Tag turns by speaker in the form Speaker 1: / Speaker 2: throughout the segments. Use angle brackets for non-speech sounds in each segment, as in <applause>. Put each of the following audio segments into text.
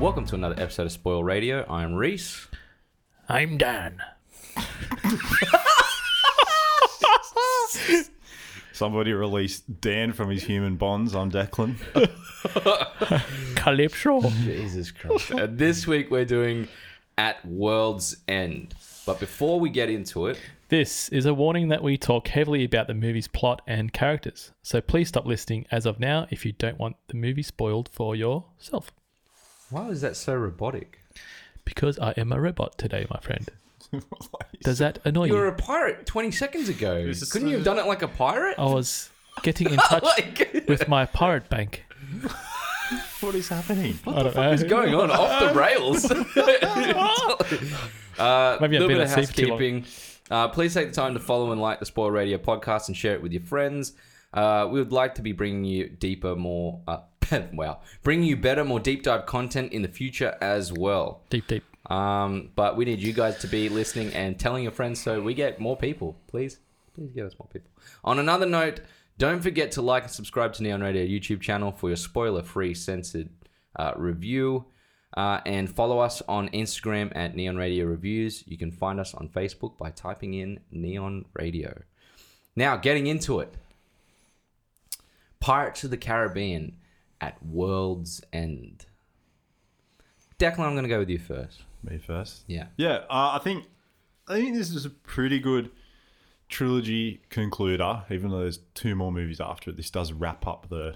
Speaker 1: Welcome to another episode of Spoil Radio. I'm Reese.
Speaker 2: I'm Dan.
Speaker 3: Somebody released Dan from his human bonds. I'm Declan.
Speaker 2: Calypso.
Speaker 1: Jesus Christ. Uh, this week we're doing At World's End. But before we get into it,
Speaker 2: This is a warning that we talk heavily about the movie's plot and characters, so please stop listening as of now if you don't want the movie spoiled for yourself.
Speaker 1: why is that so robotic?
Speaker 2: Because I am a robot today, my <laughs> friend. Does that annoy
Speaker 1: You
Speaker 2: you?
Speaker 1: were a pirate 20 seconds ago.
Speaker 3: is
Speaker 1: Couldn't you have done it like a Oh. pirate?
Speaker 2: I was getting in <laughs>
Speaker 1: <laughs>
Speaker 2: touch
Speaker 1: Like,
Speaker 2: with my pirate bank.
Speaker 3: what is happening?
Speaker 2: I don't know.
Speaker 1: what's going on off the
Speaker 2: <laughs>
Speaker 1: rails? uh,
Speaker 2: Maybe I've
Speaker 1: little
Speaker 2: been
Speaker 1: bit
Speaker 2: at
Speaker 1: of
Speaker 2: sea for too long.
Speaker 1: housekeeping. Uh, please take the time to follow and like the Spoil Radio podcast and share it with your friends. Uh, we would like to be bringing you deeper, more uh, <laughs> wow, bringing you better, more deep dive content in the future as well.
Speaker 2: Deep, deep.
Speaker 1: Um, but we need you guys to be listening and telling your friends so we get more people. Please, please get us more people. On another note, don't forget to like and subscribe to Neon Radio YouTube channel for your spoiler-free censored uh, review. Uh, and follow us on Instagram at Neon Radio Reviews. You can find us on Facebook by typing in Neon Radio. Now, getting into it Pirates of the Caribbean at World's End. Declan, I'm going to go with you first.
Speaker 3: Me first.
Speaker 1: Yeah.
Speaker 3: Yeah, uh, I think I think this is a pretty good trilogy concluder. Even though there's two more movies after it, this does wrap up the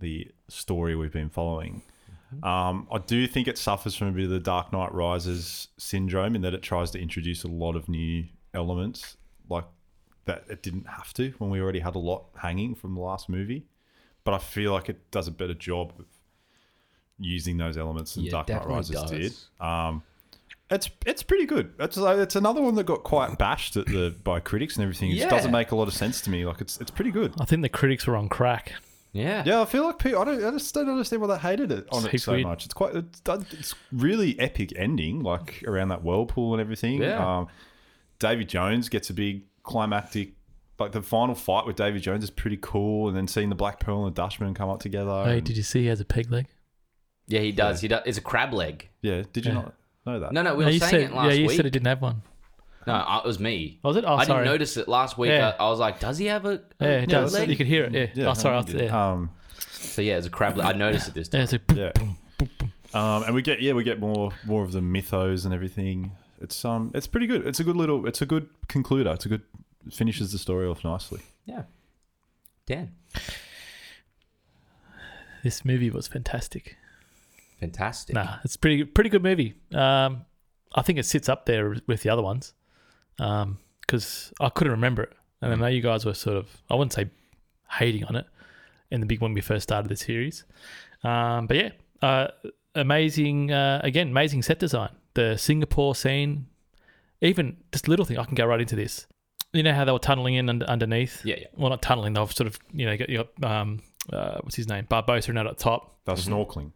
Speaker 3: the story we've been following.
Speaker 1: Mm-hmm.
Speaker 3: Um, I do think it suffers from a bit of the Dark Knight Rises syndrome in that it tries to introduce a lot of new elements, like that it didn't have to when we already had a lot hanging from the last movie. But I feel like it does a better job of using those elements than
Speaker 1: Yeah,
Speaker 3: Dark Knight
Speaker 1: definitely
Speaker 3: Rises
Speaker 1: does.
Speaker 3: did. Um, it's it's pretty good. It's like, it's another one that got quite bashed at the by critics and everything. It
Speaker 1: Yeah.
Speaker 3: just doesn't make a lot of sense to me. Like it's it's pretty good.
Speaker 2: I think the critics were on crack.
Speaker 1: Yeah.
Speaker 3: Yeah, I feel like people. I don't. I just don't understand why they hated it on it
Speaker 2: Heaps
Speaker 3: so
Speaker 2: weird.
Speaker 3: much. It's quite. It's, done- it's really epic ending, like around that whirlpool and everything.
Speaker 1: Yeah.
Speaker 3: Um, Davy Jones gets a big climactic. Like the final fight with Davy Jones is pretty cool, and then seeing the Black Pearl and the Dutchman come up together.
Speaker 2: Hey,
Speaker 3: and-
Speaker 2: did you see Oh, he has a peg leg?
Speaker 1: Yeah, he does. He does. It's a crab leg.
Speaker 3: yeah, did you
Speaker 2: Yeah.
Speaker 3: not know that?
Speaker 1: No, no, we
Speaker 2: No,
Speaker 1: were
Speaker 2: you
Speaker 1: saying
Speaker 2: said,
Speaker 1: it last
Speaker 2: yeah, you
Speaker 1: week.
Speaker 2: said he didn't have one.
Speaker 1: No, uh, it was me.
Speaker 2: Was it? Oh,
Speaker 1: I
Speaker 2: sorry.
Speaker 1: didn't notice it last week.
Speaker 2: Yeah.
Speaker 1: I, I was like, does he have a, a
Speaker 2: Yeah, it does.
Speaker 1: leg?
Speaker 2: <laughs> You could hear it. Yeah.
Speaker 3: Yeah,
Speaker 2: oh, sorry. I was,
Speaker 3: did.
Speaker 2: yeah.
Speaker 3: Um,
Speaker 1: So yeah, it's a crab leg. I noticed it this time.
Speaker 2: yeah, so, <laughs>
Speaker 3: yeah. Um, and we get yeah we get more more of the mythos and everything. It's um it's pretty good. It's a good little. It's a good concluder. It's a good finishes the story off nicely.
Speaker 1: Yeah. Dan,
Speaker 2: This movie was fantastic.
Speaker 1: fantastic.
Speaker 2: Nah, it's pretty pretty good movie. Um, I think it sits up there with the other ones, because I couldn't remember it, and I know you guys were sort of I wouldn't say hating on it in the big when we first started the series, um, but yeah, uh, amazing uh, again, amazing set design. The Singapore scene, even just little thing, I can go right into this. You know how they were tunneling in und- underneath?
Speaker 1: Yeah, yeah.
Speaker 2: Well, not tunneling. They've sort of you know got you got, um, uh, what's his name Barbosa and out at the top.
Speaker 3: They're
Speaker 1: Mm-hmm.
Speaker 3: snorkeling.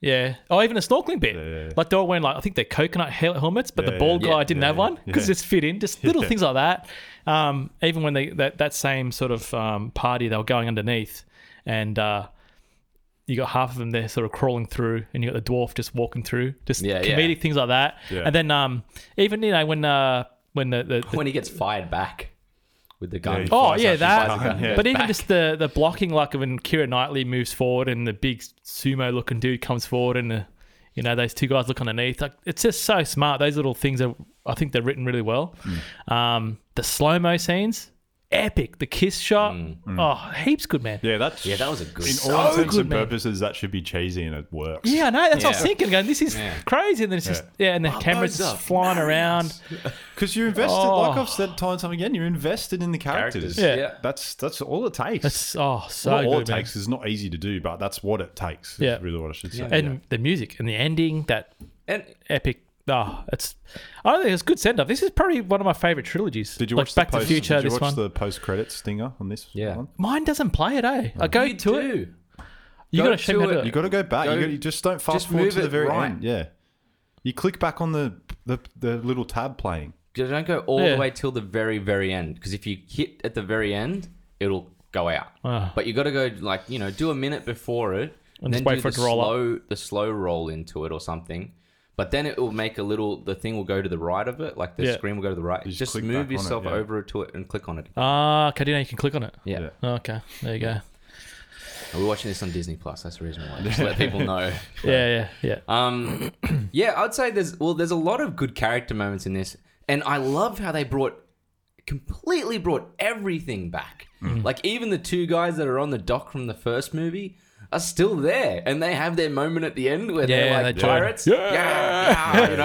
Speaker 2: Yeah. Oh, even a snorkeling bit.
Speaker 3: Yeah.
Speaker 2: Like they were wearing like I think they're coconut hel- helmets, but the
Speaker 3: Yeah,
Speaker 2: bald
Speaker 1: yeah,
Speaker 2: guy didn't
Speaker 3: yeah,
Speaker 2: have
Speaker 3: yeah,
Speaker 2: one because
Speaker 3: yeah.
Speaker 2: it's fit in. Just little things like that. Um, even when they that, that same sort of um, party they were going underneath, and uh, you got half of them there sort of crawling through, and you got the dwarf just walking through. Just
Speaker 1: Yeah, yeah.
Speaker 2: comedic things like that.
Speaker 3: Yeah.
Speaker 2: And then um, even you know when uh, when the, the, the
Speaker 1: When he gets fired back with the gun.
Speaker 3: Yeah, he
Speaker 2: Oh
Speaker 3: flies
Speaker 2: yeah,
Speaker 3: out,
Speaker 2: that.
Speaker 3: flies out, yeah.
Speaker 2: But even just the the blocking, like when Kira Knightley moves forward and the big sumo looking dude comes forward, and uh, you know those two guys look underneath. Like it's just so smart. Those little things are, I think they're written really well. Um, the slow mo scenes, epic. The kiss shot, oh heaps good, man. Yeah,
Speaker 3: Yeah, that's
Speaker 1: Yeah, that was a good.
Speaker 3: in all intents
Speaker 2: good,
Speaker 3: and
Speaker 2: man.
Speaker 3: purposes that should be cheesy and it works.
Speaker 2: I know. That's what I was
Speaker 1: Yeah.
Speaker 2: thinking. Going, this is
Speaker 1: Yeah.
Speaker 2: crazy. And then it's just yeah, and the cameras
Speaker 1: those are
Speaker 2: just flying around.
Speaker 3: because you're invested. Like
Speaker 2: Oh.
Speaker 3: I've said time and time again, you're invested in the characters.
Speaker 1: Characters, yeah. Yeah.
Speaker 3: that's that's all it takes.
Speaker 2: That's oh so
Speaker 3: not
Speaker 2: good,
Speaker 3: all it
Speaker 2: man.
Speaker 3: takes is not easy to do, but that's what it takes. is
Speaker 2: Yeah.
Speaker 3: really what I should say.
Speaker 2: And the music and the ending that
Speaker 1: And
Speaker 2: epic. Oh, it's. I don't think it's a good send off. This is probably one of my favorite trilogies.
Speaker 3: Did you
Speaker 2: like
Speaker 3: watch
Speaker 2: Back
Speaker 3: the post,
Speaker 2: to the Future?
Speaker 3: Did you
Speaker 2: This
Speaker 3: watch
Speaker 2: one.
Speaker 3: the post credits stinger on this
Speaker 1: Yeah.
Speaker 3: one?
Speaker 2: Mine doesn't play it, eh? I go
Speaker 1: you
Speaker 2: to it.
Speaker 1: do.
Speaker 2: You
Speaker 1: Go
Speaker 2: got to show me how
Speaker 1: to
Speaker 2: to
Speaker 1: it.
Speaker 2: do
Speaker 3: You
Speaker 2: it.
Speaker 3: got to go back.
Speaker 1: Go-
Speaker 3: you, got to, just don't fast
Speaker 1: just
Speaker 3: forward
Speaker 1: move
Speaker 3: to the
Speaker 1: it
Speaker 3: very
Speaker 1: right.
Speaker 3: end. Yeah, you click back on the the, the little tab playing.
Speaker 1: Just Don't go all
Speaker 2: Yeah.
Speaker 1: the way till the very, very end. Because if you hit at the very end, it'll go out.
Speaker 2: Ah.
Speaker 1: But you got to go like you know, do a minute before it,
Speaker 2: And just wait for it
Speaker 1: the
Speaker 2: to roll up.
Speaker 1: slow, the slow roll into it or something. But then it will make a little. The thing will go to the right of it, like the
Speaker 2: Yeah.
Speaker 1: screen will go to the right.
Speaker 3: You just
Speaker 1: Just,
Speaker 3: click back
Speaker 1: move
Speaker 3: on it,
Speaker 1: yourself
Speaker 3: yeah.
Speaker 1: over to it and click on it.
Speaker 2: Ah, okay, now you can click on it. Oh,
Speaker 1: Yeah,
Speaker 3: Yeah.
Speaker 2: Okay, there you go.
Speaker 1: And we're watching this on Disney Plus. That's the reason
Speaker 3: <laughs>
Speaker 1: why. Just let people know.
Speaker 2: Yeah, yeah, yeah.
Speaker 1: Um, yeah, I'd say there's well, there's a lot of good character moments in this, and I love how they brought completely brought everything back.
Speaker 2: Mm.
Speaker 1: Like even the two guys that are on the dock from the first movie are still there, and they have their moment at the end where
Speaker 2: Yeah,
Speaker 1: they're like
Speaker 2: they do.
Speaker 1: pirates,
Speaker 2: Yeah.
Speaker 1: yeah, yeah, you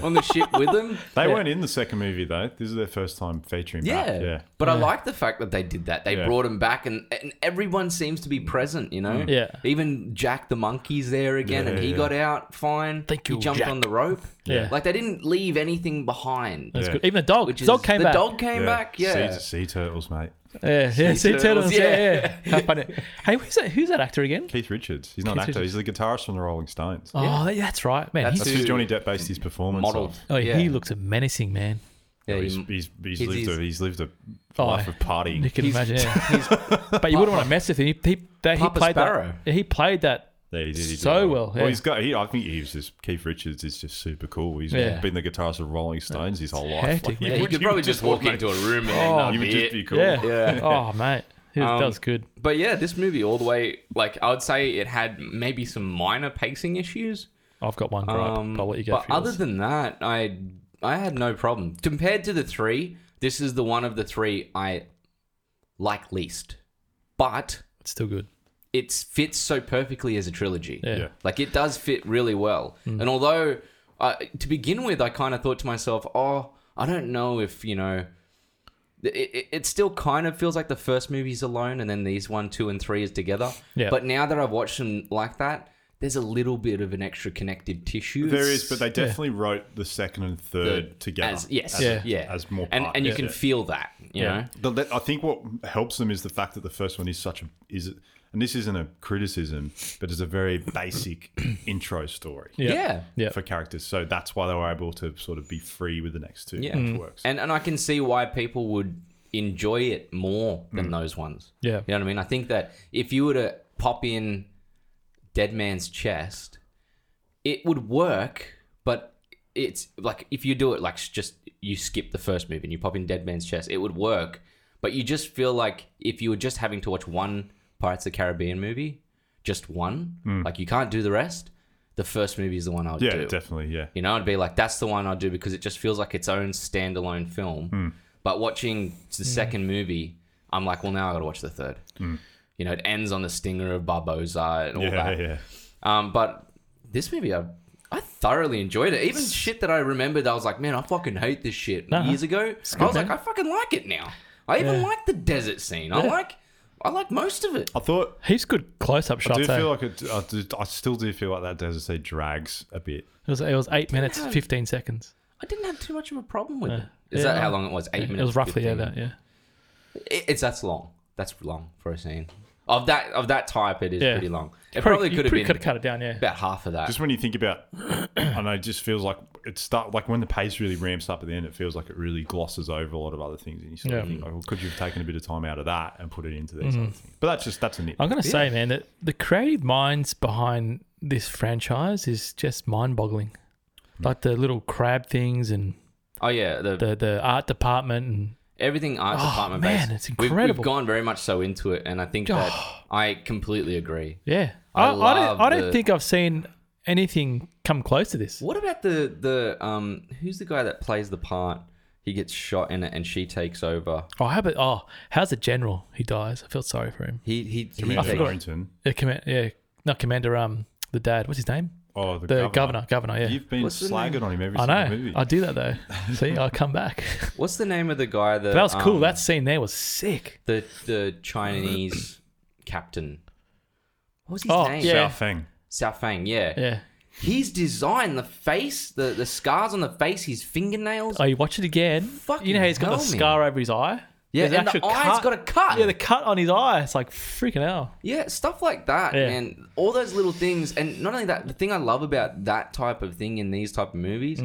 Speaker 1: know, on the ship with <laughs> them.
Speaker 3: They weren't in the second movie though. This is their first time featuring.
Speaker 1: Yeah,
Speaker 3: Back. yeah.
Speaker 1: but I like the fact that they did that. They
Speaker 3: Yeah.
Speaker 1: brought him back, and, and everyone seems to be present. You know,
Speaker 2: Yeah.
Speaker 1: Even Jack the monkey's there again,
Speaker 3: Yeah,
Speaker 1: and he
Speaker 3: yeah.
Speaker 1: got out fine.
Speaker 2: Thank
Speaker 1: he
Speaker 2: you,
Speaker 1: jumped
Speaker 2: Jack.
Speaker 1: on the rope.
Speaker 2: Yeah.
Speaker 1: like they didn't leave anything behind.
Speaker 2: That's
Speaker 3: Yeah.
Speaker 2: good. Even the dog.
Speaker 1: Which
Speaker 2: the
Speaker 1: is
Speaker 2: dog came
Speaker 1: the
Speaker 2: back.
Speaker 1: dog came back. Yeah,
Speaker 3: Sea, sea turtles, mate.
Speaker 2: Yeah, yeah. Sea
Speaker 1: turtles,
Speaker 2: turtles. Yeah, yeah.
Speaker 1: yeah.
Speaker 2: How funny. Hey, who's that? Who's that actor again?
Speaker 3: Keith Richards. He's not
Speaker 2: Keith
Speaker 3: an actor.
Speaker 2: Richards.
Speaker 3: He's the guitarist from the Rolling Stones.
Speaker 2: Oh, that's right, man.
Speaker 1: That's
Speaker 2: he's,
Speaker 3: That's who
Speaker 1: Dude.
Speaker 3: Johnny Depp based his performance
Speaker 1: modeled.
Speaker 3: off.
Speaker 2: oh,
Speaker 1: yeah.
Speaker 2: he looks menacing, man.
Speaker 1: Yeah,
Speaker 3: he's,
Speaker 1: he-
Speaker 3: he's, he's,
Speaker 1: he's-
Speaker 3: lived
Speaker 1: he's-
Speaker 3: a he's lived a
Speaker 2: Oh,
Speaker 3: life of party.
Speaker 2: You
Speaker 1: <laughs>
Speaker 2: can
Speaker 1: He's-
Speaker 2: imagine. Yeah. but you wouldn't want to mess with him. He, he, that, he
Speaker 1: Papa
Speaker 2: played
Speaker 1: Sparrow.
Speaker 2: that. yeah, He played that.
Speaker 3: Yeah, he did, he did
Speaker 2: so well, yeah.
Speaker 3: he's got. He, I think he was just Keith Richards is just super cool. He's
Speaker 2: Yeah.
Speaker 3: been the guitarist of Rolling Stones his whole life.
Speaker 2: hectic, man.
Speaker 3: <laughs>
Speaker 1: yeah, he
Speaker 3: would-
Speaker 1: could
Speaker 3: would
Speaker 1: probably just walk into a room and
Speaker 2: Oh,
Speaker 1: oh,
Speaker 3: You would
Speaker 1: be
Speaker 3: just
Speaker 1: it.
Speaker 3: be cool.
Speaker 2: Yeah.
Speaker 1: Yeah.
Speaker 2: Oh, mate. He was, that
Speaker 1: Um,
Speaker 2: was good.
Speaker 1: But yeah, this movie all the way. Like I would say, it had maybe some minor pacing issues.
Speaker 2: I've got one gripe.
Speaker 1: Um,
Speaker 2: but I'll let you go.
Speaker 1: but
Speaker 2: for yours.
Speaker 1: other than that, I I had no problem compared to the three. This is the one of the three I like least, but
Speaker 2: it's still good.
Speaker 1: it fits so perfectly as a trilogy.
Speaker 2: Yeah. Hmm.
Speaker 3: Yeah.
Speaker 1: Like it does fit really well. And although uh, to begin with, I kind of thought to myself, oh, I don't know if you know. It, it, it still kind of feels like the first movie's alone, and then these one, two, and three is together.
Speaker 2: Yeah.
Speaker 1: But now that I've watched them like that, there's a little bit of an extra connective tissue.
Speaker 3: There is, but they definitely wrote the second and third together.
Speaker 1: as, yes,
Speaker 3: as,
Speaker 1: yeah,
Speaker 2: a-
Speaker 1: yeah,
Speaker 3: as more.
Speaker 1: and
Speaker 3: part-
Speaker 1: and you
Speaker 3: yeah.
Speaker 1: can feel that, you
Speaker 2: Yeah.
Speaker 1: know.
Speaker 3: But that- I think what helps them is the fact that the first one is such a is, and this isn't a criticism, but it's a very basic intro story
Speaker 2: Yeah.
Speaker 1: yeah.
Speaker 2: Yeah.
Speaker 3: for characters. So that's why they were able to sort of be free with the next two,
Speaker 1: Yeah.
Speaker 3: which
Speaker 1: Mm.
Speaker 3: works.
Speaker 1: and and I can see why people would enjoy it more
Speaker 3: Mm.
Speaker 1: than those ones.
Speaker 2: Yeah.
Speaker 1: you know what I mean. I think that if you were to pop in Dead Man's Chest, it would work, but it's like if you do it like s- just you skip the first move and you pop in Dead Man's Chest, it would work, but you just feel like if you were just having to watch one Pirates of the Caribbean movie, just one, like you can't do the rest. The first movie is the one I would
Speaker 3: Hmm. yeah,
Speaker 1: do.
Speaker 3: definitely. Yeah,
Speaker 1: You know, I'd be like, that's the one I'd do because it just feels like its own standalone film.
Speaker 3: Hmm.
Speaker 1: But watching the second movie, I'm like, well, now I got to watch the third. You know, it ends on the stinger of Barboza and all
Speaker 3: Hmm. yeah,
Speaker 1: that.
Speaker 3: yeah.
Speaker 1: Um, but this movie, I, I thoroughly enjoyed it. Even shit that I remembered, I was like, man, I fucking hate this shit
Speaker 2: Nah.
Speaker 1: years ago. I
Speaker 2: good,
Speaker 1: was
Speaker 2: man.
Speaker 1: like, I fucking like it now. I even
Speaker 2: Yeah.
Speaker 1: like the desert scene. I
Speaker 2: Yeah.
Speaker 1: like, I like most of it.
Speaker 3: I thought
Speaker 2: He's good close up
Speaker 3: I
Speaker 2: shots.
Speaker 3: do
Speaker 2: eh?
Speaker 3: feel like it, I, do, I still do feel like that desert sea drags a bit.
Speaker 2: it was it was eight minutes
Speaker 1: have-
Speaker 2: fifteen seconds.
Speaker 1: I didn't have too much of a problem with it. Is that
Speaker 2: Yeah, no.
Speaker 1: how long it was? Eight
Speaker 2: Yeah,
Speaker 1: minutes.
Speaker 2: It was roughly yeah
Speaker 1: 15?
Speaker 2: that yeah
Speaker 1: It, it's that's long. That's long for a scene of that of that type. It is
Speaker 2: Yeah.
Speaker 1: pretty long. It probably, could have been
Speaker 2: could have cut it down yeah
Speaker 1: about half of that.
Speaker 3: Just when you think about, <coughs> I know, it just feels like it start like when the pace really ramps up at the end. It feels like it really glosses over a lot of other things, and you sort
Speaker 2: Yeah. Mm-hmm.
Speaker 3: of think, like, well, could you have taken a bit of time out of that and put it into these other things? But that's just that's a nit.
Speaker 2: I'm gonna say man that the creative minds behind this franchise is just mind boggling,
Speaker 3: Hmm.
Speaker 2: like the little crab things and
Speaker 1: oh yeah, the,
Speaker 2: the the art department and
Speaker 1: everything art
Speaker 2: Oh,
Speaker 1: department.
Speaker 2: man,
Speaker 1: based.
Speaker 2: it's
Speaker 1: We've- We've,
Speaker 2: incredible. Oh.
Speaker 1: gone very much so into it, and I think that I completely agree.
Speaker 2: yeah
Speaker 1: I
Speaker 2: I, I,
Speaker 1: love
Speaker 2: don't I don't
Speaker 1: the-
Speaker 2: think I've seen anything come close to this.
Speaker 1: What about the the um? Who's the guy that plays the part? He gets shot in it, and she takes over.
Speaker 2: Oh how about oh how's the general he dies I feel sorry for him
Speaker 1: He he. he
Speaker 3: Commander
Speaker 1: takes-
Speaker 3: Norrington,
Speaker 2: yeah command yeah not commander um the dad what's his name
Speaker 3: oh the,
Speaker 2: the governor governor, yeah
Speaker 3: You've been
Speaker 1: What's the
Speaker 3: slagging
Speaker 1: name?
Speaker 3: on him every
Speaker 2: I
Speaker 3: single
Speaker 2: know
Speaker 3: movie.
Speaker 2: I do
Speaker 1: <laughs>
Speaker 2: that though see I come back.
Speaker 1: what's the name of the guy that?
Speaker 2: That was cool.
Speaker 1: um,
Speaker 2: that scene there was sick.
Speaker 1: the the Chinese captain. What was his
Speaker 2: Oh,
Speaker 1: name?
Speaker 2: yeah.
Speaker 3: Xiao Feng.
Speaker 1: Xiao Fang. Yeah.
Speaker 2: Yeah.
Speaker 1: He's designed the face, the, the scars on the face, his fingernails.
Speaker 2: Oh, you watch it again.
Speaker 1: Fucking
Speaker 2: you know how he's got the
Speaker 1: hell, man.
Speaker 2: scar over his eye.
Speaker 1: yeah,
Speaker 2: There's an
Speaker 1: and the
Speaker 2: actual
Speaker 1: eye's
Speaker 2: cut.
Speaker 1: got a cut.
Speaker 2: Yeah, the cut on his eye. It's like freaking hell.
Speaker 1: Yeah, stuff like that,
Speaker 2: Yeah.
Speaker 1: man. All those little things, and not only that, the thing I love about that type of thing in these type of
Speaker 2: Mm.
Speaker 1: movies,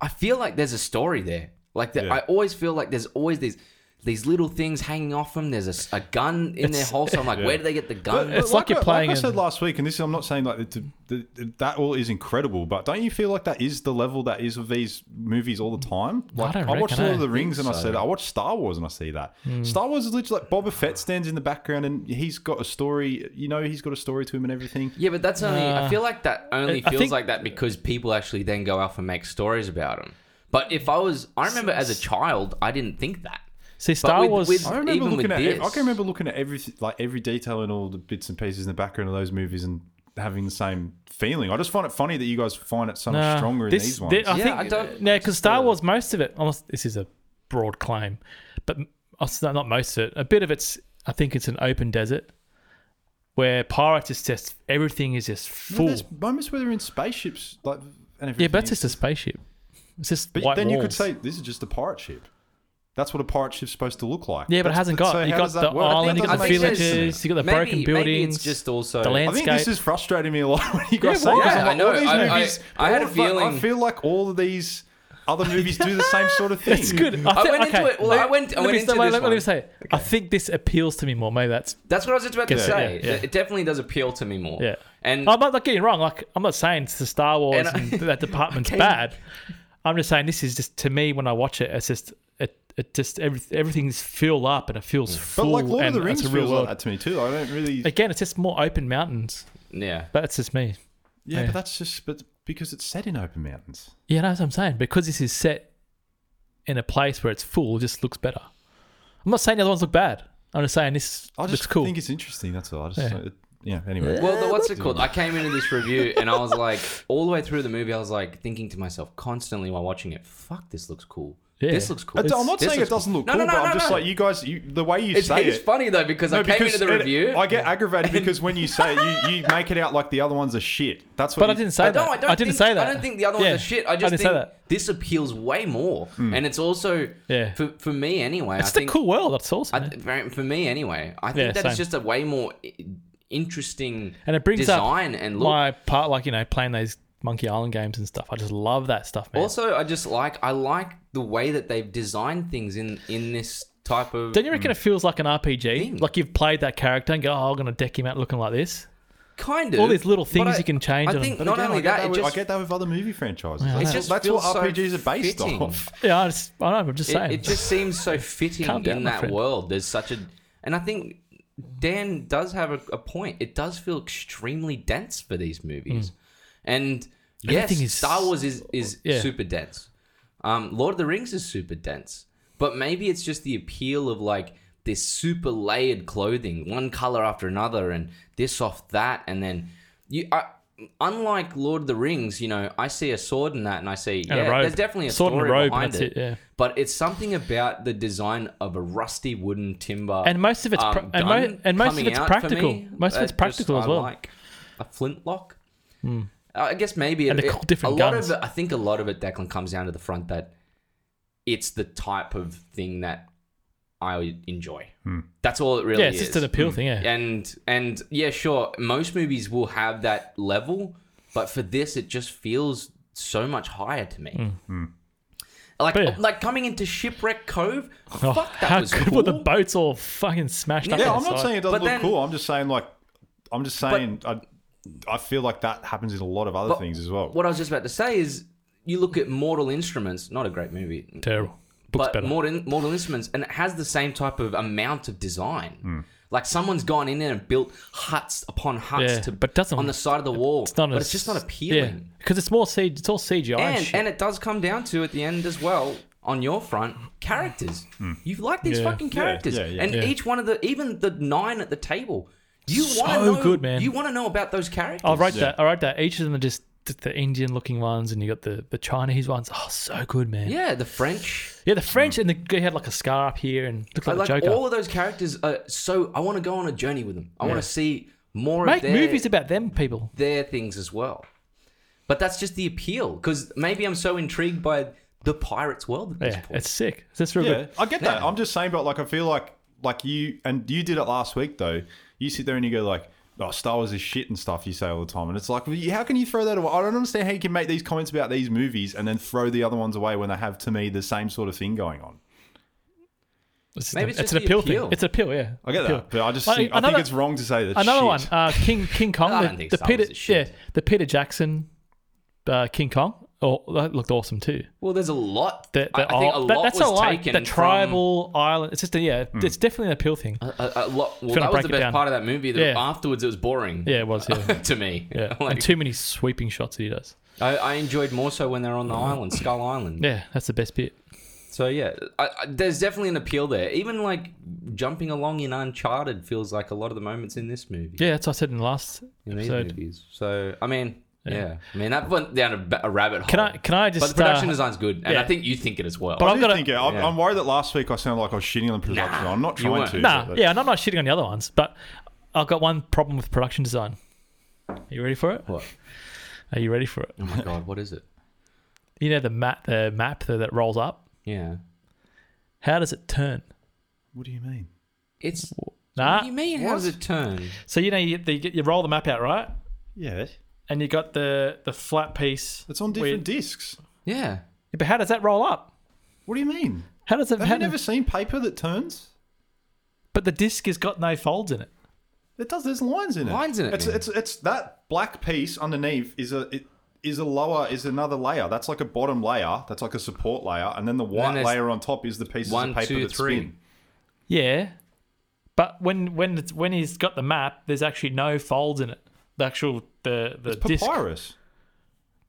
Speaker 1: I feel like there's a story there. Like that,
Speaker 3: Yeah.
Speaker 1: I always feel like there's always these these little things hanging off them. There's a, s- a gun in their
Speaker 2: It's-
Speaker 1: holster. I'm like, where do they get the gun?
Speaker 2: Uh, It's like you're
Speaker 3: I-
Speaker 2: playing
Speaker 3: Like I said
Speaker 2: in-
Speaker 3: last week, and this I'm not saying like that, that, that all is incredible, but don't you feel like that is the level that is of these movies all the time?
Speaker 2: I
Speaker 3: Like
Speaker 2: don't reckon,
Speaker 3: watched Lord
Speaker 2: eh? Hmm.
Speaker 3: of the Rings, and I
Speaker 1: so.
Speaker 3: said I watched Star Wars, and I see that Star Wars is literally like Boba Fett stands in the background, and he's got a story. You know, he's got a story to him and everything.
Speaker 1: yeah, but that's only. I feel like that only
Speaker 2: I
Speaker 1: feels
Speaker 2: think-
Speaker 1: like that because people actually then go off and make stories about them. But if I was, I remember as a child, I didn't think that.
Speaker 2: See, Star
Speaker 1: with-
Speaker 2: Wars.
Speaker 1: with-
Speaker 3: I remember
Speaker 1: Even
Speaker 3: looking at.
Speaker 1: with
Speaker 3: ev- I
Speaker 1: this.
Speaker 3: can remember looking at every like every detail and all the bits and pieces in the background of those movies and having the same feeling. I just find it funny that you guys find it so much
Speaker 2: Nah,
Speaker 3: stronger in
Speaker 2: this-
Speaker 3: these ones.
Speaker 2: thi- I
Speaker 1: Yeah,
Speaker 2: think,
Speaker 1: I don't-
Speaker 2: No, because Star Wars, most of it, almost, this is a broad claim, but m- also not most of it. A bit of it's, I think it's an open desert where pirates is just, everything is just
Speaker 3: No,
Speaker 2: full.
Speaker 3: there's moments where they're in spaceships, like and everything.
Speaker 2: yeah, but it's just a spaceship. It's just
Speaker 3: But
Speaker 2: white
Speaker 3: then you could
Speaker 2: walls.
Speaker 3: say this is just a pirate ship. That's what a pirate ship's supposed to look like.
Speaker 2: Yeah, but it
Speaker 3: That's-
Speaker 2: hasn't
Speaker 3: so
Speaker 2: got. you
Speaker 3: how
Speaker 2: got
Speaker 3: does that
Speaker 2: the
Speaker 3: work?
Speaker 2: island, you
Speaker 1: That
Speaker 2: got the
Speaker 1: doesn't make sense.
Speaker 2: villages, you got the
Speaker 1: Maybe-
Speaker 2: broken
Speaker 1: Maybe
Speaker 2: buildings.
Speaker 1: it's just also
Speaker 2: the
Speaker 3: I
Speaker 2: land-
Speaker 3: think
Speaker 2: Landscape.
Speaker 3: this is frustrating me a lot <laughs> when
Speaker 2: Yeah,
Speaker 3: you guys say
Speaker 2: why?
Speaker 3: this.
Speaker 2: Yeah,
Speaker 3: I'm like,
Speaker 1: I know.
Speaker 3: all these
Speaker 1: I- I-
Speaker 3: movies,
Speaker 1: I had a
Speaker 3: all the- like,
Speaker 1: feeling-
Speaker 3: I feel like all of these other movies do the same
Speaker 2: <laughs>
Speaker 3: sort of thing.
Speaker 2: It's good. I,
Speaker 1: I
Speaker 2: thi-
Speaker 1: went
Speaker 2: okay.
Speaker 1: into it- well,
Speaker 2: Let-
Speaker 1: I went- I went
Speaker 2: let me,
Speaker 1: into
Speaker 2: let,
Speaker 1: this
Speaker 2: me- let me
Speaker 1: one.
Speaker 2: say, I think this appeals to me more. Maybe that's.
Speaker 1: That's what I was just about to
Speaker 2: Yeah,
Speaker 1: say.
Speaker 2: yeah, yeah.
Speaker 1: It definitely does appeal to me more.
Speaker 2: Yeah. Oh.
Speaker 1: And
Speaker 2: I'm not, not getting wrong. Like I'm not saying it's the Star
Speaker 1: And
Speaker 2: Wars
Speaker 1: <laughs> I-
Speaker 2: and, that department's
Speaker 1: Okay.
Speaker 2: bad. I'm just saying this is just to me when I watch it, it's just it, it just every, everything's filled up and it feels
Speaker 3: But
Speaker 2: full.
Speaker 3: like Lord of
Speaker 2: and
Speaker 3: the Rings
Speaker 2: it's a
Speaker 3: feels
Speaker 2: real world.
Speaker 3: like that to me too. I don't really.
Speaker 2: Again, it's just more open mountains.
Speaker 1: yeah.
Speaker 2: But it's just me.
Speaker 3: yeah,
Speaker 2: yeah.
Speaker 3: but that's just but because it's set in open mountains.
Speaker 2: Yeah, that's what I'm saying. Because this is set in a place where it's full, it just looks better. I'm not saying the other ones look bad. I'm just saying this
Speaker 3: I just
Speaker 2: looks cool.
Speaker 3: think it's interesting. That's all. I just
Speaker 2: Yeah.
Speaker 3: yeah. yeah anyway,
Speaker 1: Well, the, what's it called? I came into this review and I was like, <laughs> all the way through the movie, I was like thinking to myself constantly while watching it, "Fuck, this looks cool.
Speaker 2: Yeah.
Speaker 1: This looks cool."
Speaker 3: I- I'm not
Speaker 1: This
Speaker 3: saying
Speaker 1: looks
Speaker 3: it doesn't look
Speaker 1: No,
Speaker 3: cool,
Speaker 1: no, no,
Speaker 3: but I'm
Speaker 1: no,
Speaker 3: just
Speaker 1: no.
Speaker 3: like you guys. You, the way you
Speaker 1: It's,
Speaker 3: say
Speaker 1: it's
Speaker 3: it,
Speaker 1: funny though because I
Speaker 3: No,
Speaker 1: came
Speaker 3: because
Speaker 1: into the
Speaker 3: it-
Speaker 1: review.
Speaker 3: I get aggravated because when you say it,
Speaker 1: <laughs>
Speaker 3: you, you make it out like the other ones are shit. That's what.
Speaker 2: but I
Speaker 3: you-
Speaker 2: didn't say
Speaker 1: I
Speaker 2: that.
Speaker 1: don't. I don't
Speaker 2: didn't
Speaker 1: think,
Speaker 2: say that.
Speaker 1: I don't think the other ones
Speaker 2: Yeah.
Speaker 1: are shit. I just
Speaker 2: didn't say
Speaker 1: think
Speaker 2: that.
Speaker 1: this appeals way more,
Speaker 3: Hmm.
Speaker 1: and it's also
Speaker 2: Yeah.
Speaker 1: for, for me anyway.
Speaker 2: It's
Speaker 1: I
Speaker 2: the
Speaker 1: think
Speaker 2: cool world. That's awesome.
Speaker 1: I,
Speaker 2: man.
Speaker 1: Uh, very- for me anyway. I
Speaker 2: Yeah,
Speaker 1: think that
Speaker 2: same.
Speaker 1: it's just a way more i- interesting
Speaker 2: and it brings
Speaker 1: design
Speaker 2: up
Speaker 1: and look.
Speaker 2: my part, like you know, playing those Monkey Island games and stuff. I just love that stuff, man.
Speaker 1: Also, I just like I like the way that they've designed things in in this type of.
Speaker 2: Don't you reckon it feels like an RPG?
Speaker 1: Mm. Thing.
Speaker 2: Like you've played that character and go, "Oh, I'm gonna deck him out looking like this."
Speaker 1: kind of
Speaker 2: all these little
Speaker 1: but
Speaker 2: things
Speaker 1: I-
Speaker 2: you can change
Speaker 1: I
Speaker 2: on
Speaker 1: think
Speaker 3: But
Speaker 1: not
Speaker 3: again,
Speaker 1: only
Speaker 3: I get
Speaker 1: that, it
Speaker 3: with,
Speaker 1: just
Speaker 3: I get that with other movie franchises.
Speaker 1: it
Speaker 3: that's
Speaker 1: just
Speaker 3: that's
Speaker 1: feels
Speaker 3: what
Speaker 1: so
Speaker 3: RPGs are based
Speaker 1: fitting. <laughs>
Speaker 3: off.
Speaker 2: Yeah, I just, I don't know. I'm just
Speaker 1: it,
Speaker 2: saying.
Speaker 1: it just seems
Speaker 2: <laughs>
Speaker 1: so fitting
Speaker 2: Calm down,
Speaker 1: in
Speaker 2: my
Speaker 1: that
Speaker 2: friend.
Speaker 1: world. There's such a, and I think Dan does have a, a point. It does feel extremely dense for these movies, and yes,
Speaker 2: Mm. Everything is-
Speaker 1: Star Wars is is
Speaker 2: Yeah.
Speaker 1: super dense. Um, Lord of the Rings is super dense, but maybe it's just the appeal of like this super layered clothing, one color after another, and this off that, and then you. I, unlike Lord of the Rings, you know, I see a sword in that, and I see
Speaker 2: And a
Speaker 1: yeah,
Speaker 2: robe.
Speaker 1: there's definitely a
Speaker 2: Sword and a
Speaker 1: story
Speaker 2: robe, and
Speaker 1: behind
Speaker 2: that's it, yeah.
Speaker 1: but it's something about the design of a rusty wooden timber.
Speaker 2: And most of it's pra- and mo-
Speaker 1: gun
Speaker 2: and most of
Speaker 1: um, coming
Speaker 2: it's
Speaker 1: out for
Speaker 2: practical.
Speaker 1: me,
Speaker 2: Most of
Speaker 1: that
Speaker 2: it's practical
Speaker 1: just
Speaker 2: as
Speaker 1: I
Speaker 2: well. <laughs> Hmm.
Speaker 1: Like a flintlock. I guess maybe
Speaker 2: And
Speaker 1: it,
Speaker 2: they're
Speaker 1: it-
Speaker 2: called different
Speaker 1: a lot
Speaker 2: guns.
Speaker 1: of it, I think a lot of it, Declan, comes down to the front that it's the type of thing that I enjoy. That's all it really
Speaker 2: yeah,
Speaker 1: is
Speaker 2: it's just an appeal thing. Yeah.
Speaker 1: and and yeah sure most movies will have that level but for this it just feels so much higher to me like
Speaker 2: Hmm. But yeah.
Speaker 1: like coming into shipwreck cove
Speaker 2: Oh,
Speaker 1: fuck that
Speaker 2: how
Speaker 1: was
Speaker 2: good
Speaker 1: cool
Speaker 2: were <laughs> the boats all fucking smashed up?
Speaker 3: Yeah,
Speaker 2: on
Speaker 3: I'm
Speaker 2: the
Speaker 3: not
Speaker 2: side?
Speaker 3: saying it doesn't
Speaker 1: But
Speaker 3: look
Speaker 1: then-
Speaker 3: cool. I'm just saying like, I'm just saying I, I feel like that happens in a lot of other
Speaker 1: But
Speaker 3: things as well.
Speaker 1: what i was just about to say is you look at mortal instruments not a great movie
Speaker 2: terrible. Books
Speaker 1: but
Speaker 2: better.
Speaker 1: Mortal, Mortal Instruments, and it has the same type of amount of design.
Speaker 2: Hmm.
Speaker 1: Like someone's gone in there and built huts upon huts
Speaker 2: Yeah,
Speaker 1: to,
Speaker 2: but doesn't-
Speaker 1: on the side of the wall.
Speaker 2: it's not
Speaker 1: but
Speaker 2: a-
Speaker 1: it's just not appealing.
Speaker 2: Yeah, because it's more C. It's all CGI and,
Speaker 1: and,
Speaker 2: shit.
Speaker 1: and it does come down to at the end as well on your front characters you like these
Speaker 2: Hmm. Yeah.
Speaker 1: fucking characters
Speaker 3: yeah, yeah.
Speaker 1: and
Speaker 2: Yeah.
Speaker 1: each one of the even the nine at the table you
Speaker 2: So
Speaker 1: want to know
Speaker 2: good, man.
Speaker 1: you want to know about those characters
Speaker 2: I wrote that. I wrote that. Each of them are just th- the Indian looking ones, and you got the the Chinese ones. Oh, so good, man. Yeah,
Speaker 1: yeah the french
Speaker 2: the French, and the guy had like a scar up here and looked
Speaker 1: I
Speaker 2: like,
Speaker 1: Hmm. like
Speaker 2: a Joker.
Speaker 1: all of those characters are so i want to go on a journey with them i want to see more
Speaker 2: Make
Speaker 1: of their,
Speaker 2: movies about them people.
Speaker 1: their things as well but that's just the appeal because maybe i'm so intrigued by the pirates world at this
Speaker 2: Yeah,
Speaker 1: point
Speaker 2: it's sick. That's real
Speaker 3: Yeah,
Speaker 2: good.
Speaker 3: I get that. I'm just saying, but like, I feel like like you and you did it last week though. You sit there and you go like, "Oh, Star Wars is shit" and stuff. You say all the time, and it's like, well, you- how can you throw that away? I don't understand how you can make these comments about these movies and then throw the other ones away when they have to me the same sort of thing going on.
Speaker 2: It's just
Speaker 1: Maybe
Speaker 2: a-
Speaker 1: it's
Speaker 2: it's,
Speaker 1: just
Speaker 2: an
Speaker 1: the
Speaker 2: appeal,
Speaker 1: appeal.
Speaker 2: thing. It's an appeal, yeah.
Speaker 3: I get
Speaker 2: Appeal.
Speaker 3: that, but I just
Speaker 2: Like,
Speaker 3: think, I
Speaker 2: another-
Speaker 3: think it's wrong to say that.
Speaker 2: Another
Speaker 3: shit.
Speaker 2: one, uh, King King Kong.
Speaker 1: I
Speaker 2: the,
Speaker 1: don't think
Speaker 2: the
Speaker 1: Star Wars
Speaker 2: Peter,
Speaker 1: is shit.
Speaker 2: yeah, the Peter Jackson, uh, King Kong. Oh, that looked awesome too.
Speaker 1: Well, there's a lot.
Speaker 2: The, the,
Speaker 1: I, I think a
Speaker 2: oh,
Speaker 1: lot
Speaker 2: that- that's
Speaker 1: was
Speaker 2: a lot.
Speaker 1: taken
Speaker 2: The
Speaker 1: from- Hmm.
Speaker 2: tribal island. It's just a, yeah. It's definitely an appeal thing.
Speaker 1: a, a- a lot. Well,
Speaker 2: gonna
Speaker 1: that was
Speaker 2: break
Speaker 1: the
Speaker 2: it
Speaker 1: best
Speaker 2: down.
Speaker 1: part of that movie. That
Speaker 2: Yeah.
Speaker 1: Afterwards, it was boring.
Speaker 2: Yeah, it
Speaker 1: <laughs>
Speaker 2: was. Yeah,
Speaker 1: to me.
Speaker 2: yeah.
Speaker 1: Like,
Speaker 2: and too many sweeping shots that he does.
Speaker 1: I, I enjoyed more so when they're on the island, Skull Island.
Speaker 2: Yeah, that's the best bit.
Speaker 1: So yeah, I, I, there's definitely an appeal there. Even like jumping along in Uncharted feels like a lot of the moments in this movie.
Speaker 2: Yeah, that's what I said in the last
Speaker 1: in these
Speaker 2: episode.
Speaker 1: movies. So I mean, yeah. I mean that went down a, ba- a rabbit hole.
Speaker 2: Can I? Can I
Speaker 1: But
Speaker 2: just?
Speaker 1: the production
Speaker 2: uh,
Speaker 1: design's good, and I
Speaker 2: yeah.
Speaker 1: think you think it as well.
Speaker 2: But
Speaker 3: I
Speaker 2: I've
Speaker 3: do
Speaker 2: got a-
Speaker 3: think, yeah, I'm,
Speaker 1: Yeah.
Speaker 3: I'm worried that last week I sounded like I was shitting on the production. I'm not
Speaker 1: you
Speaker 3: trying
Speaker 1: weren't.
Speaker 3: to.
Speaker 2: Nah,
Speaker 3: but-
Speaker 2: yeah, and I'm not shitting on the other ones, but I've got one problem with production design. Are you ready for it?
Speaker 1: What?
Speaker 2: Are you ready for it?
Speaker 1: Oh my god, what is it?
Speaker 2: You know the map, the map that, that rolls up.
Speaker 1: Yeah,
Speaker 2: How does it turn?
Speaker 3: What do you mean?
Speaker 1: it's.
Speaker 2: Nah.
Speaker 1: what do you mean? How does it turn?
Speaker 2: So you know you, you, get- you roll the map out, right?
Speaker 3: Yeah,
Speaker 2: And you got the the flat piece.
Speaker 3: it's on
Speaker 2: where-
Speaker 3: different discs.
Speaker 1: Yeah,
Speaker 2: Yeah, but how does that roll up?
Speaker 3: What do you mean?
Speaker 2: How does it?
Speaker 3: Have
Speaker 2: how
Speaker 3: you never
Speaker 2: does-
Speaker 3: seen paper that turns?
Speaker 2: but the disc has got no folds in it.
Speaker 3: It does. There's lines in it.
Speaker 1: Lines in it,
Speaker 3: It's
Speaker 1: man.
Speaker 3: it's it's that black piece underneath is a it is a lower is another layer. That's like a bottom layer. That's like a support layer, and then the white
Speaker 1: there's
Speaker 3: layer on top is the pieces
Speaker 1: one,
Speaker 3: of paper
Speaker 1: two,
Speaker 3: that
Speaker 1: three.
Speaker 3: spin.
Speaker 2: Yeah, but when when it's, when he's got the map, there's actually no folds in it. The actual the the
Speaker 3: It's
Speaker 2: disc,
Speaker 3: papyrus.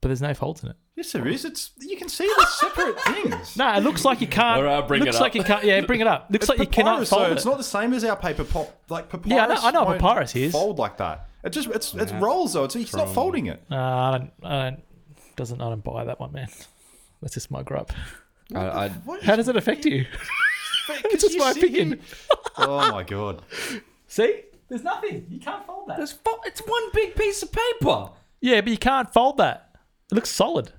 Speaker 2: but there's no folds in it.
Speaker 3: Yes, there is. It's you can see the
Speaker 2: <laughs>
Speaker 3: separate things.
Speaker 2: No, it looks like you can't.
Speaker 1: All right, bring it
Speaker 2: looks
Speaker 1: up.
Speaker 2: like you can't. Yeah, bring it up. Looks
Speaker 3: It's
Speaker 2: like you cannot
Speaker 3: papyrus, though.
Speaker 2: fold
Speaker 3: It's
Speaker 2: it.
Speaker 3: not the same as our paper pop. Like papyrus.
Speaker 2: Yeah, I know- I know what
Speaker 3: won't
Speaker 2: papyrus is.
Speaker 3: Fold like that. It just it's it's
Speaker 1: Yeah.
Speaker 3: rolls though. It's he's not folding it. <laughs>
Speaker 2: Uh, I don't. I don't. Doesn't. I don't buy that one, man. That's just my gripe.
Speaker 1: I, I,
Speaker 3: What
Speaker 2: How
Speaker 3: is-
Speaker 2: does it affect you?
Speaker 3: can
Speaker 2: <laughs> It's just
Speaker 3: you
Speaker 2: my
Speaker 3: see?
Speaker 2: opinion.
Speaker 3: <laughs> Oh my god.
Speaker 2: See, there's nothing. You can't fold that.
Speaker 1: there's fo- it's one big piece of paper.
Speaker 2: Yeah, but you can't fold that. It looks solid.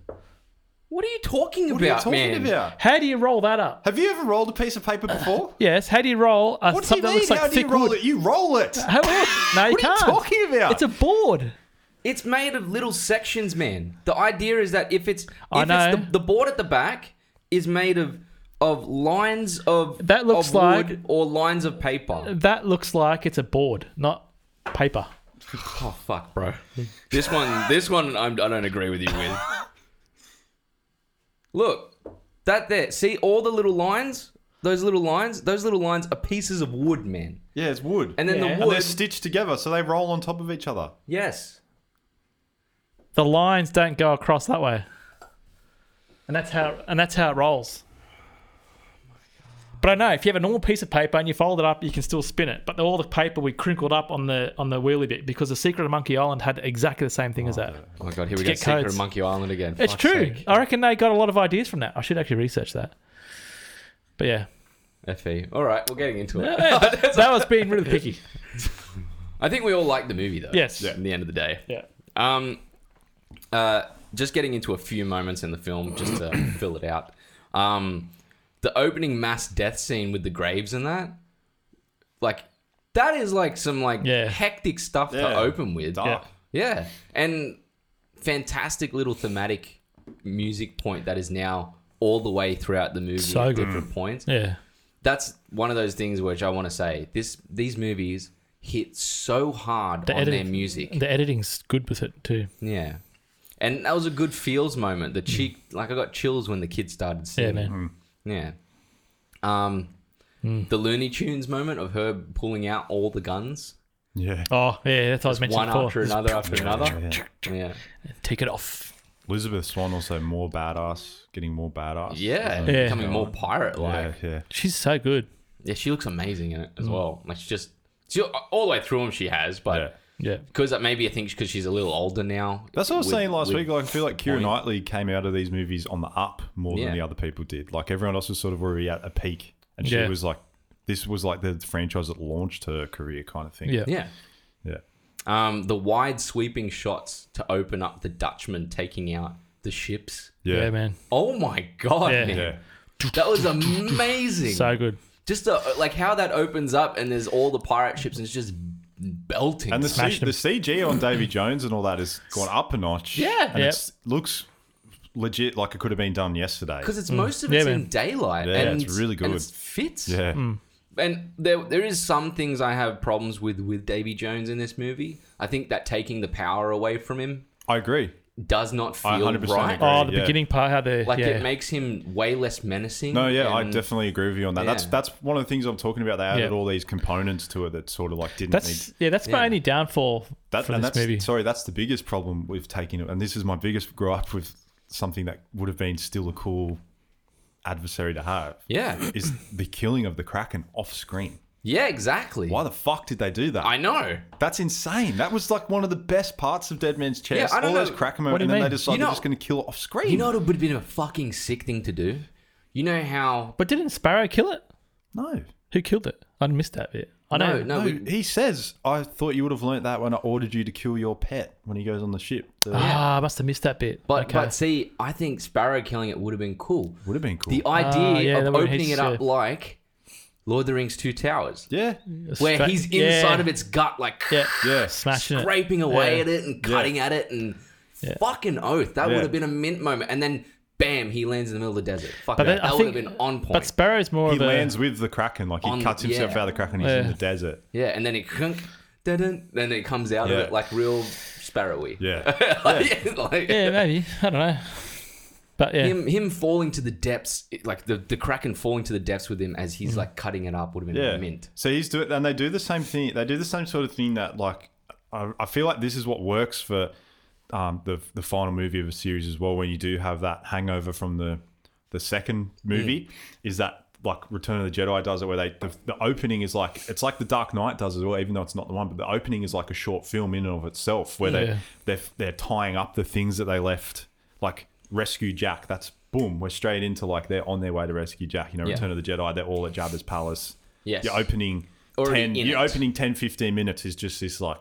Speaker 1: What are you talking
Speaker 3: What are you
Speaker 1: about,
Speaker 3: talking
Speaker 1: man?
Speaker 3: about?
Speaker 2: How do you roll that up?
Speaker 3: Have you ever rolled a piece of paper before?
Speaker 2: Yes. How do you roll a,
Speaker 3: What do
Speaker 2: something
Speaker 3: you
Speaker 2: that
Speaker 3: mean?
Speaker 2: looks like
Speaker 3: How do
Speaker 2: thick
Speaker 3: you roll
Speaker 2: wood?
Speaker 3: it? You roll it.
Speaker 2: How else? No, you
Speaker 3: What are you
Speaker 2: can't.
Speaker 3: talking about?
Speaker 2: It's a board.
Speaker 1: It's made of little sections, man. The idea is that if it's if
Speaker 2: I
Speaker 1: it's
Speaker 2: know.
Speaker 1: the, the board at the back is made of of lines of
Speaker 2: That looks
Speaker 1: of wood
Speaker 2: like-
Speaker 1: or lines of paper.
Speaker 2: That looks like it's a board, not paper.
Speaker 1: Oh fuck, bro. This one, this one, I'm, I don't agree with you with. Look, that there. See all the little lines. Those little lines. Those little lines are pieces of wood, man.
Speaker 3: <laughs> yeah, it's wood.
Speaker 1: And then
Speaker 2: Yeah.
Speaker 1: the
Speaker 2: And
Speaker 1: wood.
Speaker 3: they're stitched together, so they roll on top of each other.
Speaker 1: yes.
Speaker 2: The lines don't go across that way. And that's how and that's how it rolls. But I know if you have a normal piece of paper and you fold it up, you can still spin it. But all the paper we crinkled up on the on the wheelie bit because the Secret of Monkey Island had exactly the same thing as that.
Speaker 1: Oh my god, here we go.
Speaker 2: get
Speaker 1: Secret
Speaker 2: codes.
Speaker 1: of Monkey Island again.
Speaker 2: It's
Speaker 1: Fuck's
Speaker 2: true. Uh,
Speaker 1: sake.
Speaker 2: I reckon they got a lot of ideas from that. I should actually research that.
Speaker 1: <laughs>
Speaker 2: But yeah,
Speaker 1: Fe. E. All right, we're getting into it.
Speaker 2: that was
Speaker 1: <laughs>
Speaker 2: being really picky.
Speaker 1: I think we all like the movie though.
Speaker 2: Yes. Yeah.
Speaker 1: In the end of the day.
Speaker 2: Yeah.
Speaker 1: Um, uh, just getting into a few moments in the film just
Speaker 2: <clears throat>
Speaker 1: to fill it out. Um, the opening mass death scene with the graves and that, like, that is like some like
Speaker 2: Yeah.
Speaker 1: hectic stuff to
Speaker 3: Yeah.
Speaker 1: open with.
Speaker 3: Dark.
Speaker 1: Yeah, and fantastic little thematic music point that is now all the way throughout the movie
Speaker 2: So
Speaker 1: at
Speaker 2: good. Mm.
Speaker 1: different points
Speaker 2: Yeah.
Speaker 1: that's one of those things which I want to say. This these movies hit so hard
Speaker 2: The
Speaker 1: on their
Speaker 2: editing-
Speaker 1: music.
Speaker 2: The editing's good with it too.
Speaker 1: yeah. And that was a good feels moment. The cheek like I got chills when the kids started
Speaker 2: Yeah,
Speaker 1: singing.
Speaker 2: man. Hmm.
Speaker 1: Yeah. Um the Looney Tunes moment of her pulling out all the guns.
Speaker 3: Yeah.
Speaker 2: Oh, yeah, that's what I was mentioning
Speaker 1: One
Speaker 2: before.
Speaker 1: after another after another. Yeah.
Speaker 2: Take it off.
Speaker 3: Elizabeth Swan also more badass, getting more badass.
Speaker 1: Yeah.
Speaker 3: Um,
Speaker 2: Yeah.
Speaker 1: Becoming more pirate like.
Speaker 3: Yeah, yeah.
Speaker 2: She's so good.
Speaker 1: Yeah, she looks amazing in it
Speaker 2: Hmm.
Speaker 1: as well. Like she just she, all the way through them she has, but
Speaker 3: Yeah.
Speaker 2: Yeah.
Speaker 1: Because maybe I think because she's a little older now.
Speaker 3: That's what I was
Speaker 1: with-
Speaker 3: saying last
Speaker 1: with-
Speaker 3: week. Like, I feel like Kira
Speaker 1: point.
Speaker 3: Knightley came out of these movies on the up more
Speaker 1: Yeah.
Speaker 3: than the other people did. Like everyone else was sort of already at a peak, and she
Speaker 2: Yeah.
Speaker 3: was like, "This was like the franchise that launched her career, kind of thing."
Speaker 2: Yeah.
Speaker 1: Yeah.
Speaker 3: yeah.
Speaker 1: Um, the wide sweeping shots to open up the Dutchman taking out the ships.
Speaker 2: Yeah,
Speaker 3: Yeah.
Speaker 2: man.
Speaker 1: Oh my god,
Speaker 2: Yeah.
Speaker 1: man.
Speaker 3: Yeah.
Speaker 1: That was amazing.
Speaker 3: Mm.
Speaker 2: So good.
Speaker 1: just the, like how that opens up and there's all the pirate ships and it's just belting.
Speaker 3: And the, C-
Speaker 2: Smashed
Speaker 3: the
Speaker 2: him.
Speaker 3: CG on Davy Jones and all that has gone up a notch.
Speaker 1: Yeah.
Speaker 3: And
Speaker 2: Yep.
Speaker 3: it looks legit like it could have been done yesterday.
Speaker 1: because it's most of
Speaker 2: Mm. Yeah,
Speaker 1: it's
Speaker 2: man.
Speaker 1: in daylight.
Speaker 3: Yeah,
Speaker 1: and,
Speaker 3: it's really
Speaker 1: And
Speaker 3: good.
Speaker 1: it fits.
Speaker 3: Yeah,
Speaker 2: Hmm.
Speaker 1: And there, there is some things I have problems with with Davy Jones in this movie. I think that taking the power away from him
Speaker 3: I agree.
Speaker 1: does not
Speaker 3: I
Speaker 1: feel
Speaker 3: 100%
Speaker 1: right.
Speaker 3: agree.
Speaker 2: Oh, the
Speaker 3: yeah.
Speaker 2: beginning part, how they
Speaker 1: Like
Speaker 2: yeah.
Speaker 1: it makes him way less menacing.
Speaker 3: No, yeah, I
Speaker 1: and-
Speaker 3: definitely agree with you on that. That's
Speaker 1: Yeah.
Speaker 3: that's one of the things I'm talking about. They added
Speaker 2: Yeah.
Speaker 3: all these components to it that sort of like didn't need
Speaker 2: that's yeah, that's
Speaker 1: Yeah.
Speaker 2: my only downfall
Speaker 3: that.
Speaker 2: for
Speaker 3: And
Speaker 2: this
Speaker 3: that's
Speaker 2: movie.
Speaker 3: sorry, that's the biggest problem with taking it. And this is my biggest gripe with something that would have been still a cool adversary to have
Speaker 1: Yeah.
Speaker 3: is the killing of the Kraken off screen.
Speaker 1: Yeah, exactly.
Speaker 3: Why the fuck did they do that?
Speaker 1: I know.
Speaker 3: That's insane. That was like one of the best parts of Dead Man's Chest.
Speaker 1: Yeah, I don't
Speaker 3: all
Speaker 1: know.
Speaker 3: those cracker
Speaker 2: What
Speaker 3: moments,
Speaker 2: do
Speaker 3: and
Speaker 2: you
Speaker 3: then they
Speaker 2: mean?
Speaker 3: decide
Speaker 1: You
Speaker 3: they're
Speaker 1: know-
Speaker 3: just going to kill it off screen.
Speaker 1: You know what would have been a fucking sick thing to do? You know how.
Speaker 2: But didn't Sparrow kill it?
Speaker 3: no,
Speaker 2: Who killed it? I missed that bit. I know.
Speaker 1: No, no.
Speaker 3: no.
Speaker 1: we-
Speaker 3: he says, "I thought you would have learnt that when I ordered you to kill your pet when he goes on the ship." The-
Speaker 2: Ah, I must have missed that bit.
Speaker 1: But,
Speaker 2: okay.
Speaker 1: but see, I think Sparrow killing it would have been cool.
Speaker 3: Would have been cool.
Speaker 1: The
Speaker 2: Ah,
Speaker 1: idea
Speaker 2: yeah, that
Speaker 1: of
Speaker 2: would've-
Speaker 1: opening it up
Speaker 2: yeah.
Speaker 1: like Lord of the Rings Two Towers,
Speaker 3: yeah,
Speaker 1: where
Speaker 2: Stra-
Speaker 1: he's
Speaker 2: yeah,
Speaker 1: inside of its gut, like <laughs>
Speaker 2: Yeah.
Speaker 3: yeah.
Speaker 2: Smashing it.
Speaker 1: scraping away
Speaker 2: Yeah.
Speaker 1: at it and cutting at it, and fucking oath, that
Speaker 3: Yeah.
Speaker 1: would have been a mint moment. And then, bam, he lands in the middle of the desert. Fuck
Speaker 2: But
Speaker 1: that,
Speaker 2: then I
Speaker 1: that would have
Speaker 2: think-
Speaker 1: been on point.
Speaker 2: But Sparrow's more
Speaker 3: He
Speaker 2: of a
Speaker 3: lands with the kraken, like he
Speaker 1: On-
Speaker 3: cuts himself
Speaker 1: yeah.
Speaker 3: out of the kraken. He's in
Speaker 2: Yeah.
Speaker 3: the desert.
Speaker 1: yeah, and then it <laughs> crunk, dun-dun, then it comes out
Speaker 3: Yeah.
Speaker 1: of it like real sparrowy. <laughs>
Speaker 3: Yeah,
Speaker 1: like, like-
Speaker 2: Yeah, maybe. I don't know. But yeah.
Speaker 1: Him, him falling to the depths, like the, the Kraken falling to the depths with him as he's like cutting it up would have been
Speaker 3: Mm. yeah.
Speaker 1: mint.
Speaker 3: So he's doing, and they do the same thing. They do the same sort of thing that, like, I, I feel like this is what works for um, the the final movie of a series as well. When you do have that hangover from the the second movie, is that like Return of the Jedi does it, where they the, the opening is like it's like the Dark Knight does as well, even though it's not the one. But the opening is like a short film in and of itself, where
Speaker 2: Yeah.
Speaker 3: they they're they're tying up the things that they left, like rescue Jack. That's boom. We're straight into like they're on their way to rescue Jack. You know,
Speaker 1: Yeah.
Speaker 3: Return of the Jedi. They're all at Jabba's palace.
Speaker 1: Yes.
Speaker 3: Your opening
Speaker 1: Already
Speaker 3: 10,
Speaker 1: in
Speaker 3: your
Speaker 1: it.
Speaker 3: opening 10, 15 minutes is just this like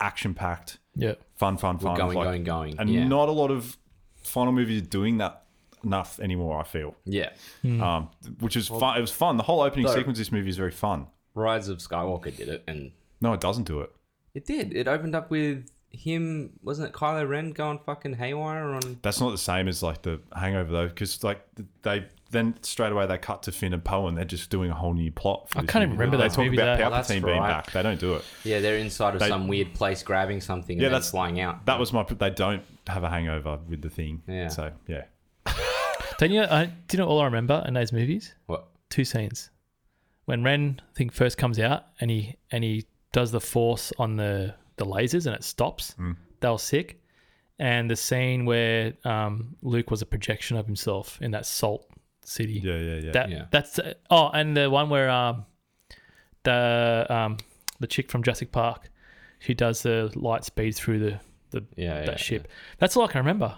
Speaker 3: action packed,
Speaker 2: Yeah.
Speaker 3: fun, fun, fun.
Speaker 1: going,
Speaker 3: like-
Speaker 1: going, going,
Speaker 3: And
Speaker 1: yeah.
Speaker 3: not a lot of final movies are doing that enough anymore. I feel,
Speaker 1: Yeah.
Speaker 3: um, which is fun. It was fun. The whole opening
Speaker 1: Though-
Speaker 3: sequence of this movie is very fun.
Speaker 1: Rise of Skywalker did it, and
Speaker 3: No, it doesn't do it.
Speaker 1: it did. It opened up with him, wasn't it Kylo Ren going fucking haywire on.
Speaker 3: That's not the same as like the Hangover though, because like they then straight away they cut to Finn and Poe and they're just doing a whole new plot. For
Speaker 2: I
Speaker 3: this
Speaker 2: can't even
Speaker 3: movie.
Speaker 2: remember
Speaker 3: They
Speaker 2: those
Speaker 3: talk
Speaker 2: movies,
Speaker 3: about
Speaker 2: eh?
Speaker 1: Oh, that's
Speaker 3: Palpatine being
Speaker 1: right.
Speaker 3: back. They don't do it.
Speaker 1: Yeah, they're inside of
Speaker 3: They-
Speaker 1: some weird place grabbing something and
Speaker 3: Yeah,
Speaker 1: then
Speaker 3: that's-
Speaker 1: flying out.
Speaker 3: That was my. They don't have a hangover with the thing.
Speaker 1: Yeah.
Speaker 3: So yeah.
Speaker 2: Don't you know, I, do you know all I remember in those movies?
Speaker 1: What?
Speaker 2: Two scenes. When Ren I think first comes out and he and he does the force on the, the lasers and it stops.
Speaker 1: Mm.
Speaker 2: That was sick. And the scene where um, Luke was a projection of himself in that salt city.
Speaker 3: Yeah. Yeah. Yeah.
Speaker 2: That
Speaker 1: Yeah.
Speaker 2: that's oh, and the one where um the um the chick from Jurassic Park who does the light speed through the the
Speaker 1: Yeah,
Speaker 2: that
Speaker 1: yeah,
Speaker 2: ship. That's all I can remember.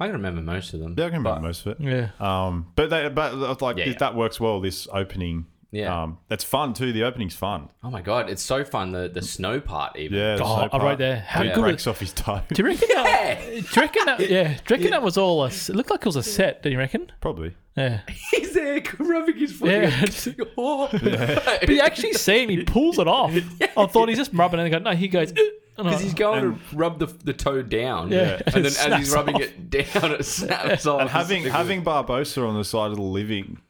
Speaker 1: I can remember most of them.
Speaker 3: yeah. I can remember
Speaker 1: but-
Speaker 3: most of it.
Speaker 2: Yeah.
Speaker 3: Um, but they, but like
Speaker 1: Yeah, yeah.
Speaker 3: that works well. This opening,
Speaker 1: Yeah.
Speaker 3: um, that's fun too. The opening's fun.
Speaker 1: Oh my god, it's so fun. The the snow part, even.
Speaker 3: Yeah,
Speaker 2: Oh, I wrote there, how
Speaker 3: he
Speaker 2: good
Speaker 3: breaks off his <laughs> toe.
Speaker 2: Do you reckon? That,
Speaker 1: Yeah.
Speaker 2: do you reckon that? Yeah. Do you reckon that was all a? s- It looked like it was a set. Do you reckon?
Speaker 3: Probably.
Speaker 1: <laughs>
Speaker 2: Yeah.
Speaker 1: <laughs> He's there rubbing his foot.
Speaker 2: Yeah.
Speaker 3: <laughs>
Speaker 1: Oh. <laughs>
Speaker 2: But you actually see him. He pulls it off. I thought he's just rubbing it. And I go, no, he goes. "Uh,"
Speaker 1: Because he's going to rub the, the toe down,
Speaker 2: Yeah.
Speaker 1: and
Speaker 2: <laughs>
Speaker 1: then
Speaker 2: It
Speaker 1: as he's
Speaker 2: snaps
Speaker 1: rubbing
Speaker 2: off.
Speaker 1: it down, it snaps off.
Speaker 3: And having
Speaker 1: It's-
Speaker 3: having Barbosa on the side of the living,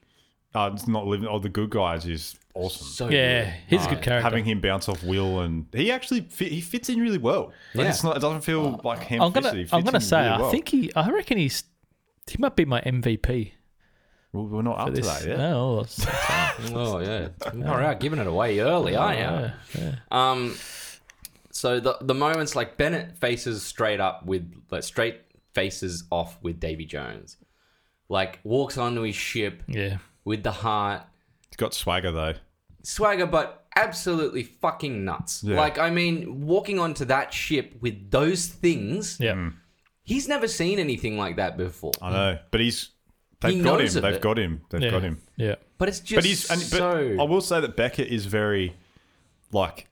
Speaker 3: uh, it's not living, or the good guys is awesome.
Speaker 1: so
Speaker 2: Yeah,
Speaker 1: good.
Speaker 2: he's a good character.
Speaker 3: having him bounce off Will and he actually fit, he fits in really well. Like
Speaker 1: Yeah.
Speaker 3: it's not it doesn't feel like ham
Speaker 2: Uh, I'm gonna.
Speaker 3: fisted. He
Speaker 2: I'm
Speaker 3: fits
Speaker 2: gonna
Speaker 3: in
Speaker 2: say.
Speaker 3: really well.
Speaker 2: I think he. I reckon he's. He might be my MVP.
Speaker 3: Well, we're not up to
Speaker 2: This.
Speaker 3: that yet.
Speaker 2: Oh, that's-
Speaker 3: <laughs>
Speaker 1: Oh yeah, all right, giving it away early, aren't you? Um, so the the moments like Bennett faces straight up with like straight faces off with Davy Jones, like walks onto his ship
Speaker 2: yeah.
Speaker 1: with the heart
Speaker 3: He's got swagger though.
Speaker 1: swagger, but absolutely fucking nuts.
Speaker 3: Yeah.
Speaker 1: Like I mean, walking onto that ship with those things,
Speaker 2: Yeah.
Speaker 3: Hmm,
Speaker 1: he's never seen anything like that before.
Speaker 3: I know, but he's they've got
Speaker 1: knows
Speaker 3: him.
Speaker 1: of
Speaker 3: They've
Speaker 1: it.
Speaker 3: got him. They've
Speaker 2: Yeah.
Speaker 3: got him.
Speaker 2: Yeah.
Speaker 1: But it's just
Speaker 3: But he's and, but
Speaker 1: so.
Speaker 3: I will say that Beckett is very like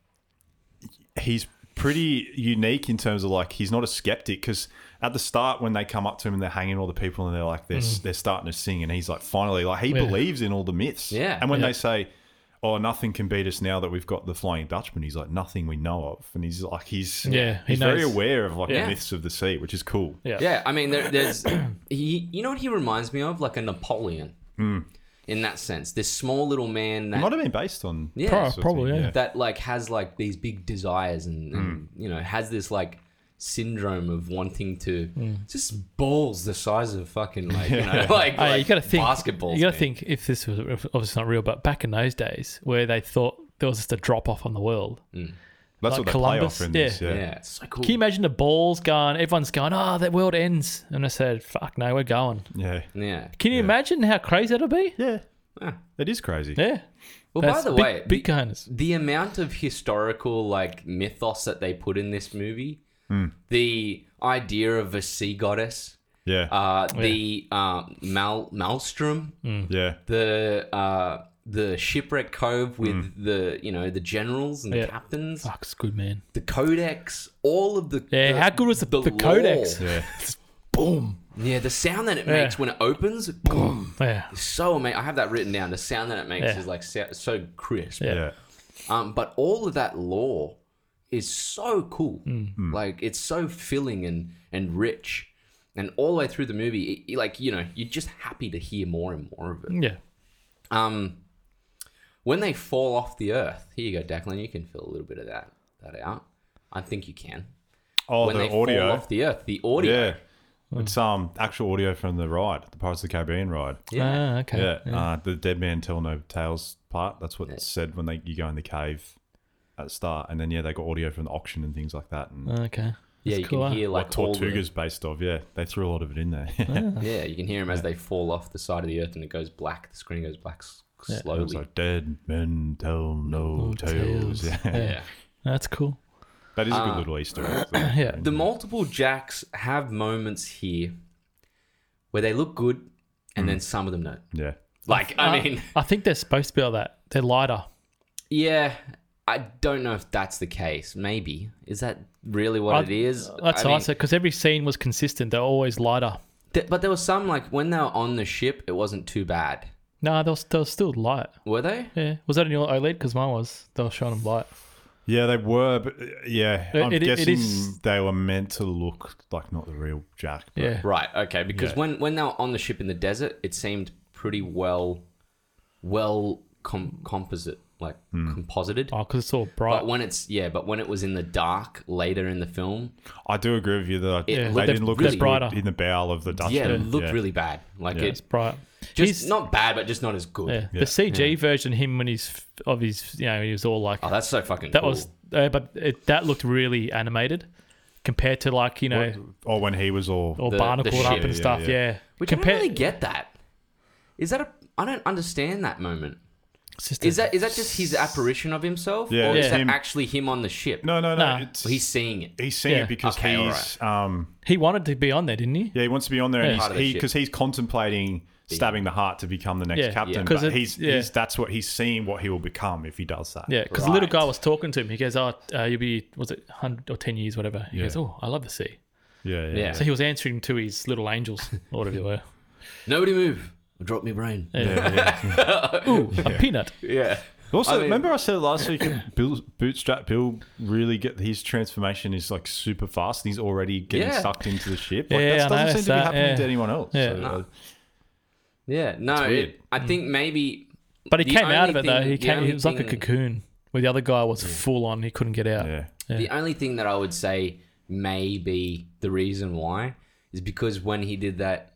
Speaker 3: he's pretty unique in terms of like he's not a skeptic because at the start when they come up to him and they're hanging all the people and they're like they're, they're starting to sing and he's like finally like he believes in all the myths
Speaker 1: Yeah.
Speaker 3: and when
Speaker 2: Yeah.
Speaker 3: they say oh, nothing can beat us now that we've got the Flying Dutchman. He's like, nothing we know of, and he's like, he's
Speaker 2: Yeah, he
Speaker 3: he's very
Speaker 2: knows.
Speaker 3: aware of like
Speaker 1: Yeah.
Speaker 3: the myths of the sea, which is cool.
Speaker 2: Yeah.
Speaker 1: Yeah, I mean, there, there's <clears throat> he. You know what he reminds me of? Like a Napoleon,
Speaker 3: Hmm.
Speaker 1: in that sense. This small little man
Speaker 3: It
Speaker 1: that
Speaker 3: might have been based on
Speaker 1: Yeah.
Speaker 2: Pro-
Speaker 3: sort of
Speaker 2: probably,
Speaker 3: thing,
Speaker 2: yeah.
Speaker 1: that like has like these big desires and, and
Speaker 3: Hmm.
Speaker 1: you know has this like syndrome of wanting to
Speaker 2: Hmm.
Speaker 1: just balls the size of fucking like
Speaker 3: <laughs>
Speaker 1: you know like,
Speaker 2: Hey,
Speaker 1: like
Speaker 2: you got to think.
Speaker 1: basketballs.
Speaker 2: You got to
Speaker 1: man.
Speaker 2: think if this was if- obviously not real, but back in those days where they thought there was just a drop off on the world.
Speaker 3: That's
Speaker 2: Like
Speaker 3: what they
Speaker 2: Columbus,
Speaker 3: play off in
Speaker 2: yeah.
Speaker 3: this. Yeah.
Speaker 1: Yeah. it's so cool.
Speaker 2: Can you imagine the balls going? Everyone's going, oh, that world ends. And I said, fuck no, we're going.
Speaker 3: yeah,
Speaker 1: yeah.
Speaker 2: Can you imagine how crazy that'll be?
Speaker 3: yeah,
Speaker 1: Ah.
Speaker 3: It is crazy.
Speaker 2: Yeah.
Speaker 1: Well, by
Speaker 2: That's
Speaker 1: the
Speaker 2: big-
Speaker 1: way,
Speaker 2: big
Speaker 1: the,
Speaker 2: kindness.
Speaker 1: the amount of historical like mythos that they put in this movie, the idea of a sea goddess,
Speaker 3: Yeah,
Speaker 1: uh,
Speaker 2: Oh,
Speaker 1: the um, Mal- Maelstrom,
Speaker 2: Hmm.
Speaker 3: yeah.
Speaker 1: the uh, the shipwreck cove with the you know the generals and the
Speaker 2: Hmm. Yeah.
Speaker 1: captains,
Speaker 2: Fuck's good, man.
Speaker 1: the codex, all of the
Speaker 2: Yeah,
Speaker 1: the-
Speaker 2: how good was the, the,
Speaker 1: lore.
Speaker 2: codex? <laughs>
Speaker 3: Yeah,
Speaker 2: Boom.
Speaker 1: Yeah, the sound that it
Speaker 2: Yeah.
Speaker 1: makes when it opens, boom,
Speaker 2: Yeah.
Speaker 1: is so amazing. I have that written down. The sound that it makes
Speaker 2: Yeah.
Speaker 1: is like so, so crisp.
Speaker 2: Yeah.
Speaker 3: yeah,
Speaker 1: Um, but all of that lore is so cool.
Speaker 3: Mm.
Speaker 1: Like it's so filling and and rich, and all the way through the movie, it- like you know, you're just happy to hear more and more of it.
Speaker 2: Yeah.
Speaker 1: Um, when they fall off the earth, here you go, Declan. You can fill a little bit of that that out. I think you can.
Speaker 3: Oh,
Speaker 1: when
Speaker 3: the
Speaker 1: they
Speaker 3: audio.
Speaker 1: fall off the earth, the audio.
Speaker 3: Yeah, it's um actual audio from the ride, the Pirates of the Caribbean ride.
Speaker 1: Yeah.
Speaker 2: Ah, okay.
Speaker 3: Yeah, Uh, the dead man tell no tales part. That's what's said when they you go in the cave at the start, and then yeah, they got audio from the auction and things like that, and
Speaker 2: Ah, Okay.
Speaker 1: Yeah,
Speaker 2: That's
Speaker 1: you
Speaker 2: cool,
Speaker 1: can
Speaker 2: huh?
Speaker 1: hear like
Speaker 3: what
Speaker 1: all the-
Speaker 2: <laughs>
Speaker 3: Tortuga's based off. Yeah, they threw a lot of it in there. <laughs>
Speaker 1: Yeah, you can hear them as they fall off the side of the earth and it goes black. The screen goes black s-
Speaker 3: It was
Speaker 1: slowly.
Speaker 3: like dead men tell no, tales.
Speaker 2: tales.
Speaker 3: Yeah.
Speaker 1: yeah.
Speaker 2: That's cool.
Speaker 3: <laughs> that is a
Speaker 1: Uh,
Speaker 3: good little Easter egg.
Speaker 1: <coughs>
Speaker 2: Yeah.
Speaker 1: The multiple jacks have moments here where they look good and then some of them don't.
Speaker 3: yeah,
Speaker 1: Like, I
Speaker 2: Uh,
Speaker 1: mean, <laughs>
Speaker 2: I think they're supposed to be like that. They're lighter.
Speaker 1: yeah, I don't know if that's the case. Maybe. Is that really what
Speaker 2: I-
Speaker 1: it is?
Speaker 2: uh, That's
Speaker 1: I
Speaker 2: I
Speaker 1: mean,
Speaker 2: said because every scene was consistent. They're always lighter.
Speaker 1: th- but there was some, like, when they were on the ship, it wasn't too bad.
Speaker 2: No, they're, they're still light.
Speaker 1: Were they?
Speaker 2: Yeah. Was that in your OLED? Because mine was. They were showing them light.
Speaker 3: yeah, they were, but uh, yeah,
Speaker 2: It-
Speaker 3: I'm
Speaker 2: it- it
Speaker 3: guessing
Speaker 2: is-
Speaker 3: they were meant to look like not the real Jack. But
Speaker 2: Yeah.
Speaker 1: Right. Okay. Because
Speaker 3: Yeah.
Speaker 1: when when they were on the ship in the desert, it seemed pretty well, well com- composite, like composited.
Speaker 2: Oh, because it's all bright.
Speaker 1: But when it's yeah, but when it was in the dark later in the film,
Speaker 3: I do agree with you that
Speaker 1: Yeah.
Speaker 3: they
Speaker 1: They're-
Speaker 3: didn't look
Speaker 2: they're
Speaker 3: as
Speaker 2: brighter.
Speaker 3: good in the bowel of the Dutchman.
Speaker 1: yeah, it looked
Speaker 3: Yeah.
Speaker 1: really bad. Like
Speaker 3: Yeah.
Speaker 2: it's
Speaker 1: it
Speaker 2: bright.
Speaker 1: just
Speaker 2: He's-
Speaker 1: not bad, but just not as good.
Speaker 2: Yeah.
Speaker 3: Yeah.
Speaker 2: The CG version, him when he's f- of his, you know, he was all like
Speaker 1: Oh, that's so fucking.
Speaker 2: that
Speaker 1: cool.
Speaker 2: was, uh, but it, that looked really animated compared to like you know,
Speaker 3: Or when he was all
Speaker 2: all
Speaker 1: The- the
Speaker 2: barnacled up
Speaker 1: ship.
Speaker 2: and
Speaker 3: Yeah,
Speaker 2: stuff.
Speaker 3: yeah.
Speaker 2: Yeah,
Speaker 1: Which I
Speaker 2: Compare-
Speaker 1: don't really get that. Is that a? I don't understand that moment.
Speaker 2: it's just
Speaker 1: Is
Speaker 2: a-
Speaker 1: that is that just his apparition of himself,
Speaker 3: Yeah,
Speaker 1: or is
Speaker 2: yeah.
Speaker 1: that
Speaker 3: him.
Speaker 1: actually him on the ship?
Speaker 3: No, no, no.
Speaker 2: Nah.
Speaker 3: It's,
Speaker 1: he's seeing it.
Speaker 3: he's seeing
Speaker 2: Yeah.
Speaker 3: it because
Speaker 1: Okay,
Speaker 3: he's um
Speaker 2: he wanted to be on there, didn't he?
Speaker 3: yeah he wants to be on there
Speaker 2: Yeah.
Speaker 3: and
Speaker 1: Part of
Speaker 3: he's,
Speaker 1: the
Speaker 3: he
Speaker 1: ship.
Speaker 3: because he's contemplating stabbing the heart to become the next
Speaker 2: Yeah.
Speaker 3: captain.
Speaker 1: Yeah.
Speaker 2: 'Cause
Speaker 3: But
Speaker 2: it-
Speaker 3: he's,
Speaker 2: yeah.
Speaker 3: he's that's what he's seeing what he will become if he does that.
Speaker 2: Yeah, because the little
Speaker 1: Right.
Speaker 2: guy was talking to him. He goes, "Oh, uh, you'll be was it hundred or ten years, whatever." He goes, "Oh, I love the sea."
Speaker 3: yeah, yeah.
Speaker 1: Yeah.
Speaker 2: So he was answering to his little angels,
Speaker 1: <laughs>
Speaker 2: or whatever they were.
Speaker 1: Nobody move. Or drop me
Speaker 3: <laughs>
Speaker 1: brain.
Speaker 2: Yeah. Ooh, a peanut.
Speaker 1: Yeah.
Speaker 3: Also,
Speaker 1: I mean-
Speaker 3: remember I said
Speaker 1: <coughs>
Speaker 3: last week, Bill, Bootstrap Bill really get his transformation is like super fast, and he's already getting
Speaker 1: Yeah.
Speaker 3: sucked into the ship. Like,
Speaker 2: Yeah, I
Speaker 3: that doesn't seem
Speaker 2: noticed
Speaker 3: to be
Speaker 2: that,
Speaker 3: happening
Speaker 2: yeah.
Speaker 3: to anyone else.
Speaker 2: Yeah.
Speaker 3: So, uh,
Speaker 1: Yeah. No.
Speaker 3: weird.
Speaker 1: It, I think maybe.
Speaker 2: But he
Speaker 1: The
Speaker 2: came out
Speaker 1: only
Speaker 2: of it though.
Speaker 1: thing-
Speaker 2: He
Speaker 1: the
Speaker 2: came.
Speaker 1: only
Speaker 2: He was like a
Speaker 1: thing-
Speaker 2: cocoon. Where the other guy was full on. He couldn't get out.
Speaker 3: yeah.
Speaker 1: The only thing that I would say may be the reason why is because when he did that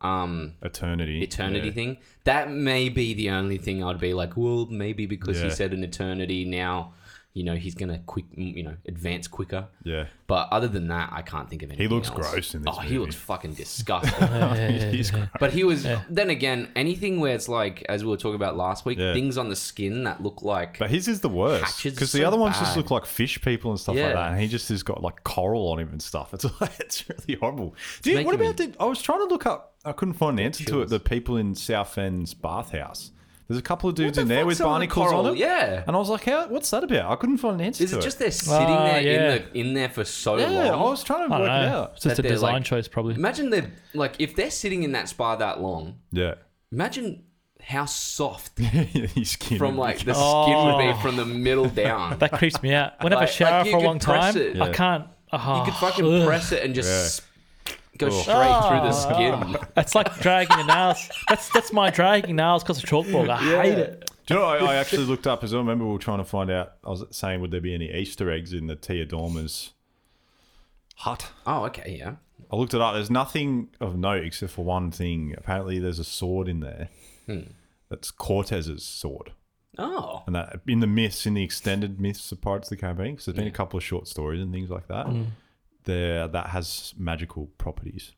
Speaker 1: um
Speaker 3: eternity,
Speaker 1: eternity
Speaker 3: Yeah.
Speaker 1: thing, that may be the only thing I'd be like, well, maybe because he
Speaker 3: Yeah.
Speaker 1: said an eternity now, you know, he's gonna quick, you know, advance quicker.
Speaker 3: Yeah,
Speaker 1: But other than that, I can't think of anything.
Speaker 3: looks
Speaker 1: else.
Speaker 3: gross in this
Speaker 1: Oh, he
Speaker 3: movie.
Speaker 1: looks
Speaker 3: <laughs>
Speaker 1: fucking disgusting.
Speaker 2: Yeah, yeah,
Speaker 3: He's
Speaker 2: yeah.
Speaker 1: but he was. Then again, anything where it's like, as we were talking about last week,
Speaker 3: Yeah.
Speaker 1: things on the skin that look like
Speaker 3: But his is the worst
Speaker 1: Hatched's
Speaker 3: because the
Speaker 1: so
Speaker 3: other ones just
Speaker 1: bad.
Speaker 3: look like fish people and stuff
Speaker 1: Yeah.
Speaker 3: like that, and he just has got like coral on him and stuff. It's <laughs> like, it's really horrible. Dude,
Speaker 1: making
Speaker 3: what about
Speaker 1: me-
Speaker 3: the? I was trying to look up, I couldn't find an answer to it. The people in Southend's bathhouse. There's a couple of dudes
Speaker 1: the
Speaker 3: in there
Speaker 1: fuck's
Speaker 3: with
Speaker 1: on the
Speaker 3: barnacles
Speaker 1: coral?
Speaker 3: on them.
Speaker 1: Yeah.
Speaker 3: and I was like, how? What's that about? I couldn't find an answer
Speaker 1: Is
Speaker 3: to
Speaker 1: it
Speaker 3: it.
Speaker 1: just they're sitting
Speaker 2: Ah,
Speaker 1: there
Speaker 2: yeah.
Speaker 1: in the in there for so
Speaker 3: yeah, I
Speaker 1: long?
Speaker 3: was trying to
Speaker 2: I
Speaker 3: work
Speaker 2: don't
Speaker 3: it
Speaker 2: know. It's
Speaker 3: out.
Speaker 2: just
Speaker 1: That
Speaker 2: a
Speaker 1: they're,
Speaker 2: design
Speaker 1: like-
Speaker 2: choice, probably.
Speaker 1: Imagine they're like if they're sitting in that spa that long.
Speaker 3: Yeah,
Speaker 1: Imagine how soft
Speaker 3: <laughs> Your skin
Speaker 1: from
Speaker 3: would
Speaker 1: like
Speaker 3: be-
Speaker 1: the skin would
Speaker 2: Oh.
Speaker 1: be from the middle
Speaker 2: <laughs>
Speaker 1: down.
Speaker 2: That creeps me out. When I have
Speaker 1: Like-
Speaker 2: a shower
Speaker 1: like you
Speaker 2: for a
Speaker 1: could
Speaker 2: long
Speaker 1: press
Speaker 2: time,
Speaker 1: it.
Speaker 2: I can't. Oh,
Speaker 1: You could fucking
Speaker 2: ugh.
Speaker 1: press it and just
Speaker 3: Yeah.
Speaker 1: s- go
Speaker 3: Oh.
Speaker 1: straight through the skin.
Speaker 2: It's like dragging your nails. That's that's my dragging nails because of chalkboard. I hate it.
Speaker 3: Do you
Speaker 1: <laughs>
Speaker 3: know? what I, I actually looked up as well. I remember we were trying to find out. I was saying, would there be any Easter eggs in the Tia Dormer's hut?
Speaker 1: Oh, okay, yeah.
Speaker 3: I looked it up. There's nothing of note except for one thing. Apparently, there's a sword in there.
Speaker 1: Hmm.
Speaker 3: That's Cortez's sword,
Speaker 1: Oh,
Speaker 3: and that in the myths, in the extended myths of Pirates of the Caribbean, because there's been a couple of short stories and things like
Speaker 1: Hmm.
Speaker 3: that. There, that has magical properties,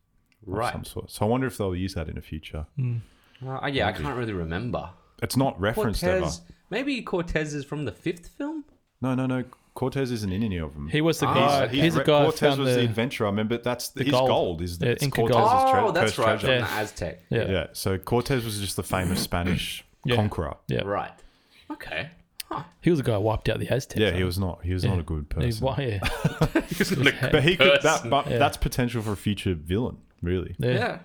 Speaker 3: of
Speaker 1: Right.
Speaker 3: Some sort. So I wonder if they'll use that in the future.
Speaker 2: Hmm.
Speaker 1: well, yeah. I can't really remember.
Speaker 3: It's not referenced ever.
Speaker 1: Cortez. Maybe Cortez is from the fifth film.
Speaker 3: No, no, no. Cortez isn't in any of them.
Speaker 2: He was the
Speaker 1: Ah,
Speaker 2: guy.
Speaker 1: he's-
Speaker 2: He's, the
Speaker 3: Re-
Speaker 2: guy who
Speaker 3: Cortez
Speaker 2: found
Speaker 3: was the,
Speaker 2: the.
Speaker 3: adventurer. I remember that's the, his
Speaker 2: gold.
Speaker 3: gold. is
Speaker 2: Yeah,
Speaker 3: it's
Speaker 2: Inca
Speaker 3: Cortez's
Speaker 2: gold.
Speaker 3: tre-
Speaker 1: Oh, that's
Speaker 3: cursed
Speaker 1: right. From
Speaker 3: treasure.
Speaker 2: Yeah.
Speaker 1: the Aztec.
Speaker 2: Yeah.
Speaker 3: Yeah. So Cortez was just the famous Spanish
Speaker 2: <clears throat> Yeah.
Speaker 3: conqueror.
Speaker 2: yeah,
Speaker 1: Right. Okay.
Speaker 3: <laughs>
Speaker 1: Huh.
Speaker 2: he was the guy who wiped out the Aztecs.
Speaker 3: Yeah, he was not. He was not a good
Speaker 2: He-
Speaker 3: person.
Speaker 2: why- yeah.
Speaker 3: but he could. That, but
Speaker 2: Yeah.
Speaker 3: That's potential for a future villain, really.
Speaker 2: Yeah.
Speaker 1: Yeah.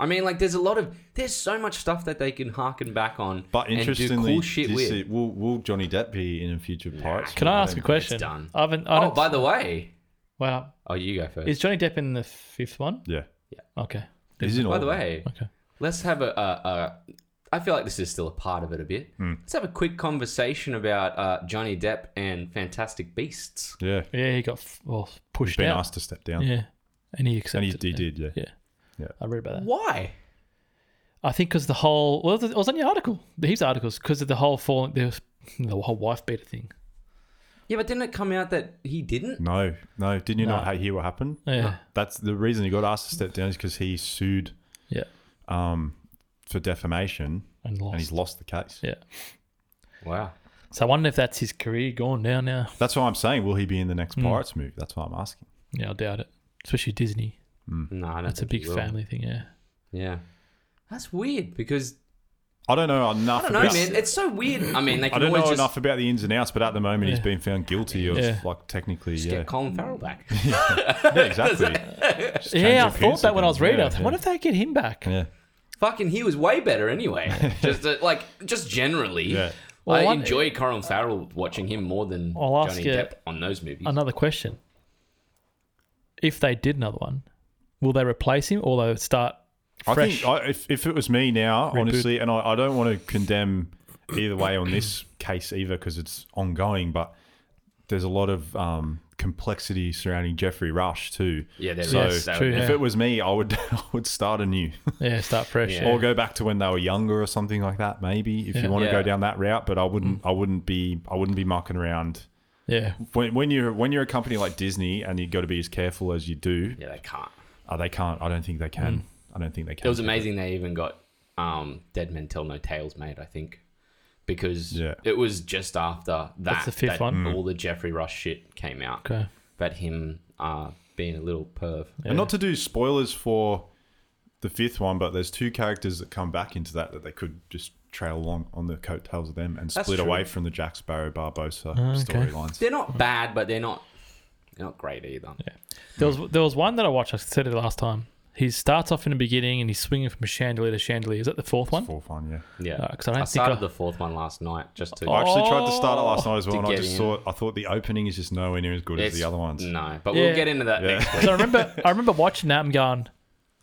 Speaker 1: I mean, like, there's a lot of there's so much stuff that they can harken back on,
Speaker 3: But
Speaker 1: and do
Speaker 3: interestingly,
Speaker 1: cool shit
Speaker 3: this
Speaker 1: with.
Speaker 3: is- will, will Johnny Depp be in a future Pirates?
Speaker 2: Can I ask a
Speaker 3: don't-
Speaker 2: question?
Speaker 1: done.
Speaker 2: I haven't. I
Speaker 1: oh,
Speaker 2: don't,
Speaker 1: by the way,
Speaker 2: wow,
Speaker 1: oh, you go first.
Speaker 2: is Johnny Depp in the fifth one?
Speaker 3: Yeah.
Speaker 2: Okay.
Speaker 3: He's in all
Speaker 1: by the
Speaker 3: of them.
Speaker 1: way,
Speaker 2: Okay.
Speaker 1: let's have a, a, a. I feel like this is still a part of it a bit.
Speaker 3: Hmm.
Speaker 1: Let's have a quick conversation about uh, Johnny Depp and Fantastic Beasts.
Speaker 3: Yeah.
Speaker 2: Yeah, he got f- well pushed
Speaker 3: Been
Speaker 2: out.
Speaker 3: asked to step down.
Speaker 2: Yeah, and he accepted.
Speaker 3: And he, he
Speaker 2: it.
Speaker 3: did, yeah.
Speaker 2: Yeah.
Speaker 3: Yeah.
Speaker 2: I read about that.
Speaker 1: Why?
Speaker 2: I think because the whole well, it was on your article, his articles, because of the whole falling, the, the whole wife beater thing.
Speaker 1: Yeah, but didn't it come out that he didn't?
Speaker 3: No, no. Didn't you
Speaker 2: No.
Speaker 3: not hear what happened?
Speaker 2: Yeah,
Speaker 3: That's the reason he got asked to step down is because he sued
Speaker 2: yeah,
Speaker 3: um, for defamation
Speaker 2: and lost.
Speaker 3: and he's lost the case.
Speaker 2: yeah,
Speaker 1: Wow.
Speaker 2: so I wonder if that's his career gone now. Now,
Speaker 3: That's why I'm saying, will he be in the
Speaker 2: Hmm.
Speaker 3: next Pirates movie? That's why I'm asking.
Speaker 2: yeah, I doubt it. Especially Disney,
Speaker 3: Hmm.
Speaker 1: No, I don't
Speaker 2: that's a
Speaker 1: think he
Speaker 2: big
Speaker 1: will.
Speaker 2: family thing. Yeah,
Speaker 1: Yeah. That's weird because
Speaker 3: I don't know enough.
Speaker 1: I don't know,
Speaker 3: about,
Speaker 1: man. It's so weird. I mean, they
Speaker 3: I
Speaker 1: can
Speaker 3: don't
Speaker 1: always
Speaker 3: know
Speaker 1: just
Speaker 3: enough about the ins and outs, but at the moment he's been found guilty of
Speaker 2: Yeah.
Speaker 3: like technically,
Speaker 1: just
Speaker 3: yeah,
Speaker 1: get Colin Farrell back. <laughs>
Speaker 3: yeah, exactly. Just change
Speaker 2: yeah, I
Speaker 3: your
Speaker 2: thought that when I was reading.
Speaker 3: appearance
Speaker 2: I thought,
Speaker 3: again.
Speaker 2: what if they get him back?
Speaker 3: Yeah,
Speaker 1: Fucking, he was way better
Speaker 3: <laughs>
Speaker 1: anyway. just uh, like, just generally.
Speaker 3: Yeah.
Speaker 2: Well,
Speaker 1: I
Speaker 2: one-
Speaker 1: enjoy Colin Farrell watching him more than
Speaker 2: I'll ask
Speaker 1: Johnny
Speaker 2: you
Speaker 1: Depp on those movies.
Speaker 2: Another question: If they did another one, will they replace him or they start
Speaker 3: I
Speaker 2: fresh?
Speaker 3: think I, if, if it was me now, honestly, and I, I don't want to condemn either way on this case either because it's ongoing, but there's a lot of um, complexity surrounding Jeffrey Rush too.
Speaker 1: Yeah, there
Speaker 3: so
Speaker 1: is. That
Speaker 2: true,
Speaker 1: would be-
Speaker 3: If
Speaker 2: Yeah.
Speaker 3: it was me, I would <laughs> I would start anew.
Speaker 2: yeah, start fresh.
Speaker 1: Yeah.
Speaker 2: yeah.
Speaker 3: or go back to when they were younger or something like that maybe if
Speaker 2: Yeah.
Speaker 3: you want to
Speaker 1: Yeah. Mm.
Speaker 3: go down that route but i wouldn't i wouldn't be i wouldn't be mucking around
Speaker 2: yeah.
Speaker 3: when, when you're when you're a company like disney and you got to be as careful as you do
Speaker 1: Yeah, they can't.
Speaker 3: uh, they can't i don't think they can i don't think they can
Speaker 1: It was amazing they even got um, Dead Men Tell No Tales made, I think. Because
Speaker 3: Yeah. Mm.
Speaker 1: it was just after that
Speaker 2: the fifth
Speaker 1: that
Speaker 2: one?
Speaker 1: all the Jeffrey Rush shit came out
Speaker 2: Okay.
Speaker 1: about him uh, being a little perv.
Speaker 3: and not to do spoilers for the fifth one but there's two characters that come back into that that they could just trail along on the coattails of them and
Speaker 1: That's
Speaker 3: split
Speaker 1: true. Ah,
Speaker 3: away from the jack sparrow barbosa
Speaker 2: okay.
Speaker 3: storylines
Speaker 1: They're not bad, but they're not they're not great either.
Speaker 2: There was there was one that I watched. I said it last time. He starts off in the beginning and he's swinging from chandelier to chandelier. Is that the fourth one?
Speaker 3: fourth one yeah
Speaker 1: Yeah,
Speaker 2: Uh, 'cause I don't
Speaker 1: I
Speaker 2: think
Speaker 1: started
Speaker 2: I-
Speaker 1: the fourth one last night just to.
Speaker 3: I actually tried to start it last night as well,
Speaker 1: Oh, To
Speaker 3: and I
Speaker 1: get
Speaker 3: just
Speaker 1: in.
Speaker 3: saw. I thought the opening is just nowhere near as good as
Speaker 1: It's-
Speaker 3: the other ones.
Speaker 1: No, but
Speaker 2: Yeah.
Speaker 1: we'll get into that
Speaker 3: Yeah.
Speaker 1: next week.
Speaker 2: So I remember I remember watching that and going,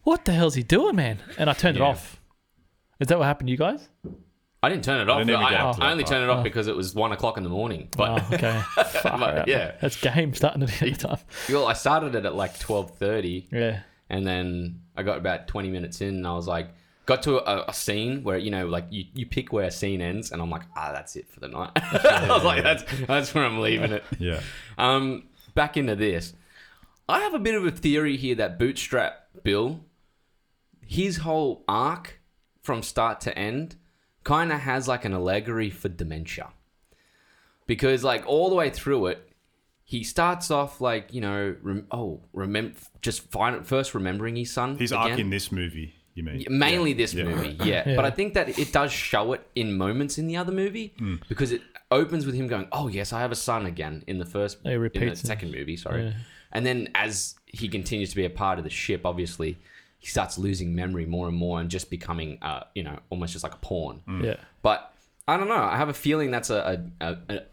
Speaker 2: "What the hell's he doing, man?" And I turned
Speaker 1: Yeah.
Speaker 2: it off. Is that what happened to
Speaker 1: <laughs>
Speaker 2: you guys?
Speaker 1: I didn't turn it off.
Speaker 3: didn't even
Speaker 1: I,
Speaker 3: get
Speaker 1: I,
Speaker 3: up to that
Speaker 1: only
Speaker 3: part.
Speaker 1: turned it off because it was one o'clock in the morning. But, <laughs>
Speaker 2: oh, okay. Fuck,
Speaker 1: but yeah,
Speaker 2: that's game starting at the end
Speaker 1: <laughs>
Speaker 2: of time.
Speaker 1: well, I started it at like twelve thirty,
Speaker 2: Yeah,
Speaker 1: and then I got about twenty minutes in, and I was like, got to a, a scene where you know, like you, you pick where a scene ends, and I'm like, ah, that's it for the night. <laughs> I was like, that's that's where I'm leaving it.
Speaker 3: <laughs> Yeah.
Speaker 1: Um, back into this. I have a bit of a theory here that Bootstrap Bill, his whole arc from start to end, kind of has like an allegory for dementia. Because, like, all the way through it, he starts off like, you know, rem- oh, remember, just fin- first remembering his son.
Speaker 3: His
Speaker 1: again.
Speaker 3: arc in this movie, you mean?
Speaker 1: Yeah, mainly this
Speaker 3: Yeah. <laughs>
Speaker 1: movie yeah. but i think that it does show it in moments in the other movie
Speaker 3: Hmm.
Speaker 1: because it opens with him going oh yes i have a son again in the first
Speaker 2: It repeats
Speaker 1: in the
Speaker 2: it.
Speaker 1: second movie sorry
Speaker 2: Yeah.
Speaker 1: and then as he continues to be a part of the ship obviously he starts losing memory more and more and just becoming, uh, you know, almost just like a pawn.
Speaker 3: Hmm.
Speaker 2: Yeah.
Speaker 1: But I don't know. I have a feeling that's a a, a, a-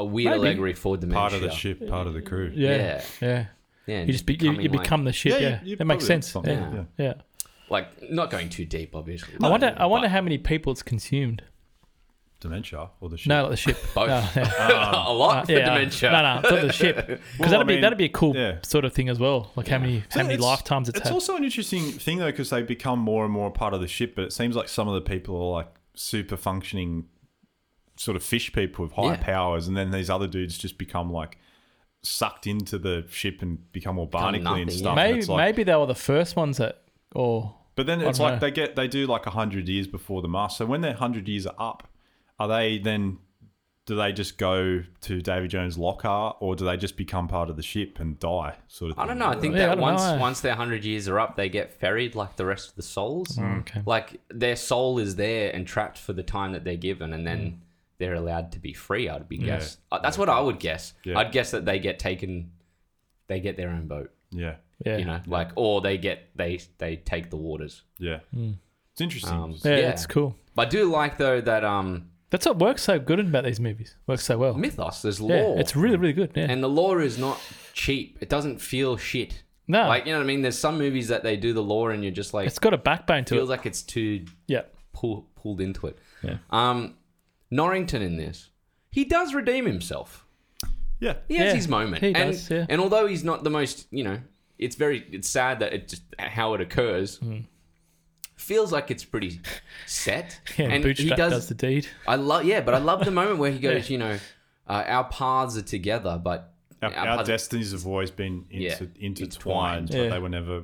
Speaker 1: a weird
Speaker 2: Maybe.
Speaker 1: allegory for dementia.
Speaker 3: Part of the ship, part of the crew.
Speaker 2: Yeah. Yeah.
Speaker 1: Yeah. Yeah,
Speaker 2: You just be, you,
Speaker 1: becoming
Speaker 2: you
Speaker 1: like-
Speaker 2: become the ship. Yeah. that makes sense.
Speaker 3: probably
Speaker 2: Yeah.
Speaker 3: something,
Speaker 1: Yeah.
Speaker 2: Yeah.
Speaker 1: like, not going too deep, obviously.
Speaker 2: I wonder. I wonder how many people it's consumed.
Speaker 3: Dementia or the ship.
Speaker 2: No, like
Speaker 1: <laughs>
Speaker 2: the ship.
Speaker 1: Both.
Speaker 2: No, yeah.
Speaker 1: a lot
Speaker 2: Uh,
Speaker 1: for
Speaker 2: yeah,
Speaker 1: dementia.
Speaker 2: No, no, for
Speaker 1: <laughs>
Speaker 2: the ship. Because
Speaker 3: Well,
Speaker 2: that'd
Speaker 3: I
Speaker 2: be
Speaker 3: mean,
Speaker 2: that'd be a cool
Speaker 3: yeah.
Speaker 2: sort of thing as well. Like how many how
Speaker 3: Yeah,
Speaker 2: many
Speaker 3: it's-
Speaker 2: lifetimes it's,
Speaker 3: It's
Speaker 2: had.
Speaker 3: also an interesting thing though, because they become more and more a part of the ship. But it seems like some of the people are like super functioning, sort of fish people with high
Speaker 1: Yeah.
Speaker 3: powers, and then these other dudes just become like sucked into the ship and become all barnacle
Speaker 1: nothing,
Speaker 3: and
Speaker 1: yeah.
Speaker 3: stuff. and
Speaker 2: maybe
Speaker 3: it's like,
Speaker 2: maybe they were the first ones that or
Speaker 3: But then it's
Speaker 2: don't
Speaker 3: like
Speaker 2: know.
Speaker 3: they get they do like hundred years before the mast. So when their hundred years are up, are they then? Do they just go to Davy Jones' locker, or do they just become part of the ship and die? Sort of. Thing?
Speaker 1: I don't know. I think
Speaker 2: Yeah, I
Speaker 1: that
Speaker 2: don't
Speaker 1: once
Speaker 2: know.
Speaker 1: once their hundred years are up, they get ferried like the rest of the souls.
Speaker 2: Mm, okay.
Speaker 1: Like their soul is there and trapped for the time that they're given, and then they're allowed to be free. I'd be guess. Uh, That's what I would guess.
Speaker 3: Yeah.
Speaker 1: I'd guess that they get taken. They get their own boat.
Speaker 3: Yeah,
Speaker 2: yeah.
Speaker 1: You know, like or they get they they take the waters.
Speaker 3: yeah.
Speaker 2: Hmm.
Speaker 3: It's interesting.
Speaker 1: Um,
Speaker 2: yeah,
Speaker 1: yeah.
Speaker 2: it's cool.
Speaker 1: But I do like though that um
Speaker 2: That's what works so good about these movies. Works so well.
Speaker 1: mythos. There's
Speaker 2: Yeah,
Speaker 1: lore.
Speaker 2: it's really really good. Yeah,
Speaker 1: and the lore is not cheap. It doesn't feel shit.
Speaker 2: No.
Speaker 1: like you know what I mean. There's some movies that they do the lore, and you're just like
Speaker 2: it's got a backbone to it.
Speaker 1: feels like it's too
Speaker 2: yeah,
Speaker 1: pull, pulled into it.
Speaker 2: Yeah.
Speaker 1: Um, Norrington in this, he does redeem himself.
Speaker 3: yeah,
Speaker 1: He has
Speaker 2: Yeah,
Speaker 1: his moment,
Speaker 2: he
Speaker 1: and
Speaker 2: does, yeah.
Speaker 1: and although he's not the most, you know, it's very it's sad that it just how it occurs.
Speaker 2: Hmm.
Speaker 1: Feels like it's
Speaker 2: <laughs>
Speaker 1: pretty set,
Speaker 2: yeah.
Speaker 1: and he
Speaker 2: Bootstrap
Speaker 1: does.
Speaker 2: does, the deed.
Speaker 1: I love, yeah, but I love the moment
Speaker 2: <laughs>
Speaker 1: where he goes, you know, uh, our paths are together, but
Speaker 3: Our, our
Speaker 1: paths are
Speaker 3: destinies have always been
Speaker 1: Yeah.
Speaker 3: inter-
Speaker 1: Intertwined.
Speaker 3: intertwined, but
Speaker 2: Yeah.
Speaker 3: they were never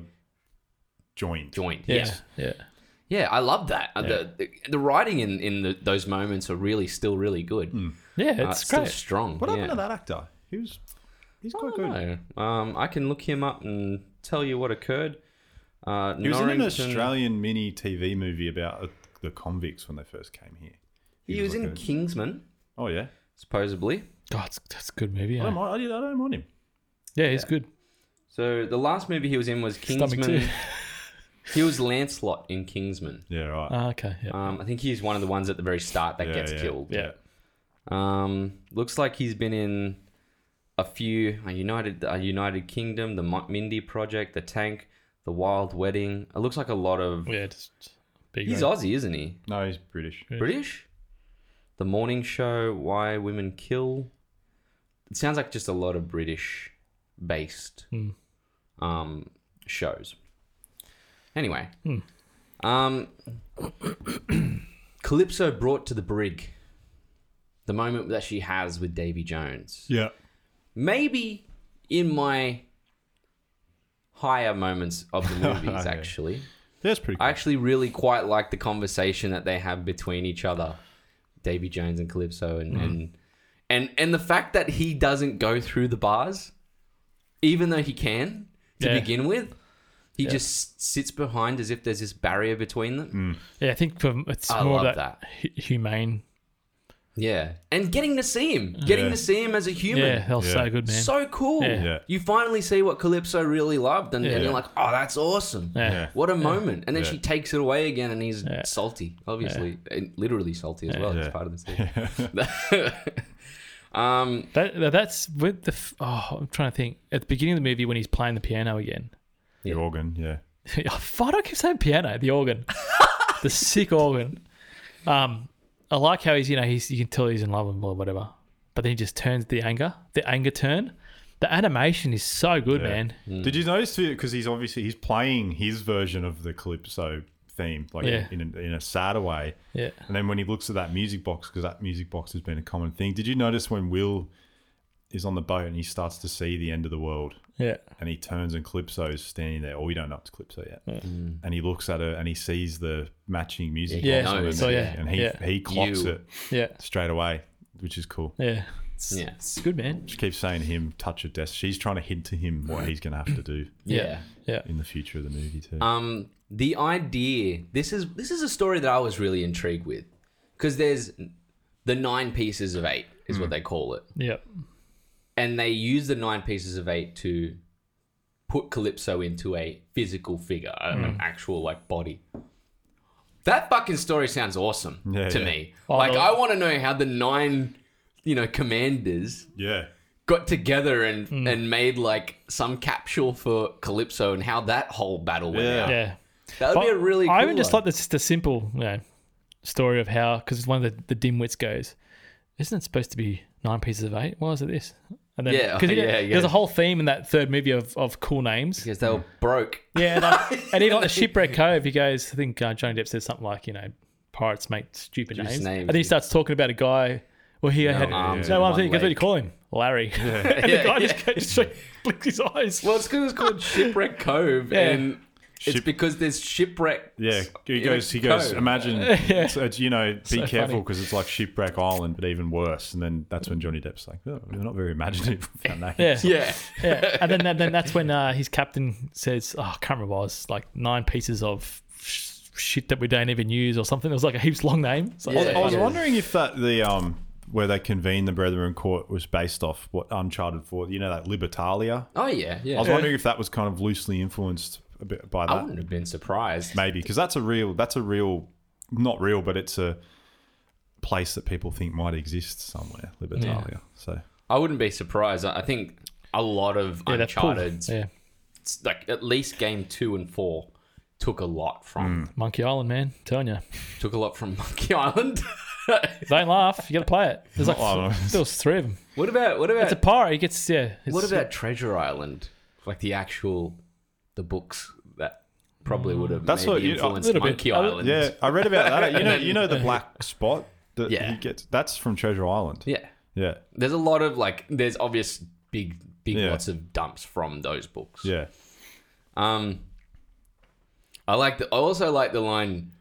Speaker 3: joined.
Speaker 1: joined.
Speaker 2: Yeah,
Speaker 1: Yes,
Speaker 2: yeah,
Speaker 1: yeah, I love that. Uh, The, the the writing in in the, those moments are really still really good.
Speaker 2: yeah.
Speaker 1: Uh,
Speaker 2: It's
Speaker 1: still
Speaker 2: great.
Speaker 1: strong.
Speaker 3: Mm. What happened
Speaker 1: yeah.
Speaker 3: to that actor? He was he's quite
Speaker 1: I
Speaker 3: good.
Speaker 1: don't know. Um, I can look him up and tell you what occurred. Uh,
Speaker 3: He was in an
Speaker 1: Norrington-
Speaker 3: Australian mini TV movie about uh, the convicts when they first came here.
Speaker 1: He was in
Speaker 3: like a-
Speaker 1: Kingsman,
Speaker 3: Oh yeah,
Speaker 1: supposedly.
Speaker 2: God, it's- that's a good movie.
Speaker 3: I don't
Speaker 2: Yeah,
Speaker 3: mind. I, did- I don't mind him.
Speaker 2: yeah he's good.
Speaker 1: So the last movie he was in was
Speaker 2: Stomach
Speaker 1: Kingsman.
Speaker 2: too.
Speaker 1: he was Lancelot in Kingsman.
Speaker 3: Yeah, right.
Speaker 2: Ah, okay, yeah,
Speaker 1: Um, I think he's one of the ones at the very start that
Speaker 3: Yeah,
Speaker 1: gets
Speaker 3: yeah.
Speaker 1: killed.
Speaker 2: yeah.
Speaker 1: Um, looks like he's been in a few a United a United Kingdom, the Mo- Mindy Project, the Tank, the Wild Wedding. It looks like a lot of.
Speaker 2: Yeah, just big.
Speaker 1: He's Aussie, isn't he?
Speaker 3: No, he's British.
Speaker 1: British? The Morning Show, Why Women Kill. It sounds like just a lot of British based um, shows. Anyway. Um, Calypso brought to the brig. The moment that she has with Davy Jones.
Speaker 3: Yeah.
Speaker 1: Maybe in my higher moments of the movies,
Speaker 3: Okay.
Speaker 1: actually.
Speaker 3: That's pretty cool.
Speaker 1: I actually really quite like the conversation that they have between each other, Davy Jones and Calypso,
Speaker 2: Mm.
Speaker 1: and and, and and the fact that he doesn't go through the bars, even though he can to
Speaker 2: Yeah.
Speaker 1: begin with, he just sits behind as if there's this barrier between them.
Speaker 2: Yeah, I think for, it's
Speaker 1: I
Speaker 2: more of
Speaker 1: love
Speaker 2: that,
Speaker 1: that.
Speaker 2: hu- humane.
Speaker 1: Yeah, and getting to see him, getting
Speaker 3: Yeah.
Speaker 1: to see him as a human.
Speaker 2: Yeah, that was
Speaker 3: Yeah.
Speaker 2: so good, man.
Speaker 1: So cool.
Speaker 2: Yeah.
Speaker 3: Yeah.
Speaker 1: You finally see what Calypso really loved, and, and
Speaker 2: Yeah.
Speaker 1: you're like, oh, that's awesome.
Speaker 2: yeah.
Speaker 3: Yeah.
Speaker 1: What a moment! And then
Speaker 3: Yeah.
Speaker 1: she takes it away again, and he's
Speaker 2: Yeah.
Speaker 1: salty, obviously, and literally salty as well. That's
Speaker 3: Yeah.
Speaker 1: part of the scene.
Speaker 3: <laughs>
Speaker 1: um,
Speaker 2: That that- that's with the. f- Oh, I'm trying to think. At the beginning of the movie, when he's playing the piano again,
Speaker 3: The organ. Yeah.
Speaker 2: <laughs> Why do I keep saying piano? The organ, the sick organ. Um, I like how he's you know he's you can tell he's in love with him or whatever, but then he just turns the anger, the anger turn. The animation is so good,
Speaker 3: Yeah.
Speaker 2: man.
Speaker 3: Did you notice too? Because he's obviously he's playing his version of the calypso theme, like
Speaker 2: Yeah.
Speaker 3: in, a, in a sadder way.
Speaker 2: Yeah,
Speaker 3: And then when he looks at that music box, because that music box has been a common thing. Did you notice when Will is on the boat and he starts to see the end of the world,
Speaker 2: yeah,
Speaker 3: and he turns and Calypso's standing there, or we don't know it's Calypso yet, and he looks at her and he sees the matching music
Speaker 2: Yeah,
Speaker 1: he
Speaker 3: box, on her
Speaker 1: knows,
Speaker 3: neck,
Speaker 2: yeah.
Speaker 3: and he
Speaker 2: Yeah.
Speaker 3: he clocks
Speaker 1: You.
Speaker 3: it
Speaker 2: yeah,
Speaker 3: straight away, which is cool.
Speaker 2: yeah.
Speaker 1: yeah,
Speaker 2: It's good, man.
Speaker 3: She keeps saying to him, touch of death. She's trying to hint to him what he's going to have to do
Speaker 1: yeah.
Speaker 2: yeah.
Speaker 3: in the future of the movie too.
Speaker 1: Um, the idea. This is this is a story that I was really intrigued with, because there's the nine pieces of eight
Speaker 3: Hmm.
Speaker 1: is what they call it,
Speaker 2: yeah.
Speaker 1: and they use the nine pieces of eight to put Calypso into a physical figure, a-
Speaker 3: Hmm.
Speaker 1: an actual like body. That fucking story sounds awesome
Speaker 3: Yeah,
Speaker 1: to
Speaker 3: yeah.
Speaker 1: me.
Speaker 2: Oh,
Speaker 1: like
Speaker 2: the-
Speaker 1: I want to know how the nine, you know, commanders
Speaker 3: Yeah.
Speaker 1: got together and
Speaker 2: Hmm.
Speaker 1: and made like some capsule for Calypso and how that whole battle went
Speaker 3: Yeah.
Speaker 1: out.
Speaker 2: yeah.
Speaker 1: That would be a
Speaker 2: But
Speaker 1: really. Cool
Speaker 2: I even just
Speaker 1: one.
Speaker 2: like this, just a simple you know, story of how because one of the, the dimwits goes, isn't it supposed to be nine pieces of eight? Why is it this? And
Speaker 1: <laughs>
Speaker 2: then,
Speaker 1: Yeah,
Speaker 2: 'cause, you know,
Speaker 1: yeah, yeah.
Speaker 2: There's a whole theme in that third movie of, of cool names.
Speaker 1: because they were broke.
Speaker 2: Yeah,
Speaker 1: <laughs>
Speaker 2: like, and even like the shipwreck cove, he goes. I think uh, Johnny Depp says something like, you know, pirates make stupid
Speaker 1: Just
Speaker 2: names.
Speaker 1: names,
Speaker 2: and then he
Speaker 1: yeah.
Speaker 2: starts talking about a guy. Well, he had
Speaker 1: arms
Speaker 2: no
Speaker 1: and
Speaker 2: one
Speaker 1: one
Speaker 2: thing. Because what do you
Speaker 1: leg.
Speaker 2: call him? Larry. <laughs> and
Speaker 1: Yeah,
Speaker 2: the guy
Speaker 1: yeah.
Speaker 2: just goes <laughs> straight, blinks his eyes.
Speaker 1: Well, it's because it's
Speaker 2: <laughs>
Speaker 1: called Shipwreck Cove,
Speaker 2: Yeah.
Speaker 1: and it's
Speaker 3: Ship-
Speaker 1: because there's shipwrecks.
Speaker 3: Yeah, he
Speaker 1: in
Speaker 3: goes. He
Speaker 1: a
Speaker 3: goes.
Speaker 1: cove. <laughs>
Speaker 3: Imagine, it's, it's, you know, be
Speaker 2: So
Speaker 3: careful
Speaker 2: funny.
Speaker 3: because it's like shipwreck island, but even worse. And then that's when Johnny Depp's like, oh, "You're not very imaginative." with your names."
Speaker 2: yeah.
Speaker 1: Yeah,
Speaker 2: yeah. And then, then, then that's when uh, his captain says, oh, I can't remember what it was, like nine pieces of sh- shit that we don't even use or something. It was like a heaps long name. It's like,
Speaker 1: Yeah.
Speaker 2: oh,
Speaker 3: I was
Speaker 1: Yeah.
Speaker 3: wondering if that the um where they convened the Brethren Court was based off what Uncharted Four. You know that Libertalia.
Speaker 1: Oh yeah, yeah.
Speaker 3: I was uh, wondering if that was kind of loosely influenced a bit by
Speaker 1: I
Speaker 3: that,
Speaker 1: wouldn't have been surprised.
Speaker 3: maybe because that's a real. That's a real, not real, but it's a place that people think might exist somewhere. Libertalia. So
Speaker 1: I wouldn't be surprised. I I think a lot of
Speaker 2: yeah, that's cool.
Speaker 1: Uncharted,
Speaker 2: Yeah.
Speaker 1: it's like at least game two and four, took a lot from
Speaker 2: Monkey Island, man. telling you.
Speaker 3: Hmm.
Speaker 1: took a lot from <laughs> Monkey Island.
Speaker 2: Don't laugh. You got to play it. There's like,
Speaker 3: Oh,
Speaker 2: th- there was three of them.
Speaker 1: what about what about
Speaker 2: It's a pirate. He gets, yeah. it's-
Speaker 1: what about Treasure Island? Like the actual, the books that probably would have
Speaker 3: That's
Speaker 1: maybe
Speaker 3: what you- a
Speaker 1: influenced
Speaker 2: little bit.
Speaker 1: Monkey
Speaker 2: A li-
Speaker 1: Island.
Speaker 3: yeah, I read about that. You know, you
Speaker 1: <laughs>
Speaker 3: know the black spot that
Speaker 1: Yeah.
Speaker 3: he gets. That's from Treasure Island.
Speaker 1: yeah.
Speaker 3: Yeah,
Speaker 1: There's a lot of like there's obvious big big
Speaker 3: Yeah.
Speaker 1: lots of dumps from those books.
Speaker 3: yeah.
Speaker 1: Um I like the I also like the line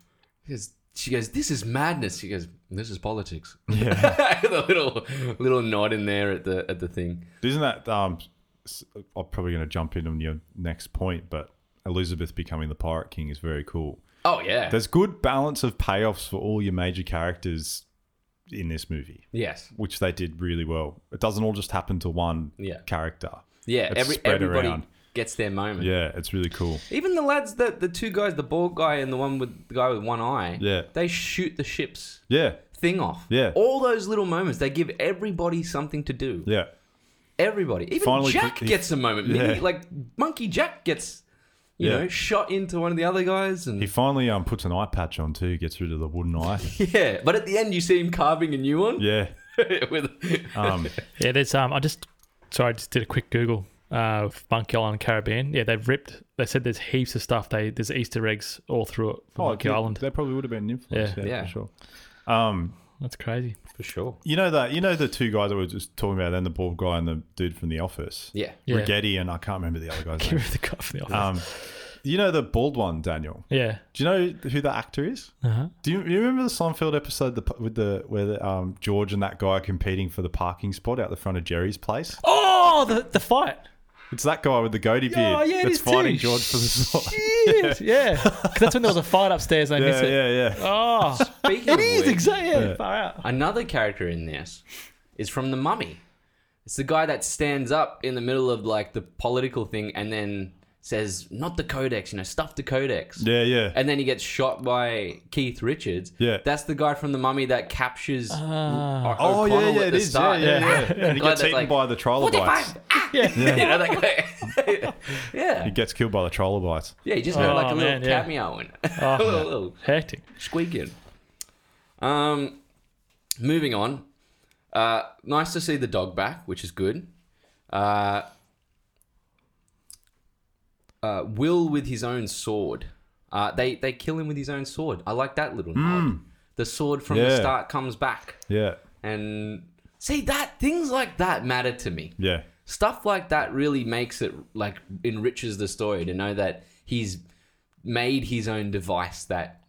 Speaker 1: because she goes, This is madness. She goes, This is politics. Yeah. <laughs> the little little nod in there at the at the thing.
Speaker 3: Isn't that? Um, s- I'm probably going to jump into your next point, but Elizabeth becoming the Pirate King is very cool.
Speaker 1: Oh yeah.
Speaker 3: There's good balance of payoffs for all your major characters in this movie,
Speaker 1: yes.
Speaker 3: which they did really well. It doesn't all just happen to one
Speaker 1: Yeah.
Speaker 3: character.
Speaker 1: Yeah.
Speaker 3: It's
Speaker 1: Every
Speaker 3: spread
Speaker 1: everybody
Speaker 3: around.
Speaker 1: gets their moment.
Speaker 3: Yeah, it's really cool.
Speaker 1: Even the lads that the two guys, the bald guy and the one with the guy with one eye,
Speaker 3: Yeah.
Speaker 1: they shoot the ship's
Speaker 3: Yeah,
Speaker 1: thing off.
Speaker 3: Yeah.
Speaker 1: All those little moments, they give everybody something to do.
Speaker 3: yeah.
Speaker 1: Everybody, even
Speaker 3: Finally,
Speaker 1: Jack
Speaker 3: he-
Speaker 1: gets a moment. Maybe,
Speaker 3: Yeah.
Speaker 1: Like Monkey Jack gets, you
Speaker 3: Yeah.
Speaker 1: know, shot into one of the other guys, and
Speaker 3: He finally um puts an eye patch on too. Gets rid of the wooden <laughs> eye.
Speaker 1: <laughs> yeah. But at the end, you see him carving a new one.
Speaker 3: Yeah.
Speaker 1: <laughs> with
Speaker 3: <laughs> Um,
Speaker 2: Yeah, there's, um, I just, sorry, I just did a quick Google. Uh, of Monkey Island Caribbean. Yeah, they've ripped. They said there's heaps of stuff. They there's Easter eggs all through it for Monkey
Speaker 3: they-
Speaker 2: Island.
Speaker 3: They probably would have been an influence.
Speaker 2: Yeah.
Speaker 3: Yeah,
Speaker 1: Yeah.
Speaker 3: for sure. Um,
Speaker 2: That's crazy.
Speaker 1: for sure.
Speaker 3: you know that you know the two guys that we were just talking about, then the bald guy and the dude from the office,
Speaker 1: Yeah.
Speaker 2: Yeah.
Speaker 3: Rigetti, and I can't remember the other
Speaker 2: <laughs>
Speaker 3: guy's
Speaker 2: Give
Speaker 3: name.
Speaker 2: her the guy from the office.
Speaker 3: Um, you know the bald one, Daniel.
Speaker 2: yeah.
Speaker 3: Do you know who the actor is?
Speaker 2: Uh-huh.
Speaker 3: Do you, you remember the Seinfeld episode the, p- with the where the, um, George and that guy are competing for the parking spot out the front of Jerry's place?
Speaker 2: Oh, the the fight.
Speaker 3: It's that guy with the goatee beard
Speaker 2: Oh, yeah, it
Speaker 3: that's
Speaker 2: is too.
Speaker 3: fighting George for the spot.
Speaker 2: Shit, <laughs> yeah. 'Cause that's when there was a fight upstairs and I
Speaker 3: Yeah,
Speaker 2: missed it.
Speaker 3: yeah, yeah.
Speaker 2: <laughs> Oh,
Speaker 3: <laughs>
Speaker 1: Speaking of which,
Speaker 2: exactly. Yeah, far out.
Speaker 1: another character in this is from The Mummy. It's the guy that stands up in the middle of like the political thing and then says, "Not the codex," you know, stuff the codex.
Speaker 3: Yeah, yeah.
Speaker 1: And then he gets shot by Keith Richards.
Speaker 3: Yeah.
Speaker 1: That's the guy from The Mummy that captures O-
Speaker 2: Ah.
Speaker 3: Oh, yeah,
Speaker 1: O'Connell
Speaker 3: yeah,
Speaker 1: at
Speaker 3: it
Speaker 1: the
Speaker 3: is.
Speaker 1: start.
Speaker 3: Yeah, yeah,
Speaker 1: <laughs>
Speaker 3: yeah. And he
Speaker 1: Glad
Speaker 3: gets
Speaker 1: that's
Speaker 3: eaten
Speaker 1: like-
Speaker 3: by the trilobites.
Speaker 1: Ah! <laughs> You know, that guy. <laughs> yeah.
Speaker 3: He <laughs> gets killed by the trilobites.
Speaker 1: Yeah, he just had like a
Speaker 2: Oh,
Speaker 1: little
Speaker 2: man, yeah.
Speaker 1: cameo in it. <laughs>
Speaker 2: Oh.
Speaker 1: a little, little
Speaker 2: Hectic.
Speaker 1: squeak in. Um, moving on. Uh, nice to see the dog back, which is good. Uh, uh, Will with his own sword. Uh, they they kill him with his own sword. I like that little nod. The sword from the
Speaker 3: Yeah.
Speaker 1: start comes back,
Speaker 3: Yeah,
Speaker 1: and see that things like that matter to me
Speaker 3: yeah.
Speaker 1: stuff like that really makes it like enriches the story to know that he's made his own device that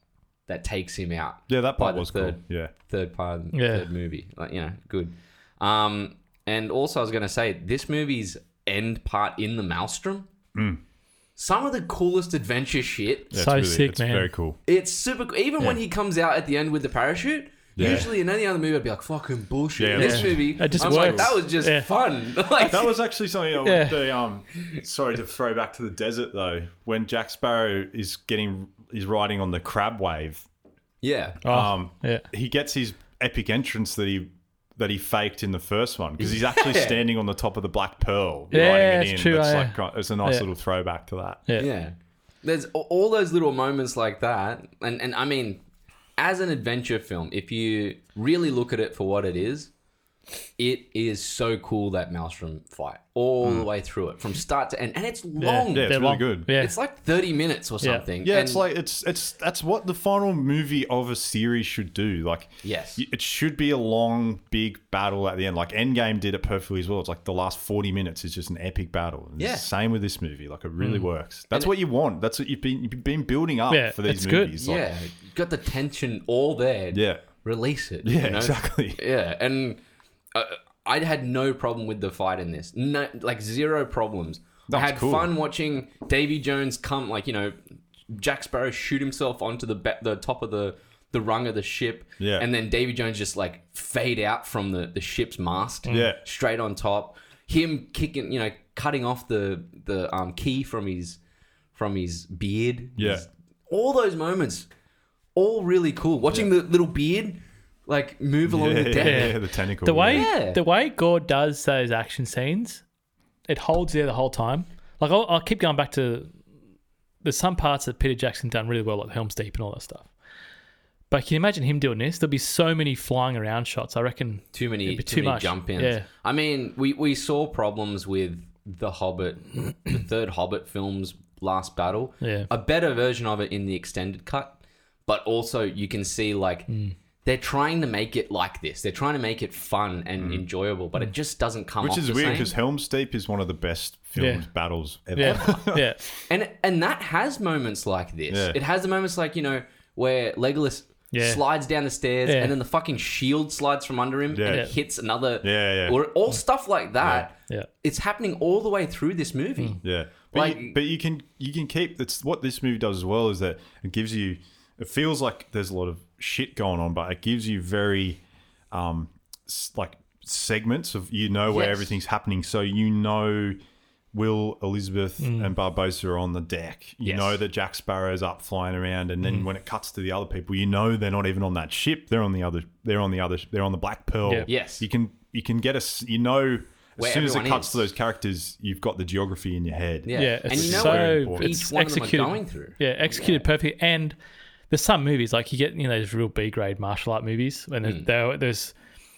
Speaker 1: that takes him out.
Speaker 3: Yeah, that
Speaker 1: by
Speaker 3: part
Speaker 1: the
Speaker 3: was
Speaker 1: third,
Speaker 3: cool. Yeah.
Speaker 1: Third part, of the
Speaker 2: Yeah.
Speaker 1: third movie, like you know, good. Um, and also I was gonna say this movie's end part in the Maelstrom.
Speaker 3: Mm.
Speaker 1: Some of the coolest adventure shit.
Speaker 3: yeah
Speaker 2: So
Speaker 3: it's
Speaker 2: sick,
Speaker 3: it's
Speaker 2: man.
Speaker 3: Very cool.
Speaker 1: It's super. Even when
Speaker 2: Yeah.
Speaker 1: he comes out at the end with the parachute,
Speaker 3: Yeah.
Speaker 1: Usually in any other movie, I'd be like, fucking bullshit.
Speaker 3: Yeah,
Speaker 1: In this
Speaker 3: yeah.
Speaker 1: movie,
Speaker 2: It just
Speaker 1: I was like,
Speaker 2: works.
Speaker 1: that was just
Speaker 2: Yeah.
Speaker 1: fun. <laughs> Like,
Speaker 3: That was actually something. I,
Speaker 2: Yeah.
Speaker 3: the, um, sorry to throw back to the desert though. When Jack Sparrow is getting is riding on the crab wave,
Speaker 1: yeah.
Speaker 2: Oh,
Speaker 3: um,
Speaker 2: yeah.
Speaker 3: he gets his epic entrance that he that he faked in the first one because he's actually
Speaker 1: <laughs> Yeah.
Speaker 3: standing on the top of the Black Pearl.
Speaker 2: Yeah,
Speaker 3: riding it
Speaker 2: it's
Speaker 3: in.
Speaker 2: true, oh,
Speaker 3: That's
Speaker 2: yeah.
Speaker 3: like gr- it's a nice
Speaker 2: Yeah.
Speaker 3: little throwback to that.
Speaker 2: Yeah.
Speaker 1: Yeah. There's a- all those little moments like that. And, and I mean, as an adventure film, if you really look at it for what it is, it is so cool that Maelstrom fight all the way through it from start to end. And it's long.
Speaker 3: Yeah, it's
Speaker 2: They're
Speaker 3: really good.
Speaker 2: Yeah.
Speaker 1: It's like 30 minutes or
Speaker 2: Yeah.
Speaker 1: something.
Speaker 3: Yeah, it's
Speaker 1: And-
Speaker 3: like it's it's that's what the final movie of a series should do. Like,
Speaker 1: Yes.
Speaker 3: y- it should be a long, big battle at the end. Like Endgame did it perfectly as well. It's like the last forty minutes is just an epic battle. And it's
Speaker 1: Yeah.
Speaker 3: the Same with this movie. Like it really works. That's what you want. That's what you've been you've been building up
Speaker 2: Mm. Yeah,
Speaker 3: for these
Speaker 2: it's good.
Speaker 3: movies. Like,
Speaker 1: yeah. You got the tension all there.
Speaker 3: yeah,
Speaker 1: Release it.
Speaker 3: yeah,
Speaker 1: you know?
Speaker 3: exactly.
Speaker 1: Yeah, and uh, I had no problem with the fight in this. No, like zero problems. I
Speaker 3: That's
Speaker 1: had
Speaker 3: cool.
Speaker 1: fun watching Davy Jones come, like you know, Jack Sparrow shoot himself onto the ba- the top of the the rung of the ship.
Speaker 3: Yeah.
Speaker 1: and then Davy Jones just like fade out from the the ship's mast.
Speaker 3: Mm. Yeah.
Speaker 1: straight on top. Him kicking, you know, cutting off the the um, key from his from his beard.
Speaker 3: Yeah.
Speaker 1: His- all those moments, all really cool. Watching the little beard like move along
Speaker 3: <laughs> Yeah,
Speaker 1: the
Speaker 3: yeah,
Speaker 1: deck.
Speaker 3: yeah, the tentacle.
Speaker 2: The way
Speaker 1: Yeah.
Speaker 2: the way Gore does those action scenes, it holds there the whole time. Like I'll, I'll keep going back to there's some parts that Peter Jackson done really well, like Helm's Deep and all that stuff. But can you imagine him doing this? There'll be so many flying around shots. I reckon.
Speaker 1: too many
Speaker 2: It'd
Speaker 1: too,
Speaker 2: be too
Speaker 1: many
Speaker 2: much.
Speaker 1: jump ins.
Speaker 2: Yeah.
Speaker 1: I mean, we we saw problems with the Hobbit, the third Hobbit film's last battle.
Speaker 2: Yeah.
Speaker 1: A better version of it in the extended cut, but also you can see like they're trying to make it like this. They're trying to make it fun and enjoyable, but it just doesn't come.
Speaker 3: Hmm. which
Speaker 1: off
Speaker 3: is
Speaker 1: the
Speaker 3: weird
Speaker 1: same.
Speaker 3: because Helm's Deep is one of the best filmed
Speaker 2: Yeah.
Speaker 3: battles ever.
Speaker 2: Yeah, <laughs> yeah,
Speaker 1: And and that has moments like this.
Speaker 3: Yeah.
Speaker 1: It has the moments like, you know, where Legolas
Speaker 2: Yeah.
Speaker 1: slides down the stairs
Speaker 2: Yeah.
Speaker 1: and then the fucking shield slides from under him
Speaker 3: Yeah.
Speaker 1: and
Speaker 3: Yeah.
Speaker 1: it hits another
Speaker 3: Yeah, yeah.
Speaker 1: or all stuff like that.
Speaker 2: Yeah. Mm. Yeah.
Speaker 1: It's happening all the way through this movie.
Speaker 3: Yeah, but, you,
Speaker 1: Like-
Speaker 3: but you can you can keep that's what this movie does as well is that it gives you it feels like there's a lot of shit going on, but it gives you very um s- like segments of you know where
Speaker 1: Yes.
Speaker 3: everything's happening, so you know. Will Elizabeth and Barbosa are on the deck. You
Speaker 1: Mm. Yes. Mm.
Speaker 3: know that Jack Sparrow's up flying around, and then when it cuts to the other people, you know they're not even on that ship. They're on the other. They're on the other. They're on the Black Pearl.
Speaker 2: Yeah.
Speaker 1: Yes.
Speaker 3: you can you can get us. You know, as
Speaker 1: Where
Speaker 3: soon as it
Speaker 1: everyone
Speaker 3: cuts
Speaker 1: is.
Speaker 3: to those characters, you've got the geography in your head.
Speaker 1: Yeah.
Speaker 2: Yeah,
Speaker 1: and
Speaker 2: it's
Speaker 1: you know
Speaker 2: so
Speaker 1: what
Speaker 3: important.
Speaker 1: each
Speaker 2: it's
Speaker 1: one of
Speaker 2: executed-
Speaker 1: them are going through.
Speaker 2: yeah. Executed perfectly. And there's some movies like you get you know those real B grade martial art movies, and
Speaker 1: Hmm.
Speaker 2: there- there- there's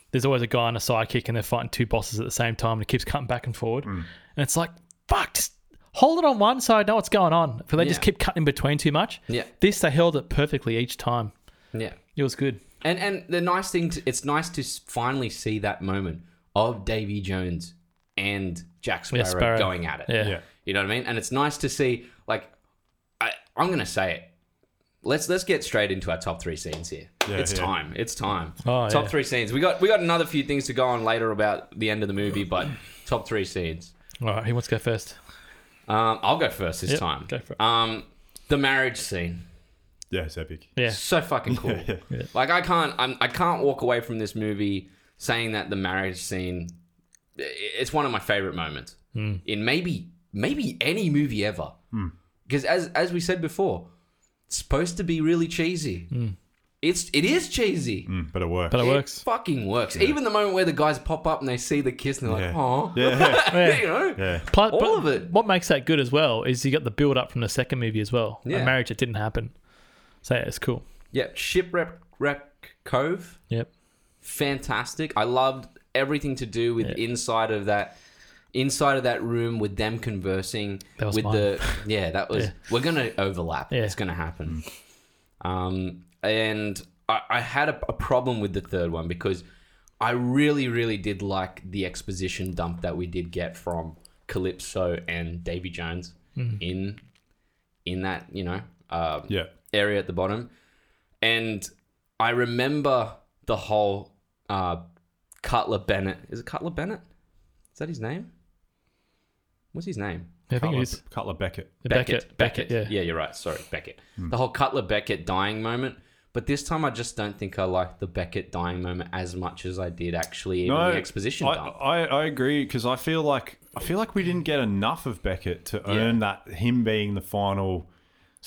Speaker 2: there's always a guy and a sidekick, and they're fighting two bosses at the same time, and it keeps cutting back and forward,
Speaker 1: Hmm.
Speaker 2: and it's like fuck, just hold it on one side, know what's going on. But they just
Speaker 1: Yeah.
Speaker 2: keep cutting in between too much.
Speaker 1: Yeah.
Speaker 2: this they held it perfectly each time.
Speaker 1: Yeah.
Speaker 2: It was good.
Speaker 1: And and the nice thing to, it's nice to s- finally see that moment of Davy Jones and Jack Sparrow,
Speaker 2: Yeah, Sparrow.
Speaker 1: going at it.
Speaker 2: Yeah.
Speaker 3: Yeah.
Speaker 1: You know what I mean? And it's nice to see. Like, I, I'm gonna say it. Let's let's get straight into our top three scenes here.
Speaker 3: Yeah,
Speaker 1: it's
Speaker 3: yeah.
Speaker 1: time. It's time.
Speaker 2: Oh,
Speaker 1: top
Speaker 2: yeah.
Speaker 1: three scenes. We got we got another few things to go on later about the end of the movie, but top three scenes.
Speaker 2: All right, who wants to go first?
Speaker 1: Um, I'll go first this
Speaker 2: Yep,
Speaker 1: time.
Speaker 2: go for it.
Speaker 1: Um, the marriage scene.
Speaker 3: Yeah, it's epic.
Speaker 2: Yeah.
Speaker 1: So fucking
Speaker 3: <laughs>
Speaker 1: cool. Like I can't I'm, I can't walk away from this movie saying that the marriage scene i- it's one of my favorite moments
Speaker 2: Hmm.
Speaker 1: in maybe maybe any movie ever.
Speaker 3: Hmm.
Speaker 1: Because as as we said before, it's supposed to be really cheesy. It's it is cheesy.
Speaker 3: Mm, but it works.
Speaker 2: But it
Speaker 1: It
Speaker 2: Hmm. works.
Speaker 1: fucking works. Even the moment where the guys pop up and they see the kiss and they're like,
Speaker 3: Yeah.
Speaker 1: "Oh,
Speaker 3: yeah,
Speaker 2: <laughs> Yeah.
Speaker 1: <laughs> you know,
Speaker 3: yeah,
Speaker 2: Plus,
Speaker 1: All
Speaker 2: but
Speaker 1: of it.
Speaker 2: What makes that good as well is you got the build up from the second movie as well.
Speaker 1: Yeah.
Speaker 2: A marriage that didn't happen. So yeah, it's cool.
Speaker 1: yeah." Shipwreck Wreck Cove.
Speaker 2: Yep.
Speaker 1: fantastic. I loved everything to do with inside of that inside of that room with them conversing
Speaker 2: That was
Speaker 1: with
Speaker 2: mine.
Speaker 1: the yeah that was
Speaker 2: Yeah.
Speaker 1: we're gonna overlap
Speaker 2: Yeah.
Speaker 1: it's gonna happen um and i, I had a, a problem with the third one because i really really did like the exposition dump that we did get from calypso and davy jones
Speaker 2: Mm.
Speaker 1: in in that you know um,
Speaker 3: yeah.
Speaker 1: area at the bottom. And I remember the whole uh, Cutler Bennett. Is it Cutler Bennett? Is that his name? What's his name?
Speaker 2: Yeah, I think
Speaker 3: Cutler,
Speaker 2: it is.
Speaker 3: Cutler Beckett.
Speaker 2: Beckett. Beckett. yeah.
Speaker 3: Hmm.
Speaker 1: you're right. Sorry, Beckett. The whole Cutler Beckett dying moment. But this time, I just don't think I like the Beckett dying moment as much as I did actually even the exposition
Speaker 3: I,
Speaker 1: dump.
Speaker 3: I, I agree because I feel like I feel like we didn't get enough of Beckett to earn that him being the final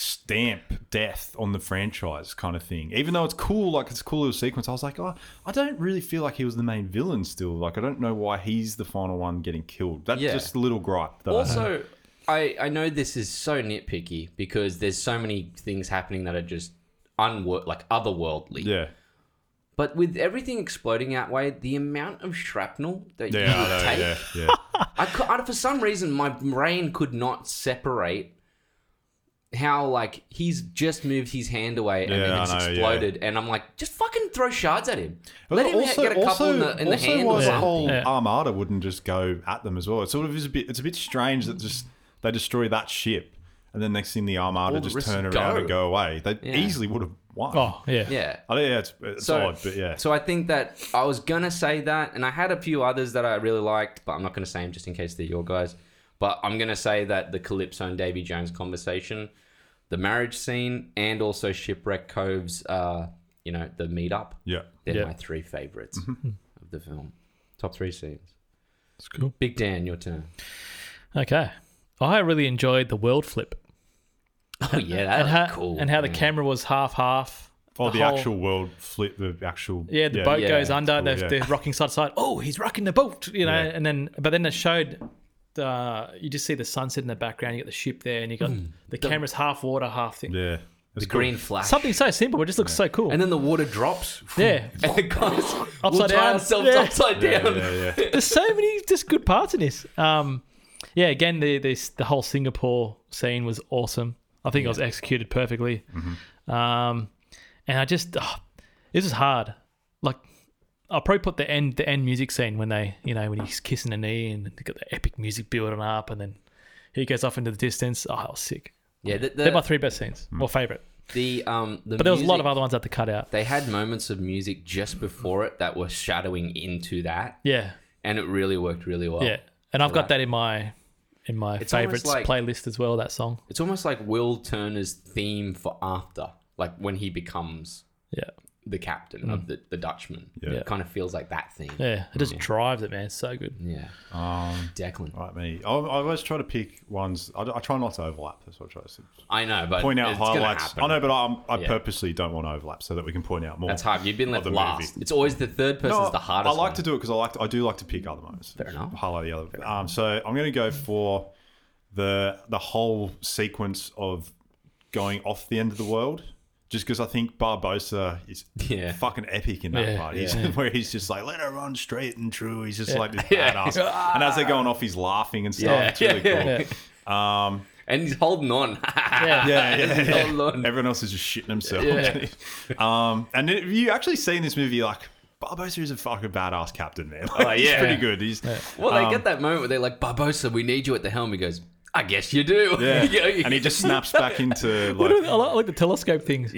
Speaker 3: stamp death on the franchise kind of thing. Even though it's cool, like it's a cool little sequence. I was like, oh, I don't really feel like he was the main villain still. Like I don't know why he's the final one getting killed. That's
Speaker 1: Yeah.
Speaker 3: just a little gripe. That I have.
Speaker 1: Also, I, I know this is so nitpicky because there's so many things happening that are just unwor- like otherworldly.
Speaker 3: yeah,
Speaker 1: But with everything exploding that way, the amount of shrapnel that you
Speaker 3: yeah, I
Speaker 1: would
Speaker 3: know,
Speaker 1: take,
Speaker 3: yeah, yeah.
Speaker 1: I, cou- I for some reason my brain could not separate how like he's just moved his hand away and
Speaker 3: Yeah,
Speaker 1: then
Speaker 3: I
Speaker 1: it's
Speaker 3: know, yeah.
Speaker 1: exploded, and I'm like, just fucking throw shards at him. Let him
Speaker 3: also,
Speaker 1: get a couple
Speaker 3: also,
Speaker 1: in the in the
Speaker 3: also
Speaker 1: hand
Speaker 3: why
Speaker 1: or
Speaker 3: the
Speaker 1: something.
Speaker 3: whole
Speaker 2: Yeah.
Speaker 3: armada wouldn't just go at them as well. It sort of is a bit. It's a bit strange that just they destroy that ship, and then next thing the armada
Speaker 1: All the
Speaker 3: just
Speaker 1: risks
Speaker 3: turn around
Speaker 1: go.
Speaker 3: and go away. They
Speaker 1: Yeah.
Speaker 3: easily would have won.
Speaker 2: Oh yeah.
Speaker 1: yeah.
Speaker 3: I think yeah, it's, it's odd, but yeah,
Speaker 1: So I think that I was gonna say that, and I had a few others that I really liked, but I'm not gonna say them just in case they're your guys. But I'm gonna say that the Calypso and Davy Jones conversation, the marriage scene, and also Shipwreck Cove's, uh, you know, the meetup.
Speaker 3: yeah.
Speaker 1: They're
Speaker 2: Yeah. Mm-hmm.
Speaker 1: my three favorites of the film. Top three scenes.
Speaker 2: It's cool.
Speaker 1: Big Dan, your turn. <laughs>
Speaker 2: Okay. I really enjoyed the world flip
Speaker 1: Oh yeah,
Speaker 2: and
Speaker 1: that's
Speaker 2: how
Speaker 1: cool.
Speaker 2: and how the
Speaker 1: Yeah.
Speaker 2: camera was half half.
Speaker 3: Mm. Oh, the,
Speaker 2: whole-
Speaker 3: actual world flip. The actual
Speaker 2: Yeah, the boat
Speaker 1: yeah,
Speaker 2: goes under.
Speaker 3: cool,
Speaker 2: they're,
Speaker 3: yeah.
Speaker 2: they're rocking side to side. Oh, he's rocking the boat, you know.
Speaker 3: Yeah.
Speaker 2: And then, but then it showed. The, you just see the sunset in the background. You got the ship there, and you got
Speaker 1: Mm.
Speaker 2: the camera's half water, half thing.
Speaker 3: Yeah,
Speaker 1: the green flash.
Speaker 2: Something so simple, but it just looks so cool.
Speaker 1: and then the water drops.
Speaker 2: Yeah.
Speaker 1: <laughs> And it goes upside we'll
Speaker 2: <laughs> Upside
Speaker 1: tie
Speaker 2: down.
Speaker 1: ourselves
Speaker 2: Yeah.
Speaker 1: upside
Speaker 3: Yeah,
Speaker 1: down.
Speaker 3: yeah, yeah.
Speaker 2: There's so many just good parts in this. Um, yeah, again, the the, the whole Singapore scene was awesome. I think it was executed perfectly. Um, and I just ah, this is hard. Like I'll probably put the end the end music scene when they you know when he's kissing the knee and they got the epic music building up and then he goes off into the distance. Oh, that was sick.
Speaker 1: <laughs> Yeah, the,
Speaker 2: They're my
Speaker 1: the,
Speaker 2: three best scenes, or favorite.
Speaker 1: the um the
Speaker 2: But there was a lot
Speaker 1: music-
Speaker 2: of other ones I had to cut out.
Speaker 1: they had moments of music just before it that were shadowing into that,
Speaker 2: Yeah,
Speaker 1: and it really worked really well.
Speaker 2: yeah. And I've got
Speaker 1: right.
Speaker 2: that in my in my
Speaker 1: It's almost
Speaker 2: favorites
Speaker 1: like-
Speaker 2: playlist as well. That song.
Speaker 1: It's almost like Will Turner's theme for after, like when he becomes
Speaker 2: Yeah.
Speaker 1: the captain of the, the Dutchman.
Speaker 3: Yeah.
Speaker 1: It kind of feels like that theme.
Speaker 2: Mm. Yeah, it just drives it, man. It's so good.
Speaker 1: Yeah.
Speaker 3: Um,
Speaker 1: Declan.
Speaker 3: right, me. I, I always try to pick ones. I, I try not to overlap. That's what I try to
Speaker 1: I know, but
Speaker 3: point out
Speaker 1: it's gonna
Speaker 3: highlights.
Speaker 1: happen.
Speaker 3: I know, but I'm, I
Speaker 1: Yeah.
Speaker 3: purposely don't want to overlap so that we can point out more.
Speaker 1: That's hard. You've been left
Speaker 3: the
Speaker 1: last.
Speaker 3: movie.
Speaker 1: It's always the third person's the hardest.
Speaker 3: I like
Speaker 1: one.
Speaker 3: to do it because I like to, I do like to pick other moments. Fair
Speaker 1: enough.
Speaker 3: Highlight the other. Um, so I'm going to go for the the whole sequence of going off the end of the world, just because I think Barbosa is
Speaker 1: Yeah.
Speaker 3: fucking epic in that
Speaker 2: Yeah,
Speaker 3: part. He's,
Speaker 2: yeah.
Speaker 3: <laughs> where he's just like, let her run straight and true. He's just like this
Speaker 1: <laughs> Yeah.
Speaker 3: badass. And as they're going off, he's laughing and stuff.
Speaker 2: Yeah,
Speaker 3: It's really
Speaker 1: <laughs> yeah,
Speaker 3: cool.
Speaker 2: yeah.
Speaker 3: Um,
Speaker 1: and he's holding on. <laughs>
Speaker 2: Yeah.
Speaker 3: yeah, yeah, yeah.
Speaker 1: Hold on.
Speaker 3: Everyone else is just shitting themselves. <laughs> um, and if you actually see in this movie, you're like, Barbosa is a fucking badass captain, man. Like,
Speaker 1: Oh,
Speaker 3: He's
Speaker 1: yeah.
Speaker 3: pretty good. He's, um,
Speaker 1: Well, they get that moment where they're like, Barbosa, we need you at the helm. He goes, I guess you do. <laughs>
Speaker 3: yeah.
Speaker 1: You know, you-
Speaker 3: and he just snaps back
Speaker 1: <laughs>
Speaker 3: into
Speaker 2: I like,
Speaker 3: like,
Speaker 2: the telescope things.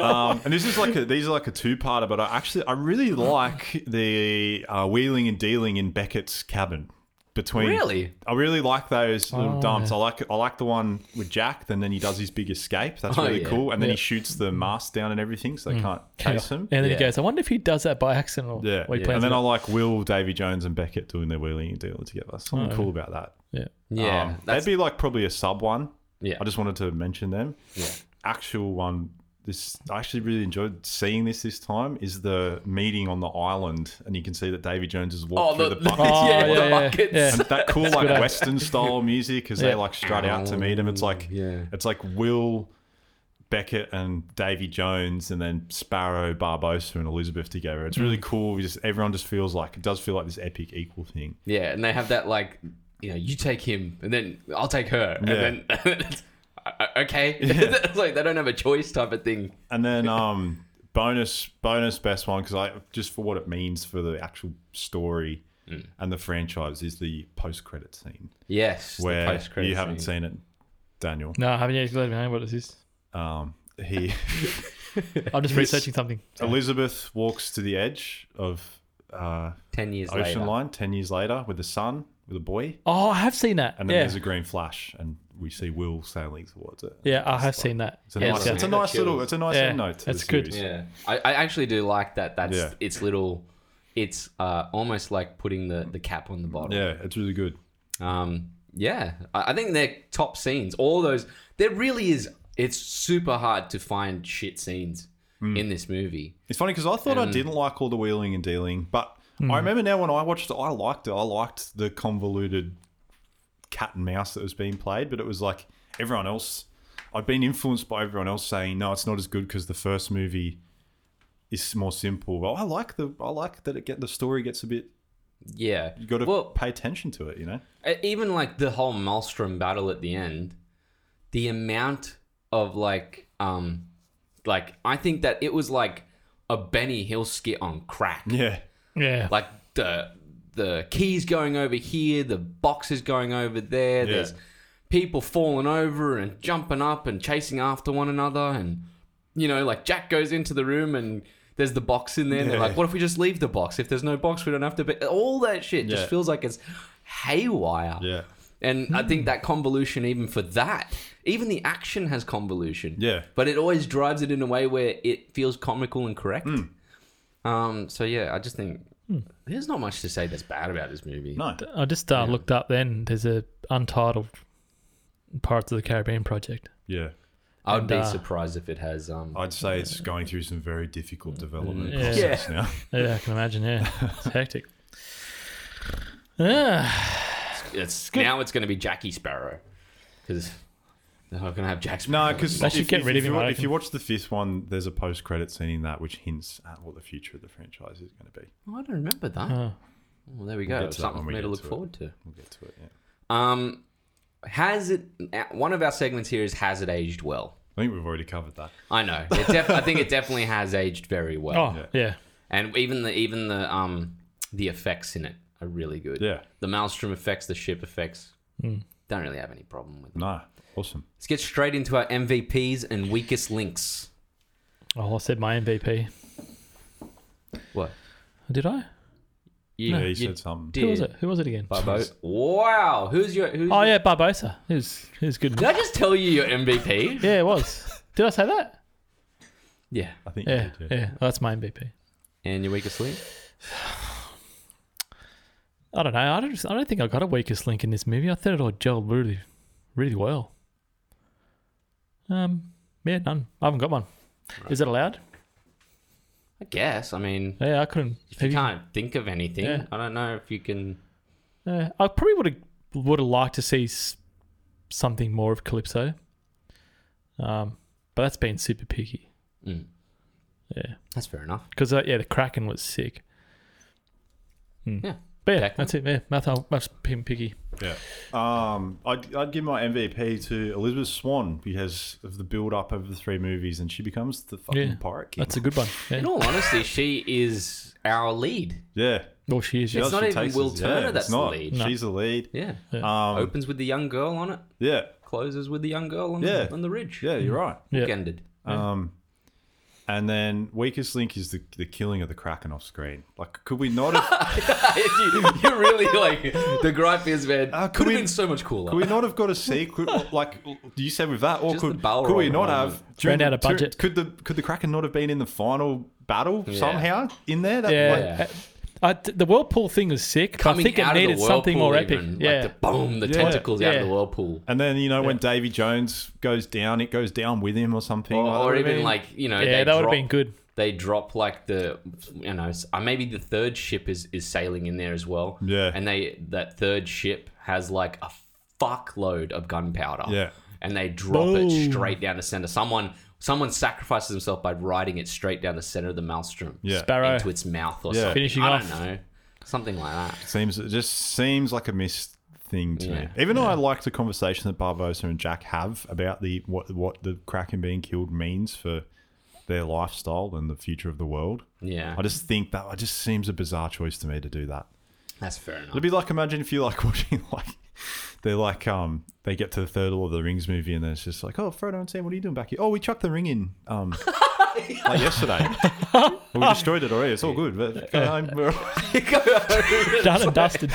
Speaker 3: um, and this is like a, these are like a two parter, but I actually
Speaker 1: <laughs>
Speaker 3: I really like the uh, wheeling and dealing in Beckett's cabin between.
Speaker 1: Really?
Speaker 3: I really like those little
Speaker 2: Oh,
Speaker 3: dumps. I like I like the one with Jack, and then he does his big escape. That's
Speaker 1: Oh,
Speaker 3: really
Speaker 1: yeah.
Speaker 3: cool, and then
Speaker 2: Yeah.
Speaker 3: he shoots the mast down and everything, so they can't chase him.
Speaker 2: And then
Speaker 1: Yeah.
Speaker 2: he goes, I wonder if he does that by accident or
Speaker 3: Yeah.
Speaker 2: what he
Speaker 3: And
Speaker 2: plans.
Speaker 3: then
Speaker 2: it.
Speaker 3: I like Will, Davy Jones, and Beckett doing their wheeling and dealing together. Something cool about that.
Speaker 2: yeah.
Speaker 1: yeah.
Speaker 3: Um,
Speaker 1: that's-
Speaker 3: that'd be like probably a sub one.
Speaker 1: Yeah.
Speaker 3: I just wanted to mention them.
Speaker 1: Yeah.
Speaker 3: Actual one. This I actually really enjoyed seeing this this time. Is the meeting on the island, and you can see that Davy Jones is
Speaker 1: Oh,
Speaker 3: walked
Speaker 1: the, <laughs>
Speaker 3: through the,
Speaker 1: the-
Speaker 3: buckets.
Speaker 2: Oh,
Speaker 1: yeah, the
Speaker 2: yeah, yeah,
Speaker 1: buckets.
Speaker 2: yeah.
Speaker 3: <laughs> And that cool like Western style music as they
Speaker 2: Yeah.
Speaker 3: like strut out to meet him. It's like
Speaker 1: Oh, Yeah.
Speaker 3: it's like Will Beckett and Davy Jones and then Sparrow, Barbosa and Elizabeth together. It's
Speaker 1: Mm.
Speaker 3: really cool. Just everyone just feels like it does feel like this epic equal thing.
Speaker 1: Yeah, and they have that like, you know, you take him, and then I'll take her, and
Speaker 3: Yeah.
Speaker 1: then <laughs> it's, uh,
Speaker 3: <laughs>
Speaker 1: okay, <laughs> it's like they don't have a choice type of thing.
Speaker 3: And then um bonus bonus best one because I just for what it means for the actual story
Speaker 1: Mm.
Speaker 3: and the franchise is the post credit scene
Speaker 1: Yes, the
Speaker 3: where
Speaker 1: post-credit
Speaker 3: you haven't
Speaker 1: scene.
Speaker 3: seen it, Daniel.
Speaker 2: No, I haven't yet. Let me know what is this.
Speaker 3: Um, he.
Speaker 2: I'm
Speaker 3: <laughs>
Speaker 2: just researching something.
Speaker 3: Elizabeth walks to the edge of uh,
Speaker 1: ten years
Speaker 3: ocean
Speaker 1: later.
Speaker 3: line ten years later with the son, with a boy,
Speaker 2: Oh, I have seen that.
Speaker 3: and then
Speaker 2: yeah.
Speaker 3: there's a green flash, and we see Will sailing towards it.
Speaker 2: Yeah, I have seen that.
Speaker 3: It's a
Speaker 2: yeah,
Speaker 3: nice,
Speaker 1: it's
Speaker 3: it's a
Speaker 1: got
Speaker 3: nice little,
Speaker 1: chills.
Speaker 3: it's a nice
Speaker 2: Yeah,
Speaker 3: end note. To
Speaker 2: that's
Speaker 3: the
Speaker 2: good.
Speaker 3: series.
Speaker 1: Yeah, I, I actually do like that. That's
Speaker 3: Yeah.
Speaker 1: it's little. It's uh, almost like putting the, the cap on the bottle.
Speaker 3: Yeah, it's really good.
Speaker 1: Um, yeah, I, I think they're top scenes. All those. There really is. It's super hard to find shit scenes
Speaker 3: Mm.
Speaker 1: in this movie.
Speaker 3: It's funny because I thought I didn't like all the wheeling and dealing, but I remember now when I watched it, I liked it. I liked the convoluted cat and mouse that was being played, but it was like everyone else. I'd been influenced by everyone else saying, "No, it's not as good because the first movie is more simple." Well, I like the I like that it get the story gets a bit.
Speaker 1: Yeah,
Speaker 3: You got to
Speaker 1: Well-
Speaker 3: pay attention to it, you know.
Speaker 1: E- even like the whole Maelstrom battle at the end, the amount of like, um, like I think that it was like a Benny Hill skit on crack.
Speaker 3: Yeah,
Speaker 2: Yeah,
Speaker 1: like the the keys going over here, the boxes going over there.
Speaker 3: Yeah.
Speaker 1: There's people falling over and jumping up and chasing after one another, and you know, like Jack goes into the room and there's the box in there. and They're
Speaker 3: Yeah.
Speaker 1: like, "What if we just leave the box? If there's no box, we don't have to." Be-. All that shit
Speaker 3: Yeah.
Speaker 1: just feels like it's haywire.
Speaker 3: yeah,
Speaker 1: And I
Speaker 3: Hmm.
Speaker 1: think that convolution, even for that, even the action has convolution.
Speaker 3: Yeah.
Speaker 1: But it always drives it in a way where it feels comical and correct.
Speaker 3: Hmm.
Speaker 1: Um, so yeah, I just think there's not much to say that's bad about this movie.
Speaker 3: no,
Speaker 2: I just uh, looked up. Then there's a untitled Pirates of the Caribbean project.
Speaker 3: yeah.
Speaker 1: I would
Speaker 2: And,
Speaker 1: be
Speaker 2: uh,
Speaker 1: surprised if it has. Um,
Speaker 3: I'd say it's going through some very difficult development
Speaker 2: Yeah.
Speaker 3: process now.
Speaker 2: Yeah, I can imagine.
Speaker 3: <laughs>
Speaker 2: Yeah, it's hectic. Ah. Yeah,
Speaker 1: <laughs> it's now it's going to be Jackie Sparrow because now I'm going to have Jack Sparrow.
Speaker 3: No, because
Speaker 2: They should get rid of him,
Speaker 3: If
Speaker 2: I
Speaker 3: you,
Speaker 2: reckon.
Speaker 3: if you watch the fifth one, there's a post-credit scene in that which hints at what the future of the franchise is going to be.
Speaker 1: Oh, I don't remember that.
Speaker 2: Oh.
Speaker 1: Well, there we go.
Speaker 3: get to that
Speaker 1: Something for
Speaker 3: when we
Speaker 1: me to
Speaker 3: get
Speaker 1: look
Speaker 3: to it.
Speaker 1: forward to.
Speaker 3: We'll get to it. Yeah.
Speaker 1: Um, has it? uh, One of our segments here is has it aged well?
Speaker 3: I think we've already covered that.
Speaker 1: I know. It def- I think it definitely has aged very well,
Speaker 2: oh yeah.
Speaker 3: Yeah.
Speaker 1: and even the even the um the effects in it are really good.
Speaker 3: Yeah.
Speaker 1: the maelstrom effects, the ship effects.
Speaker 2: Hmm.
Speaker 1: Don't really have any problem with them.
Speaker 3: No, awesome.
Speaker 1: Let's get straight into our MVPs and weakest links.
Speaker 2: Oh, I said my MVP.
Speaker 1: What
Speaker 2: Did I?
Speaker 1: you,
Speaker 3: yeah, you,
Speaker 1: you
Speaker 3: said something.
Speaker 1: did?
Speaker 2: Who was it? Who was it again?
Speaker 1: Barbo- Wow, who's your? Who's
Speaker 2: Oh
Speaker 1: your-
Speaker 2: yeah, Barbosa. He was he was good.
Speaker 1: Did I just tell you your MVP?
Speaker 2: Yeah,
Speaker 1: <laughs>
Speaker 2: it was. Did I say that?
Speaker 1: yeah.
Speaker 3: I think
Speaker 2: Yeah,
Speaker 3: you did. Yeah.
Speaker 2: yeah. That's my MVP.
Speaker 1: And your weakest link?
Speaker 2: I don't know. I don't. I don't think I got a weakest link in this movie. I thought it all gelled really, really well. Um. Yeah. None. I haven't got one. Is that allowed?
Speaker 1: I guess. I mean,
Speaker 2: Yeah. I couldn't.
Speaker 1: if
Speaker 2: have
Speaker 1: you
Speaker 2: you-
Speaker 1: can't think of anything,
Speaker 2: Yeah.
Speaker 1: I don't know if you can.
Speaker 2: Yeah, I probably would have would have liked to see s- something more of Calypso. Um. But that's been super picky.
Speaker 1: Mm.
Speaker 2: Yeah.
Speaker 1: That's fair enough.
Speaker 2: Because uh, yeah, the Kraken was sick. Mm.
Speaker 1: Yeah.
Speaker 2: But yeah,
Speaker 1: Kraken.
Speaker 2: that's it. Yeah. That's how that's pin picky.
Speaker 3: Um, I'd, I'd give my MVP to Elizabeth Swan because of the build-up over the three movies, and she becomes the fucking
Speaker 2: Yeah.
Speaker 3: pirate king.
Speaker 2: That's a good one. Yeah.
Speaker 1: In all honesty, she is our lead.
Speaker 3: yeah,
Speaker 2: Well, she is.
Speaker 3: she
Speaker 2: Yeah.
Speaker 1: It's
Speaker 3: does,
Speaker 1: not
Speaker 3: she
Speaker 1: even
Speaker 3: takes
Speaker 1: Will
Speaker 3: us-
Speaker 1: Turner
Speaker 3: yeah, it's
Speaker 1: that's the
Speaker 3: not.
Speaker 1: lead.
Speaker 2: No.
Speaker 3: She's the lead.
Speaker 1: Yeah.
Speaker 3: Um,
Speaker 1: Opens with the young girl on it,
Speaker 3: yeah,
Speaker 1: closes with the young girl on,
Speaker 3: Yeah.
Speaker 1: the, on the ridge.
Speaker 3: yeah, you're right.
Speaker 2: Yeah.
Speaker 1: Bookended.
Speaker 3: Um, and then weakest link is the the killing of the Kraken off screen. Like, could we not have
Speaker 1: <laughs> you, you're really like the gripe is man.
Speaker 3: Uh, could
Speaker 1: could have
Speaker 3: we-
Speaker 1: been so much cooler.
Speaker 3: Could we not have got a sequel? Like you said with that, or
Speaker 1: Just the
Speaker 3: could,
Speaker 1: Balrog
Speaker 3: could we not
Speaker 1: moment.
Speaker 3: have during
Speaker 2: Ran out
Speaker 3: the-
Speaker 2: of budget.
Speaker 3: Could the could the Kraken not have been in the final battle somehow in there? That,
Speaker 2: yeah. uh,
Speaker 3: like-
Speaker 1: Yeah.
Speaker 2: I, the whirlpool thing was sick. but I
Speaker 1: Coming
Speaker 2: think it
Speaker 1: out of the
Speaker 2: needed something more
Speaker 1: whirlpool
Speaker 2: epic.
Speaker 1: even, like
Speaker 2: yeah.
Speaker 1: the boom, the
Speaker 3: Yeah.
Speaker 1: tentacles out of
Speaker 2: Yeah.
Speaker 1: the whirlpool.
Speaker 3: and then you know when Davy Jones goes down, it goes down with him or something.
Speaker 1: Or,
Speaker 3: like Oh, that
Speaker 1: or
Speaker 3: would've
Speaker 1: even
Speaker 3: been-
Speaker 1: like you know,
Speaker 2: yeah,
Speaker 1: they
Speaker 2: that would
Speaker 1: drop,
Speaker 2: have been good.
Speaker 1: They drop like the you know s- uh, maybe the third ship is is sailing in there as well.
Speaker 3: Yeah.
Speaker 1: and they that third ship has like a fuckload of gunpowder.
Speaker 3: Yeah.
Speaker 1: and they drop it
Speaker 2: Boom.
Speaker 1: straight down the center. Someone someone sacrifices himself by riding it straight down the center of the maelstrom.
Speaker 3: yeah,
Speaker 2: Sparrow.
Speaker 1: uh, into its mouth or
Speaker 3: Yeah.
Speaker 1: something.
Speaker 2: Finishing
Speaker 1: I
Speaker 2: off.
Speaker 1: don't know, something like that.
Speaker 3: seems it just seems like a missed thing to me.
Speaker 1: Yeah.
Speaker 3: Even though I like the conversation that Barbosa and Jack have about the what what the Kraken being killed means for their lifestyle and the future of the world.
Speaker 1: Yeah,
Speaker 3: <laughs> I just think that it just seems a bizarre choice to me to do that.
Speaker 1: that's fair enough. <laughs>
Speaker 3: <laughs> It'd be like imagine if you like watching like they're like um they get to the third Lord of the Rings movie and then it's just like oh Frodo and Sam what are you doing back here oh we chucked the ring in
Speaker 1: <laughs>
Speaker 3: um like yesterday well, we destroyed it already it's all good but uh, go
Speaker 1: <laughs>
Speaker 3: home. We're all
Speaker 2: <laughs>
Speaker 3: right."
Speaker 2: Done and dusted.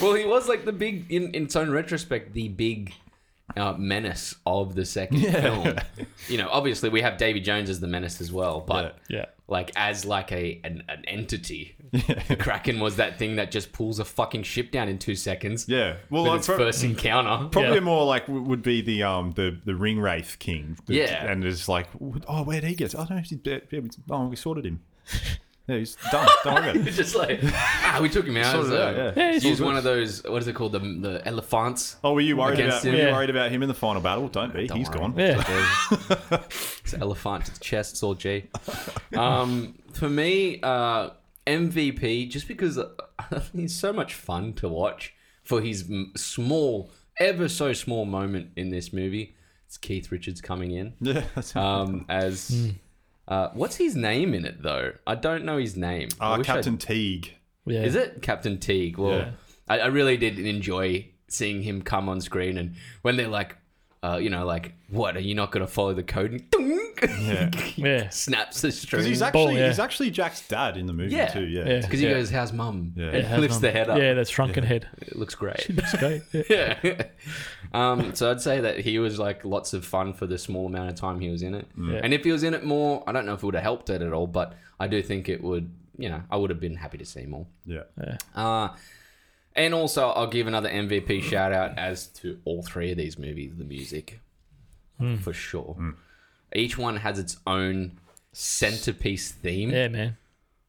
Speaker 1: well, he was like the big in in its own retrospect, the big uh, menace of the second
Speaker 3: <laughs>
Speaker 1: film. You know, obviously we have Davy Jones as the menace as well, but
Speaker 2: Yeah.
Speaker 1: like as like a an, an
Speaker 3: <laughs>
Speaker 1: entity, the Kraken was that thing that just pulls a fucking ship down in two seconds.
Speaker 3: <laughs> Yeah. Well,
Speaker 1: with
Speaker 3: I
Speaker 1: its
Speaker 3: pro-
Speaker 1: first
Speaker 3: <laughs>
Speaker 1: encounter. <laughs>
Speaker 3: probably
Speaker 2: Yeah.
Speaker 3: more like w- would be the um the the ring wraith king. The-
Speaker 1: Yeah.
Speaker 3: And it's like, oh, where'd he get? Oh no, he's dead. Yeah, we, oh, we
Speaker 1: <laughs>
Speaker 3: sorted him. Yeah, he's done. Don't worry about it.
Speaker 1: It's just like ah, we took him out.
Speaker 3: Sorted it out,
Speaker 1: so-
Speaker 3: yeah.
Speaker 2: Yeah, it's
Speaker 1: Use
Speaker 2: all
Speaker 1: one of those. What is it called? The the elephants.
Speaker 3: Oh, were you worried
Speaker 1: Against
Speaker 3: about?
Speaker 1: him.
Speaker 3: Were you
Speaker 2: Yeah.
Speaker 3: worried about him in the final battle? Don't be. He's
Speaker 1: worry.
Speaker 3: gone.
Speaker 2: Yeah.
Speaker 1: It's an elephant to the chest. It's all G. <laughs> Um, for me, uh, MVP, just because uh, <laughs> he's so much fun to watch for his m- small, ever so small moment in this movie. It's Keith Richards coming in
Speaker 3: <laughs> Yeah. that's-
Speaker 1: um,
Speaker 3: <laughs>
Speaker 1: as. Uh, what's his name in it though? I don't know his name. I
Speaker 3: uh,
Speaker 1: wish I-
Speaker 3: Captain Teague.
Speaker 1: <laughs>
Speaker 2: Yeah.
Speaker 1: Is it Captain Teague? Well,
Speaker 3: Yeah.
Speaker 1: I, I really did enjoy seeing him come on screen, and when they're like, uh, you know, like, what are you not going to follow the code? <laughs> And dunk,
Speaker 3: Yeah.
Speaker 2: Yeah.
Speaker 1: snaps the string
Speaker 3: Because he's actually
Speaker 2: Ball, yeah.
Speaker 3: he's actually Jack's dad in the movie
Speaker 1: Yeah.
Speaker 3: too.
Speaker 2: <laughs>
Speaker 3: Yeah.
Speaker 2: Yeah.
Speaker 1: because he goes, "How's mum?"
Speaker 3: Yeah.
Speaker 1: and <laughs>
Speaker 2: Has
Speaker 1: lifts
Speaker 2: one.
Speaker 1: the head up.
Speaker 2: Yeah, that shrunken head.
Speaker 1: It looks great.
Speaker 2: Looks great.
Speaker 1: <laughs>
Speaker 2: Yeah.
Speaker 1: yeah. um, so I'd say that he was like lots of fun for the small amount of time he was in it.
Speaker 2: Yeah.
Speaker 1: And if he was in it more, I don't know if it would have helped it at all, but I do think it would. You know, I would have been happy to see more.
Speaker 3: Yeah.
Speaker 1: Uh, and also, I'll give another MVP shout out as to all three of these movies, the music,
Speaker 2: Mm.
Speaker 1: for sure. Each one has its own centerpiece theme.
Speaker 2: Yeah, man.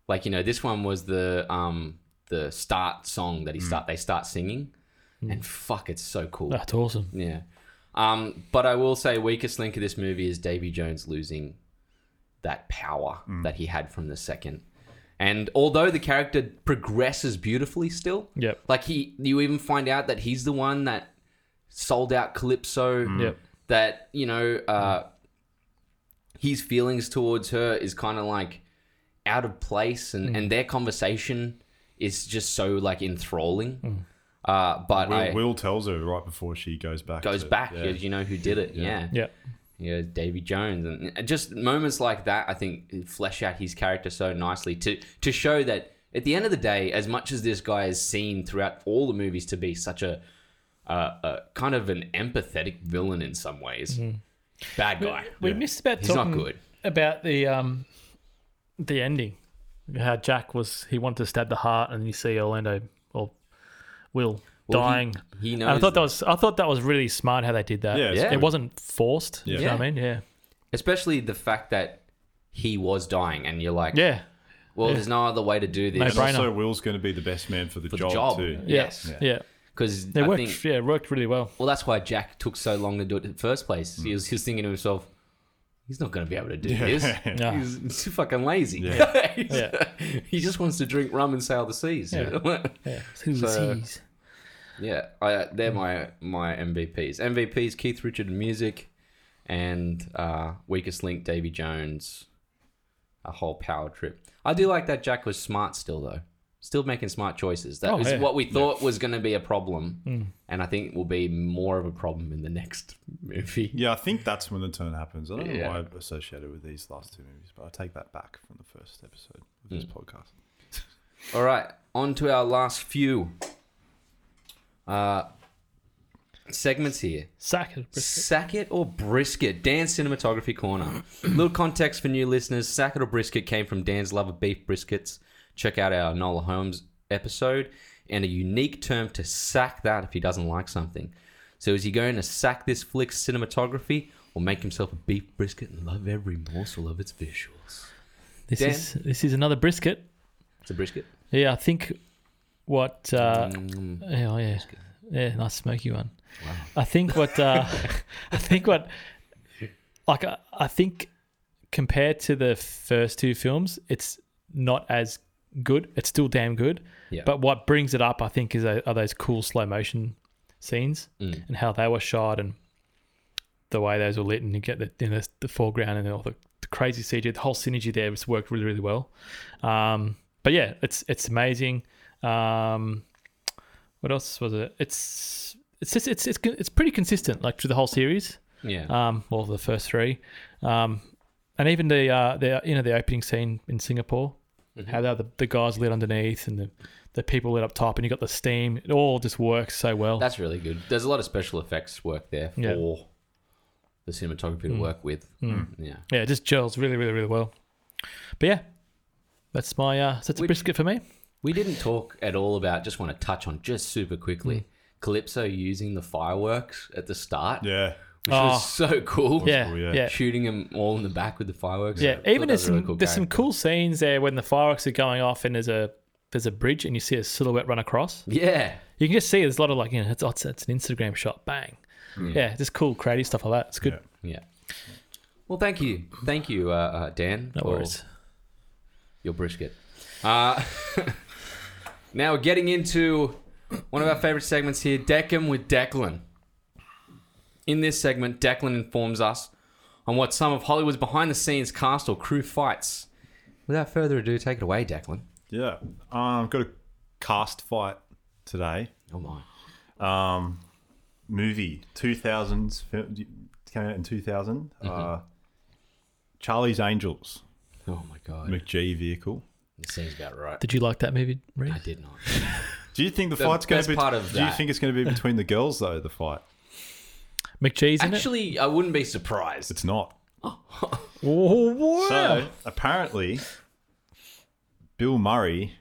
Speaker 1: Like you know, this one was the um the start song that he start they start singing, and fuck, it's so cool.
Speaker 2: That's Oh, awesome.
Speaker 1: Yeah. Um, but I will say weakest link of this movie is Davy Jones losing that power that he had from the second. And although the character progresses beautifully still,
Speaker 2: Yep.
Speaker 1: like he you even find out that he's the one that sold out Calypso
Speaker 2: Yep.
Speaker 1: that, you know, uh his feelings towards her is kind of like out of place and, and their conversation is just so like enthralling. Uh but
Speaker 3: Will,
Speaker 1: I
Speaker 3: Will tells her right before she goes back.
Speaker 1: goes
Speaker 3: to-
Speaker 1: back.
Speaker 3: yeah.
Speaker 1: You, you know who did it. Yeah.
Speaker 2: Yep.
Speaker 1: You know, Davy Jones. And just moments like that, I think, flesh out his character so nicely to, to show that at the end of the day, as much as this guy is seen throughout all the movies to be such a, uh, a kind of an empathetic villain in some ways,
Speaker 2: Mm-hmm.
Speaker 1: bad guy.
Speaker 2: We missed about
Speaker 1: He's not
Speaker 2: talking
Speaker 1: good.
Speaker 2: about the um the ending. How Jack was he wanted to stab the heart and you see Orlando or Will
Speaker 1: Well, he-
Speaker 2: dying.
Speaker 1: He
Speaker 2: and I
Speaker 1: knows
Speaker 2: thought that was I thought that was really smart how they did that.
Speaker 3: Yeah, it's
Speaker 1: Yeah.
Speaker 2: It wasn't forced. You know
Speaker 1: Yeah.
Speaker 2: what I mean? Yeah.
Speaker 1: especially the fact that he was dying, and you're like,
Speaker 2: Yeah.
Speaker 1: well, there's no other way to do this.
Speaker 2: No
Speaker 3: And
Speaker 2: brainer.
Speaker 3: also, Will's going to be the best man for the,
Speaker 1: the
Speaker 3: job,
Speaker 1: job.
Speaker 3: too.
Speaker 1: Yeah. Yes.
Speaker 2: Yeah.
Speaker 3: Yeah.
Speaker 2: yeah.
Speaker 1: Because
Speaker 2: It
Speaker 1: I
Speaker 2: worked
Speaker 1: think
Speaker 2: yeah, it worked really well.
Speaker 1: Well, that's why Jack took so long to do it in the first place. He, was, he was thinking to himself, he's not going to be able to do this.
Speaker 2: No.
Speaker 1: He's, he's too fucking lazy. <laughs> He's- He just wants to drink rum and sail the seas. <laughs> Yeah,
Speaker 2: Yeah. Who was
Speaker 1: So-
Speaker 2: he's?
Speaker 1: I, they're my, my MVPs. MVPs Keith Richard and Music, and uh, Weakest Link Davy Jones. A whole power trip. I do like that Jack was smart still, though. Still making smart choices. That
Speaker 2: Oh,
Speaker 1: was
Speaker 2: yeah. Hmm.
Speaker 1: what we thought was going to be a problem, and I think will be more of a problem in the next movie.
Speaker 3: Yeah, I think that's when the turn happens. I don't
Speaker 1: Yeah.
Speaker 3: know why I've associated with these last two movies, but I take that back from the first episode of
Speaker 1: Mm.
Speaker 3: this podcast.
Speaker 1: All right, on to our last few uh, segments here.
Speaker 2: Sack it.
Speaker 1: Sackett or brisket? Dan's cinematography
Speaker 2: <clears throat>
Speaker 1: corner. Little context for new listeners: Sackett or brisket came from Dan's love of beef briskets. Check out our Nola Holmes episode and a unique term to sack that if he doesn't like something. So is he going to sack this flick's cinematography or make himself a beef brisket and love every morsel of its visuals?
Speaker 2: This
Speaker 1: Dan?
Speaker 2: is this is another brisket.
Speaker 1: It's a brisket.
Speaker 2: Yeah, I think what uh
Speaker 1: Mm.
Speaker 2: Yeah, oh, yeah, yeah, nice smoky one.
Speaker 1: Wow.
Speaker 2: I think what <laughs> uh, I think what like I, I think compared to the first two films, it's not as good. It's still damn good.
Speaker 1: Yeah.
Speaker 2: But what brings it up, I think, is tho- are those cool slow motion scenes
Speaker 1: Mm.
Speaker 2: and how they were shot and the way those were lit and you get the you know, the foreground and all the, the crazy CG. The whole synergy there has worked really really well. Um, but yeah, it's it's amazing. Um, what else was it? It's it's just it's it's it's pretty consistent like through the whole series.
Speaker 1: Yeah.
Speaker 2: Um, well, the first three, um, and even the uh the you know the opening scene in Singapore, how the the guys lit underneath and the the people lit up top, and you got the steam. It all just works so well.
Speaker 1: That's really good. There's a lot of special effects work there for
Speaker 2: Yeah. Mm.
Speaker 1: the cinematography to work with. Yeah.
Speaker 2: yeah, it just gels really, really, really well. But yeah, that's my uh, that's a
Speaker 1: Which-
Speaker 2: brisket for me.
Speaker 1: We didn't talk at all about, just want to touch on just super
Speaker 2: Mm.
Speaker 1: quickly, Calypso using the fireworks at the start,
Speaker 3: Yeah.
Speaker 1: which
Speaker 2: Oh.
Speaker 1: was so cool.
Speaker 2: Yeah,
Speaker 3: cool,
Speaker 2: yeah,
Speaker 3: yeah.
Speaker 2: yeah.
Speaker 1: Shooting them all in the back with the fireworks. I thought
Speaker 2: Even
Speaker 1: that
Speaker 2: there's
Speaker 1: was a
Speaker 2: some
Speaker 1: really cool
Speaker 2: there's some
Speaker 1: character.
Speaker 2: cool scenes there when the fireworks are going off, and there's a there's a bridge, and you see a silhouette run across.
Speaker 1: Yeah.
Speaker 2: You can just see there's a lot of like you know it's it's, it's an Instagram shot, bang. Yeah, just cool, creative stuff like that. It's good.
Speaker 3: Yeah.
Speaker 1: Hmm. Yeah. Well, thank you. Thank you, uh, uh, Dan.
Speaker 2: No
Speaker 1: for
Speaker 2: worries.
Speaker 1: Your brisket. Uh, <laughs> now we're getting into one of our favorite segments here Deckham with Declan. In this segment, Declan informs us on what some of Hollywood's behind the scenes cast or crew fights. Without further ado, take it away, Declan.
Speaker 3: Yeah. Um, got a cast fight today.
Speaker 1: Oh, my.
Speaker 3: Um, movie, 2000s, film- came out in 2000.
Speaker 1: Mm-hmm.
Speaker 3: Uh, Charlie's Angels,
Speaker 1: Oh, my God.
Speaker 3: McG vehicle.
Speaker 1: This seems about right.
Speaker 2: Did you like that movie? Reed?
Speaker 1: I did not.
Speaker 3: Do you think the,
Speaker 1: The
Speaker 3: fight's going
Speaker 1: best
Speaker 3: to be?
Speaker 1: part of
Speaker 3: do you
Speaker 1: that-
Speaker 3: think
Speaker 1: <laughs>
Speaker 3: it's going to be between the girls though? The fight?
Speaker 2: McGee's in it.
Speaker 1: Actually, I wouldn't be surprised.
Speaker 3: It's not.
Speaker 2: Oh, wow.
Speaker 3: So apparently, Bill Murray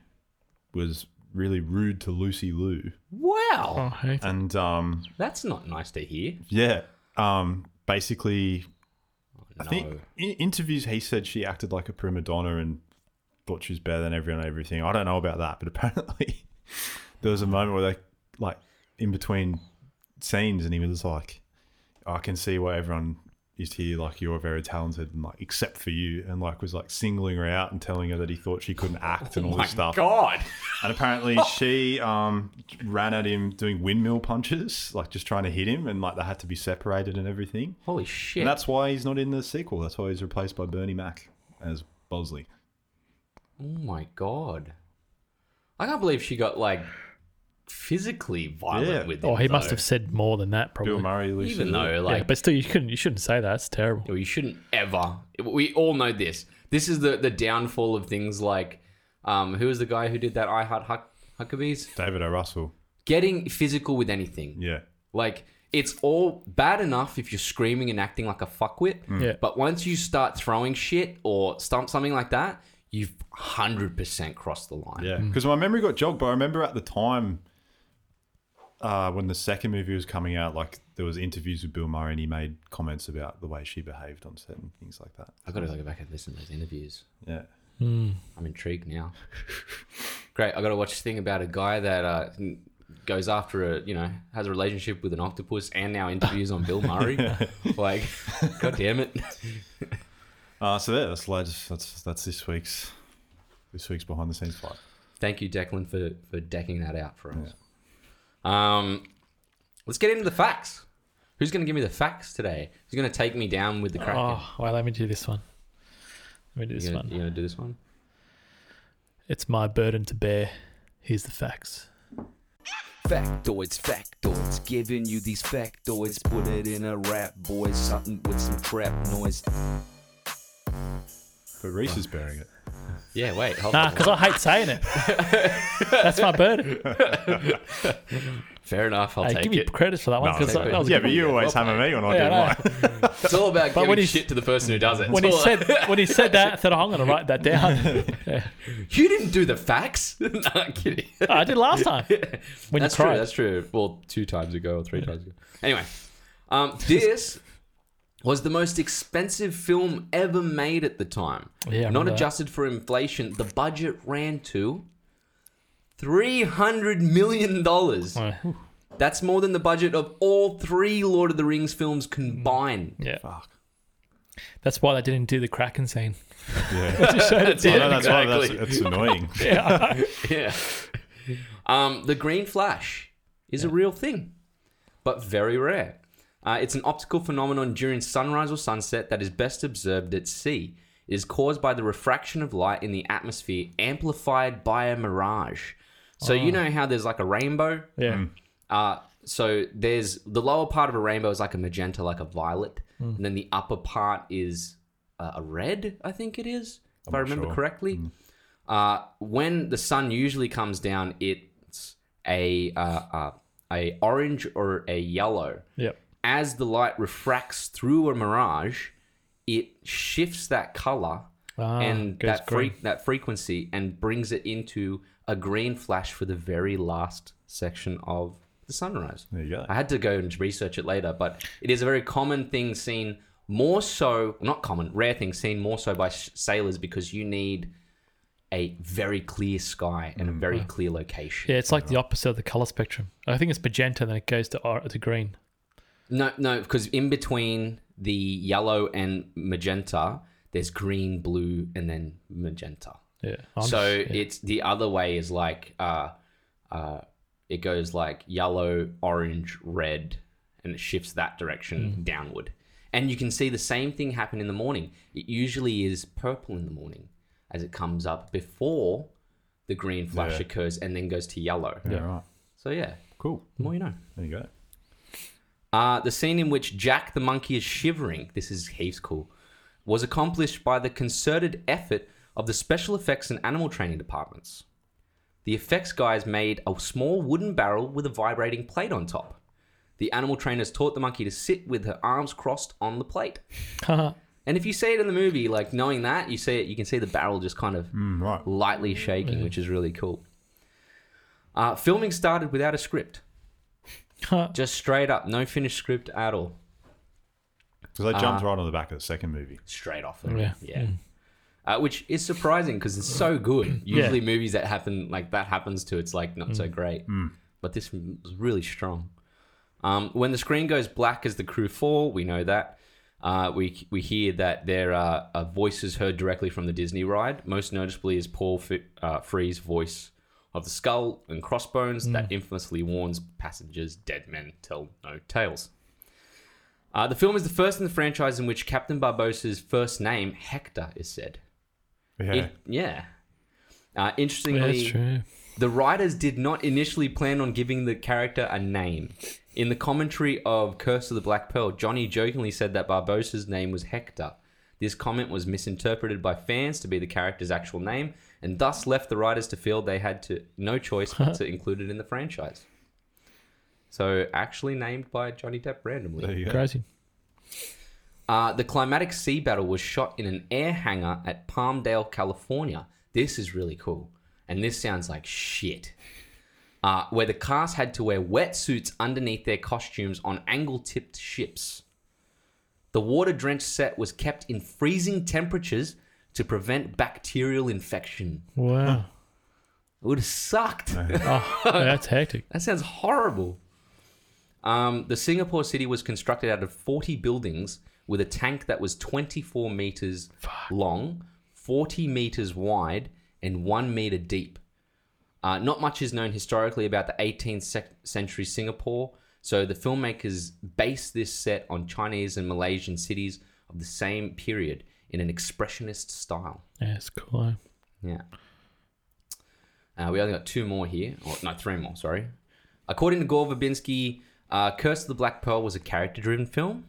Speaker 3: was really rude to Lucy Liu,
Speaker 2: Oh,
Speaker 1: Wow.
Speaker 2: hey.
Speaker 3: and um,
Speaker 1: That's not nice to hear.
Speaker 3: yeah, um, basically, I
Speaker 1: no.
Speaker 3: think in interviews he said she acted like a prima donna and thought she was better than everyone and everything. I don't know about that, but <laughs> apparently, there was a moment where they like in between scenes, and he was like, "I can see why everyone." Is here like you're very talented and like except for you and like was like singling her out and telling her that he thought she couldn't act and all this stuff.
Speaker 1: Oh God. <laughs>
Speaker 3: And apparently she um, ran at him doing windmill punches, like just trying to hit him, and like they had to be separated and everything.
Speaker 1: Holy shit.
Speaker 3: And that's why he's not in the sequel. That's why he's replaced by Bernie Mac as Bosley.
Speaker 1: oh my god. I can't believe she got like physically violent
Speaker 3: Yeah.
Speaker 1: with him.
Speaker 2: oh, he must
Speaker 1: though.
Speaker 2: have said more than that probably.
Speaker 3: Bill Murray, Lucy
Speaker 1: Even
Speaker 3: Liu.
Speaker 1: though,
Speaker 2: yeah,
Speaker 1: like,
Speaker 2: but still, you couldn't. You shouldn't say that. It's terrible.
Speaker 1: you shouldn't ever. We all know this. This is the the downfall of things like, um, who was the guy who did that? I Heart Huck- Huckabees.
Speaker 3: David O. Russell.
Speaker 1: Getting physical with anything.
Speaker 3: Yeah.
Speaker 1: Like it's all bad enough if you're screaming and acting like a fuckwit.
Speaker 3: Mm.
Speaker 2: Yeah.
Speaker 1: But once you start throwing shit or stump something like that, you've hundred percent crossed the line.
Speaker 2: Mm.
Speaker 3: Yeah. Because my memory got jogged, but I remember at the time uh, when the second movie was coming out, like there was interviews with Bill Murray and he made comments about the way she behaved on set and things like that.
Speaker 1: I gotta go back and listen to those interviews.
Speaker 3: Yeah.
Speaker 1: I'm intrigued now. Great. I got to watch this thing about a guy that uh, goes after a, you know, has a relationship with an octopus and now interviews on Bill
Speaker 2: <laughs>
Speaker 1: Murray. like, god damn it.
Speaker 3: Uh, so there, that's lads. That's that's this week's this week's behind the scenes fight.
Speaker 1: Thank you, Declan, for, for decking that out for us. Um, let's get into the facts. Who's going to give me the facts today? Who's going to take me down with the Kraken?
Speaker 2: Oh, well, let me do this one. Let me do this
Speaker 1: you
Speaker 2: one.
Speaker 1: going to do this one?
Speaker 2: It's my burden to bear. Here's the facts.
Speaker 4: Factoids, factoids, giving you these factoids. Put it in a rap, boys, something with some trap noise.
Speaker 3: But Reese is bearing it.
Speaker 1: Yeah, wait. Hold
Speaker 2: Nah,
Speaker 1: on.
Speaker 2: because I hate saying it.
Speaker 1: <laughs>
Speaker 2: That's my burden.
Speaker 1: Fair enough. I'll
Speaker 2: Hey,
Speaker 1: take
Speaker 2: give me
Speaker 1: it.
Speaker 2: credit for that one because
Speaker 1: take it.
Speaker 2: that was a
Speaker 3: yeah,
Speaker 2: good
Speaker 3: but you always hammer me when I
Speaker 2: Yeah,
Speaker 3: do
Speaker 2: I know.
Speaker 3: mine.
Speaker 1: It's all about
Speaker 2: <laughs> But when
Speaker 1: giving
Speaker 2: he s-
Speaker 1: shit to the person who does it.
Speaker 2: when he
Speaker 1: It's all-
Speaker 2: said when he said that, I thought, oh, I'm going to write that down.
Speaker 1: <laughs> You didn't do the facts. <laughs> no, I'm kidding.
Speaker 2: I did last time. When
Speaker 1: that's
Speaker 2: you cried.
Speaker 1: true. That's true. Well, two times ago or three times ago. Anyway,
Speaker 2: <laughs>
Speaker 1: um, this was the most expensive film ever made at the time.
Speaker 2: Yeah, I
Speaker 1: Not
Speaker 2: remember that.
Speaker 1: adjusted for inflation, the budget ran to three hundred million dollars.
Speaker 2: Oh,
Speaker 1: That's more than the budget of all three Lord of the Rings films combined.
Speaker 2: yeah,
Speaker 3: Fuck.
Speaker 2: that's why they didn't do the Kraken scene.
Speaker 1: <laughs>
Speaker 2: <laughs>
Speaker 3: Yeah. I know that's why that's, it's annoying.
Speaker 1: <laughs> Yeah. Um, the green flash is a real thing, but very rare. Uh, it's an optical phenomenon during sunrise or sunset that is best observed at sea. It is caused by the refraction of light in the atmosphere, amplified by a mirage. So you know how there's like a rainbow.
Speaker 2: Yeah,
Speaker 1: Uh, so there's the lower part of a rainbow is like a magenta, like a violet,
Speaker 3: Hmm.
Speaker 1: and then the upper part is uh, a red. I think it is, if i
Speaker 3: not
Speaker 1: remember
Speaker 3: sure. Hmm.
Speaker 1: correctly. Uh, when the sun usually comes down, it's a uh, uh, a orange or a yellow.
Speaker 2: Yep.
Speaker 1: As the light refracts through a mirage, it shifts that color
Speaker 2: Ah,
Speaker 1: and
Speaker 2: goes
Speaker 1: that fre- that frequency and brings it into a green flash for the very last section of the sunrise.
Speaker 3: There you go.
Speaker 1: I had to go and research it later, but it is a very common thing seen more so, not common, rare thing seen more so by sh- sailors because you need a very clear sky and a very clear location.
Speaker 2: Yeah, it's like the opposite of the color spectrum. I think it's magenta, then it goes to or- to green.
Speaker 1: No, no, because in between the yellow and magenta, there's green, blue, and then magenta.
Speaker 2: Yeah. I'm
Speaker 3: Oh,
Speaker 2: <laughs>
Speaker 1: so
Speaker 2: yeah.
Speaker 1: it's the other way is like uh, uh, it goes like yellow, orange, red, and it shifts that
Speaker 3: Hmm.
Speaker 1: direction downward. And you can see the same thing happen in the morning. It usually is purple in the morning as it comes up before the green flash
Speaker 3: Yeah.
Speaker 1: occurs and then goes to yellow.
Speaker 3: Yeah, right.
Speaker 1: So yeah,
Speaker 3: Cool.
Speaker 1: the more you know.
Speaker 3: There you go.
Speaker 1: Uh, the scene in which Jack the monkey is shivering, this is heaps cool, was accomplished by the concerted effort of the special effects and animal training departments. The effects guys made a small wooden barrel with a vibrating plate on top. The animal trainers taught the monkey to sit with her arms crossed on the plate. And if you see it in the movie, like knowing that, you see it, you can see the barrel just kind of
Speaker 3: Mm, right.
Speaker 1: lightly shaking, which is really cool. Uh, filming started without a script, just straight up, no finished script at all.
Speaker 3: Because they
Speaker 1: Uh,
Speaker 3: jumped right on the back of the second movie.
Speaker 1: straight off it.
Speaker 2: Yeah. Hmm.
Speaker 1: Uh, which is surprising because it's so good.
Speaker 2: Yeah. Hmm.
Speaker 1: Usually, movies that happen like that happens to, it's like not so great. But this m- was really strong. Um, when the screen goes black as the crew fall, we know that. Uh, we we hear that there are uh, voices heard directly from the Disney ride. Most noticeably is Paul F- uh, Free's voice of the skull and crossbones
Speaker 2: Hmm.
Speaker 1: that infamously warns passengers: "Dead men tell no tales." Uh, the film is the first in the franchise in which Captain Barbosa's first name, Hector, is said.
Speaker 3: Yeah.
Speaker 1: In- yeah. Uh,
Speaker 2: Yeah,
Speaker 1: interestingly,
Speaker 2: that's true.
Speaker 1: the writers did not initially plan on giving the character a name. In the commentary of Curse of the Black Pearl, Johnny jokingly said that Barbosa's name was Hector. This comment was misinterpreted by fans to be the character's actual name, and thus left the writers to feel they had to no choice but
Speaker 2: <laughs>
Speaker 1: to include it in the franchise. So, actually named by Johnny Depp randomly.
Speaker 3: There you go.
Speaker 2: Crazy.
Speaker 1: Uh, the climatic sea battle was shot in an air hangar at Palmdale, California. This is really cool. And this sounds like shit. Uh, where the cast had to wear wetsuits underneath their costumes on angle tipped ships. The water drenched set was kept in freezing temperatures to prevent bacterial infection.
Speaker 2: Wow.
Speaker 1: It would have sucked.
Speaker 2: oh, <laughs> yeah, that's hectic.
Speaker 1: That sounds horrible. Um, the Singapore city was constructed out of 40 buildings with a tank that was 24 meters long, 40 meters wide, and 1 meter deep. Uh, not much is known historically about the 18th sec- century Singapore, so the filmmakers based this set on Chinese and Malaysian cities of the same period in an expressionist style.
Speaker 2: Yeah, it's cool. eh?
Speaker 1: Yeah. Uh, we only got two more here. Or, no, three more, sorry. According to Gore Verbinski, uh, Curse of the Black Pearl was a character driven film,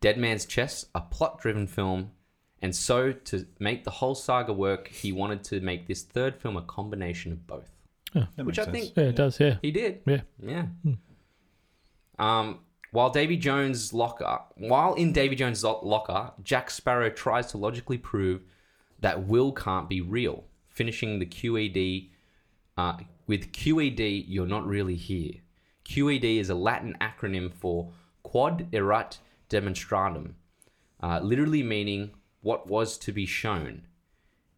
Speaker 1: Dead Man's Chest, a plot driven film, and so to make the whole saga work, he wanted to make this third film a combination of both.
Speaker 3: That
Speaker 1: Which
Speaker 3: makes
Speaker 1: I
Speaker 3: sense.
Speaker 1: think-
Speaker 2: Yeah, it does. Yeah.
Speaker 1: He did.
Speaker 2: Yeah.
Speaker 1: Yeah. Um, while Davy Jones' locker, while in Davy Jones' lo- locker, Jack Sparrow tries to logically prove that Will can't be real, finishing the QED uh, with QED. You're not really here. QED is a Latin acronym for Quod Erat Demonstrandum, uh, literally meaning what was to be shown.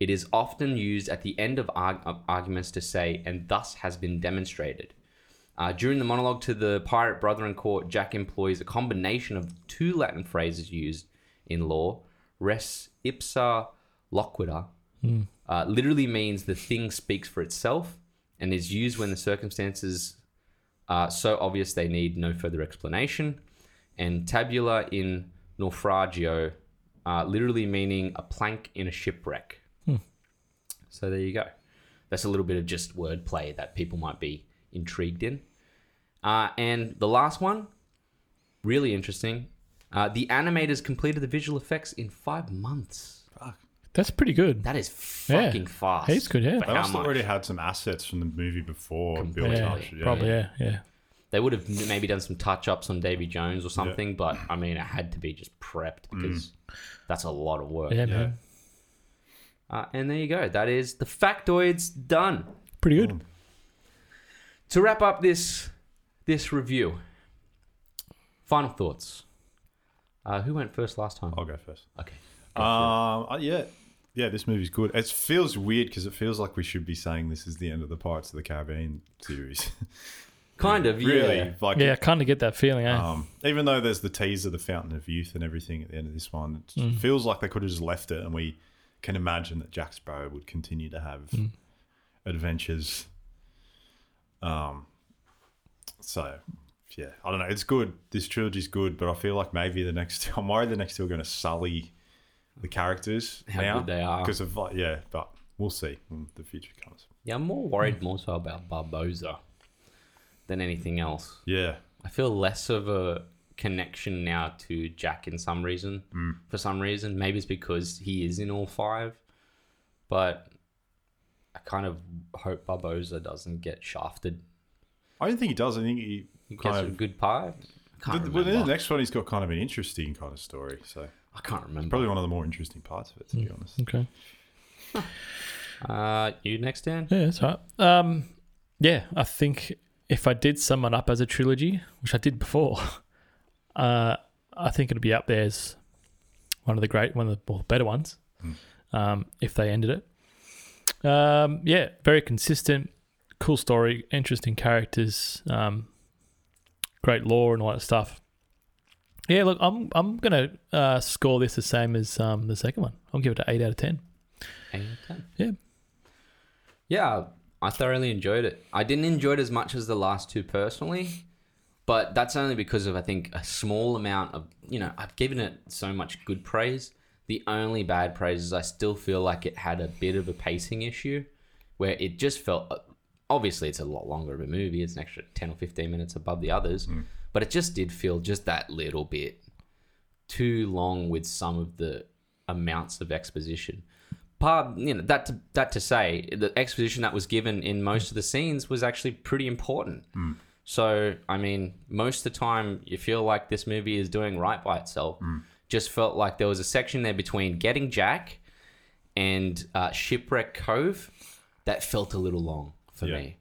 Speaker 1: It is often used at the end of, arg- of arguments to say, and thus has been demonstrated. Uh, during the monologue to the pirate brother in court, Jack employs a combination of two Latin phrases used in law res ipsa loquida, uh, literally means the thing speaks for itself and is used when the circumstances are so obvious they need no further explanation, and tabula in naufragio, uh, literally meaning a plank in a shipwreck. So there you go. That's a little bit of just wordplay that people might be intrigued in. Uh, and the last one, really interesting. Uh, the animators completed the visual effects in five months.
Speaker 3: Fuck.
Speaker 2: That's pretty good.
Speaker 1: That is
Speaker 2: Yeah.
Speaker 1: fucking fast.
Speaker 2: He's good, yeah.
Speaker 1: For
Speaker 3: They
Speaker 1: how
Speaker 3: must have
Speaker 1: much?
Speaker 3: already had some assets from the movie before built
Speaker 2: yeah,
Speaker 3: up. Yeah.
Speaker 2: probably, yeah, yeah.
Speaker 1: They would have maybe done some touch ups on Davy Jones or something, but I mean, it had to be just prepped because that's a lot of work.
Speaker 2: Yeah, man.
Speaker 1: Uh, and there you go. That is the factoids done.
Speaker 2: Pretty good.
Speaker 1: To wrap up this this review, final thoughts. Uh, who went first last time?
Speaker 3: I'll go first.
Speaker 1: Okay.
Speaker 3: Um, Oh. uh, yeah, yeah. This movie's good. It feels weird because it feels like we should be saying this is the end of the Pirates of the Caribbean series. <laughs>
Speaker 1: Kind of, yeah.
Speaker 3: really, like,
Speaker 2: Yeah, I kind of get that feeling, eh?
Speaker 3: um, even though there's the tease of the Fountain of Youth and everything at the end of this one, it
Speaker 1: Mm.
Speaker 3: feels like they could have just left it, and we can imagine that Jack Sparrow would continue to have
Speaker 1: Mm.
Speaker 3: adventures. Um, so yeah, I don't know. It's good. This trilogy's good, but I feel like maybe the next <laughs> I'm worried the next two are going to sully the characters
Speaker 1: How
Speaker 3: now
Speaker 1: good they are.
Speaker 3: because of like yeah, but we'll see when the future comes.
Speaker 1: Yeah, I'm more worried more so about Barboza than anything else.
Speaker 3: Yeah,
Speaker 1: I feel less of a connection now to Jack in some reason.
Speaker 3: Mm.
Speaker 1: For some reason, maybe it's because he is in all five, but I kind of hope Barboza doesn't get shafted.
Speaker 3: I don't think he does. I think he.
Speaker 1: He gets
Speaker 3: Kind
Speaker 1: a
Speaker 3: of,
Speaker 1: good part. I can't
Speaker 3: but
Speaker 1: remember.
Speaker 3: then the next one, he's got kind of an interesting kind of story. So
Speaker 1: I can't remember.
Speaker 3: Probably one of the more interesting parts of it, to be
Speaker 1: Mm.
Speaker 3: honest.
Speaker 2: okay.
Speaker 1: Uh, you next, Dan.
Speaker 2: Yeah, that's right. Um, yeah, I think if I did sum it up as a trilogy, which I did before, <laughs> uh, I think it'd be up there as one of the great, one of the well, better ones. Um, if they ended it, um, yeah, very consistent, cool story, interesting characters, um, great lore and all that stuff. Yeah, look, I'm I'm gonna uh, score this the same as um, the second one. I'll give it an eight out of ten.
Speaker 1: Eight, ten.
Speaker 2: Yeah,
Speaker 1: Yeah, I thoroughly enjoyed it. I didn't enjoy it as much as the last two personally, but that's only because of I think a small amount of you know I've given it so much good praise. The only bad praise is I still feel like it had a bit of a pacing issue, where it just felt obviously it's a lot longer of a movie. It's an extra ten or fifteen minutes above the others, but it just did feel just that little bit too long with some of the amounts of exposition. Part, you know, that to, that to say, the exposition that was given in most of the scenes was actually pretty important.
Speaker 3: Mm.
Speaker 1: So, I mean, most of the time, you feel like this movie is doing right by itself.
Speaker 3: Mm.
Speaker 1: Just felt like there was a section there between getting Jack and uh, Shipwreck Cove that felt a little long for
Speaker 3: Yeah.
Speaker 1: me,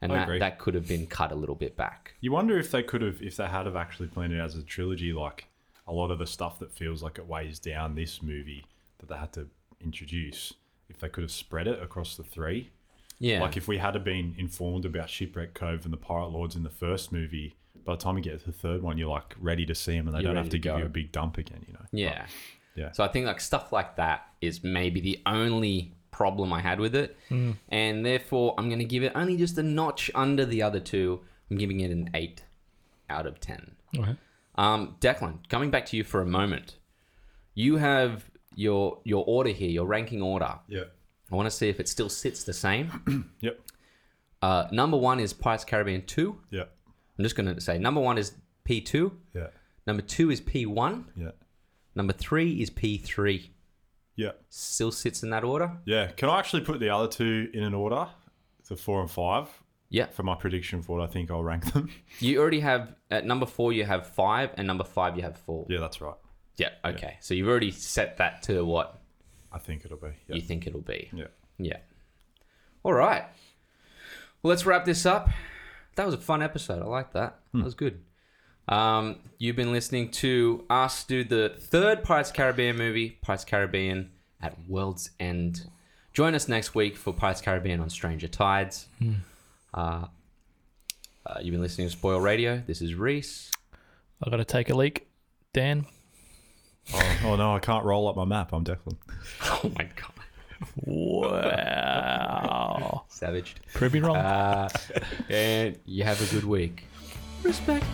Speaker 1: and
Speaker 3: I
Speaker 1: that
Speaker 3: agree.
Speaker 1: that could have been cut a little bit back.
Speaker 3: You wonder if they could have, if they had have actually planned it as a trilogy, like a lot of the stuff that feels like it weighs down this movie that they had to introduce, if they could have spread it across the three.
Speaker 1: Yeah,
Speaker 3: Like if we had have been informed about Shipwreck Cove and the Pirate Lords in the first movie, by the time you get to the third one, you're like ready to see them and they
Speaker 1: You're
Speaker 3: don't
Speaker 1: ready
Speaker 3: have to
Speaker 1: to
Speaker 3: give
Speaker 1: go.
Speaker 3: you a big dump again, you know?
Speaker 1: yeah.
Speaker 3: Yeah.
Speaker 1: So I think like stuff like that is maybe the only problem I had with it, and therefore I'm going to give it only just a notch under the other two. I'm giving it an eight out of ten.
Speaker 2: okay.
Speaker 1: Um, Declan, coming back to you for a moment, you have your your order here, your ranking order.
Speaker 3: yeah.
Speaker 1: I want to see if it still sits the same.
Speaker 3: Yep.
Speaker 1: Uh, number one is Pirates of the Caribbean two.
Speaker 3: Yeah.
Speaker 1: I'm just going to say number one is P two.
Speaker 3: Yeah.
Speaker 1: Number two is P one.
Speaker 3: Yeah.
Speaker 1: Number three is P three.
Speaker 3: Yeah.
Speaker 1: Still sits in that order.
Speaker 3: Yeah. Can I actually put the other two in an order? The four and five
Speaker 1: Yeah.
Speaker 3: for my prediction for what I think I'll rank them. <laughs>
Speaker 1: You already have at number four. You have five, and number five you have four.
Speaker 3: yeah, that's right.
Speaker 1: Yeah. okay. So you've already set that to what
Speaker 3: I think it'll be. Yeah.
Speaker 1: you think it'll be.
Speaker 3: yeah.
Speaker 1: Yeah. All right. Well, let's wrap this up. That was a fun episode. I like that.
Speaker 3: Hmm.
Speaker 1: That was good. Um, you've been listening to us do the third Pirates of the Caribbean movie, Pirates of the Caribbean at World's End. Join us next week for Pirates of the Caribbean on Stranger Tides.
Speaker 3: Hmm.
Speaker 1: Uh, uh, you've been listening to Spoil Radio. This is Reese.
Speaker 2: I got to take a leak. Dan,
Speaker 3: Oh, oh, no, I can't roll up my map. I'm Declan.
Speaker 1: <laughs> Oh my god,
Speaker 2: Wow.
Speaker 1: savage.
Speaker 2: Prove me wrong.
Speaker 1: Uh, and you have a good week. Respect.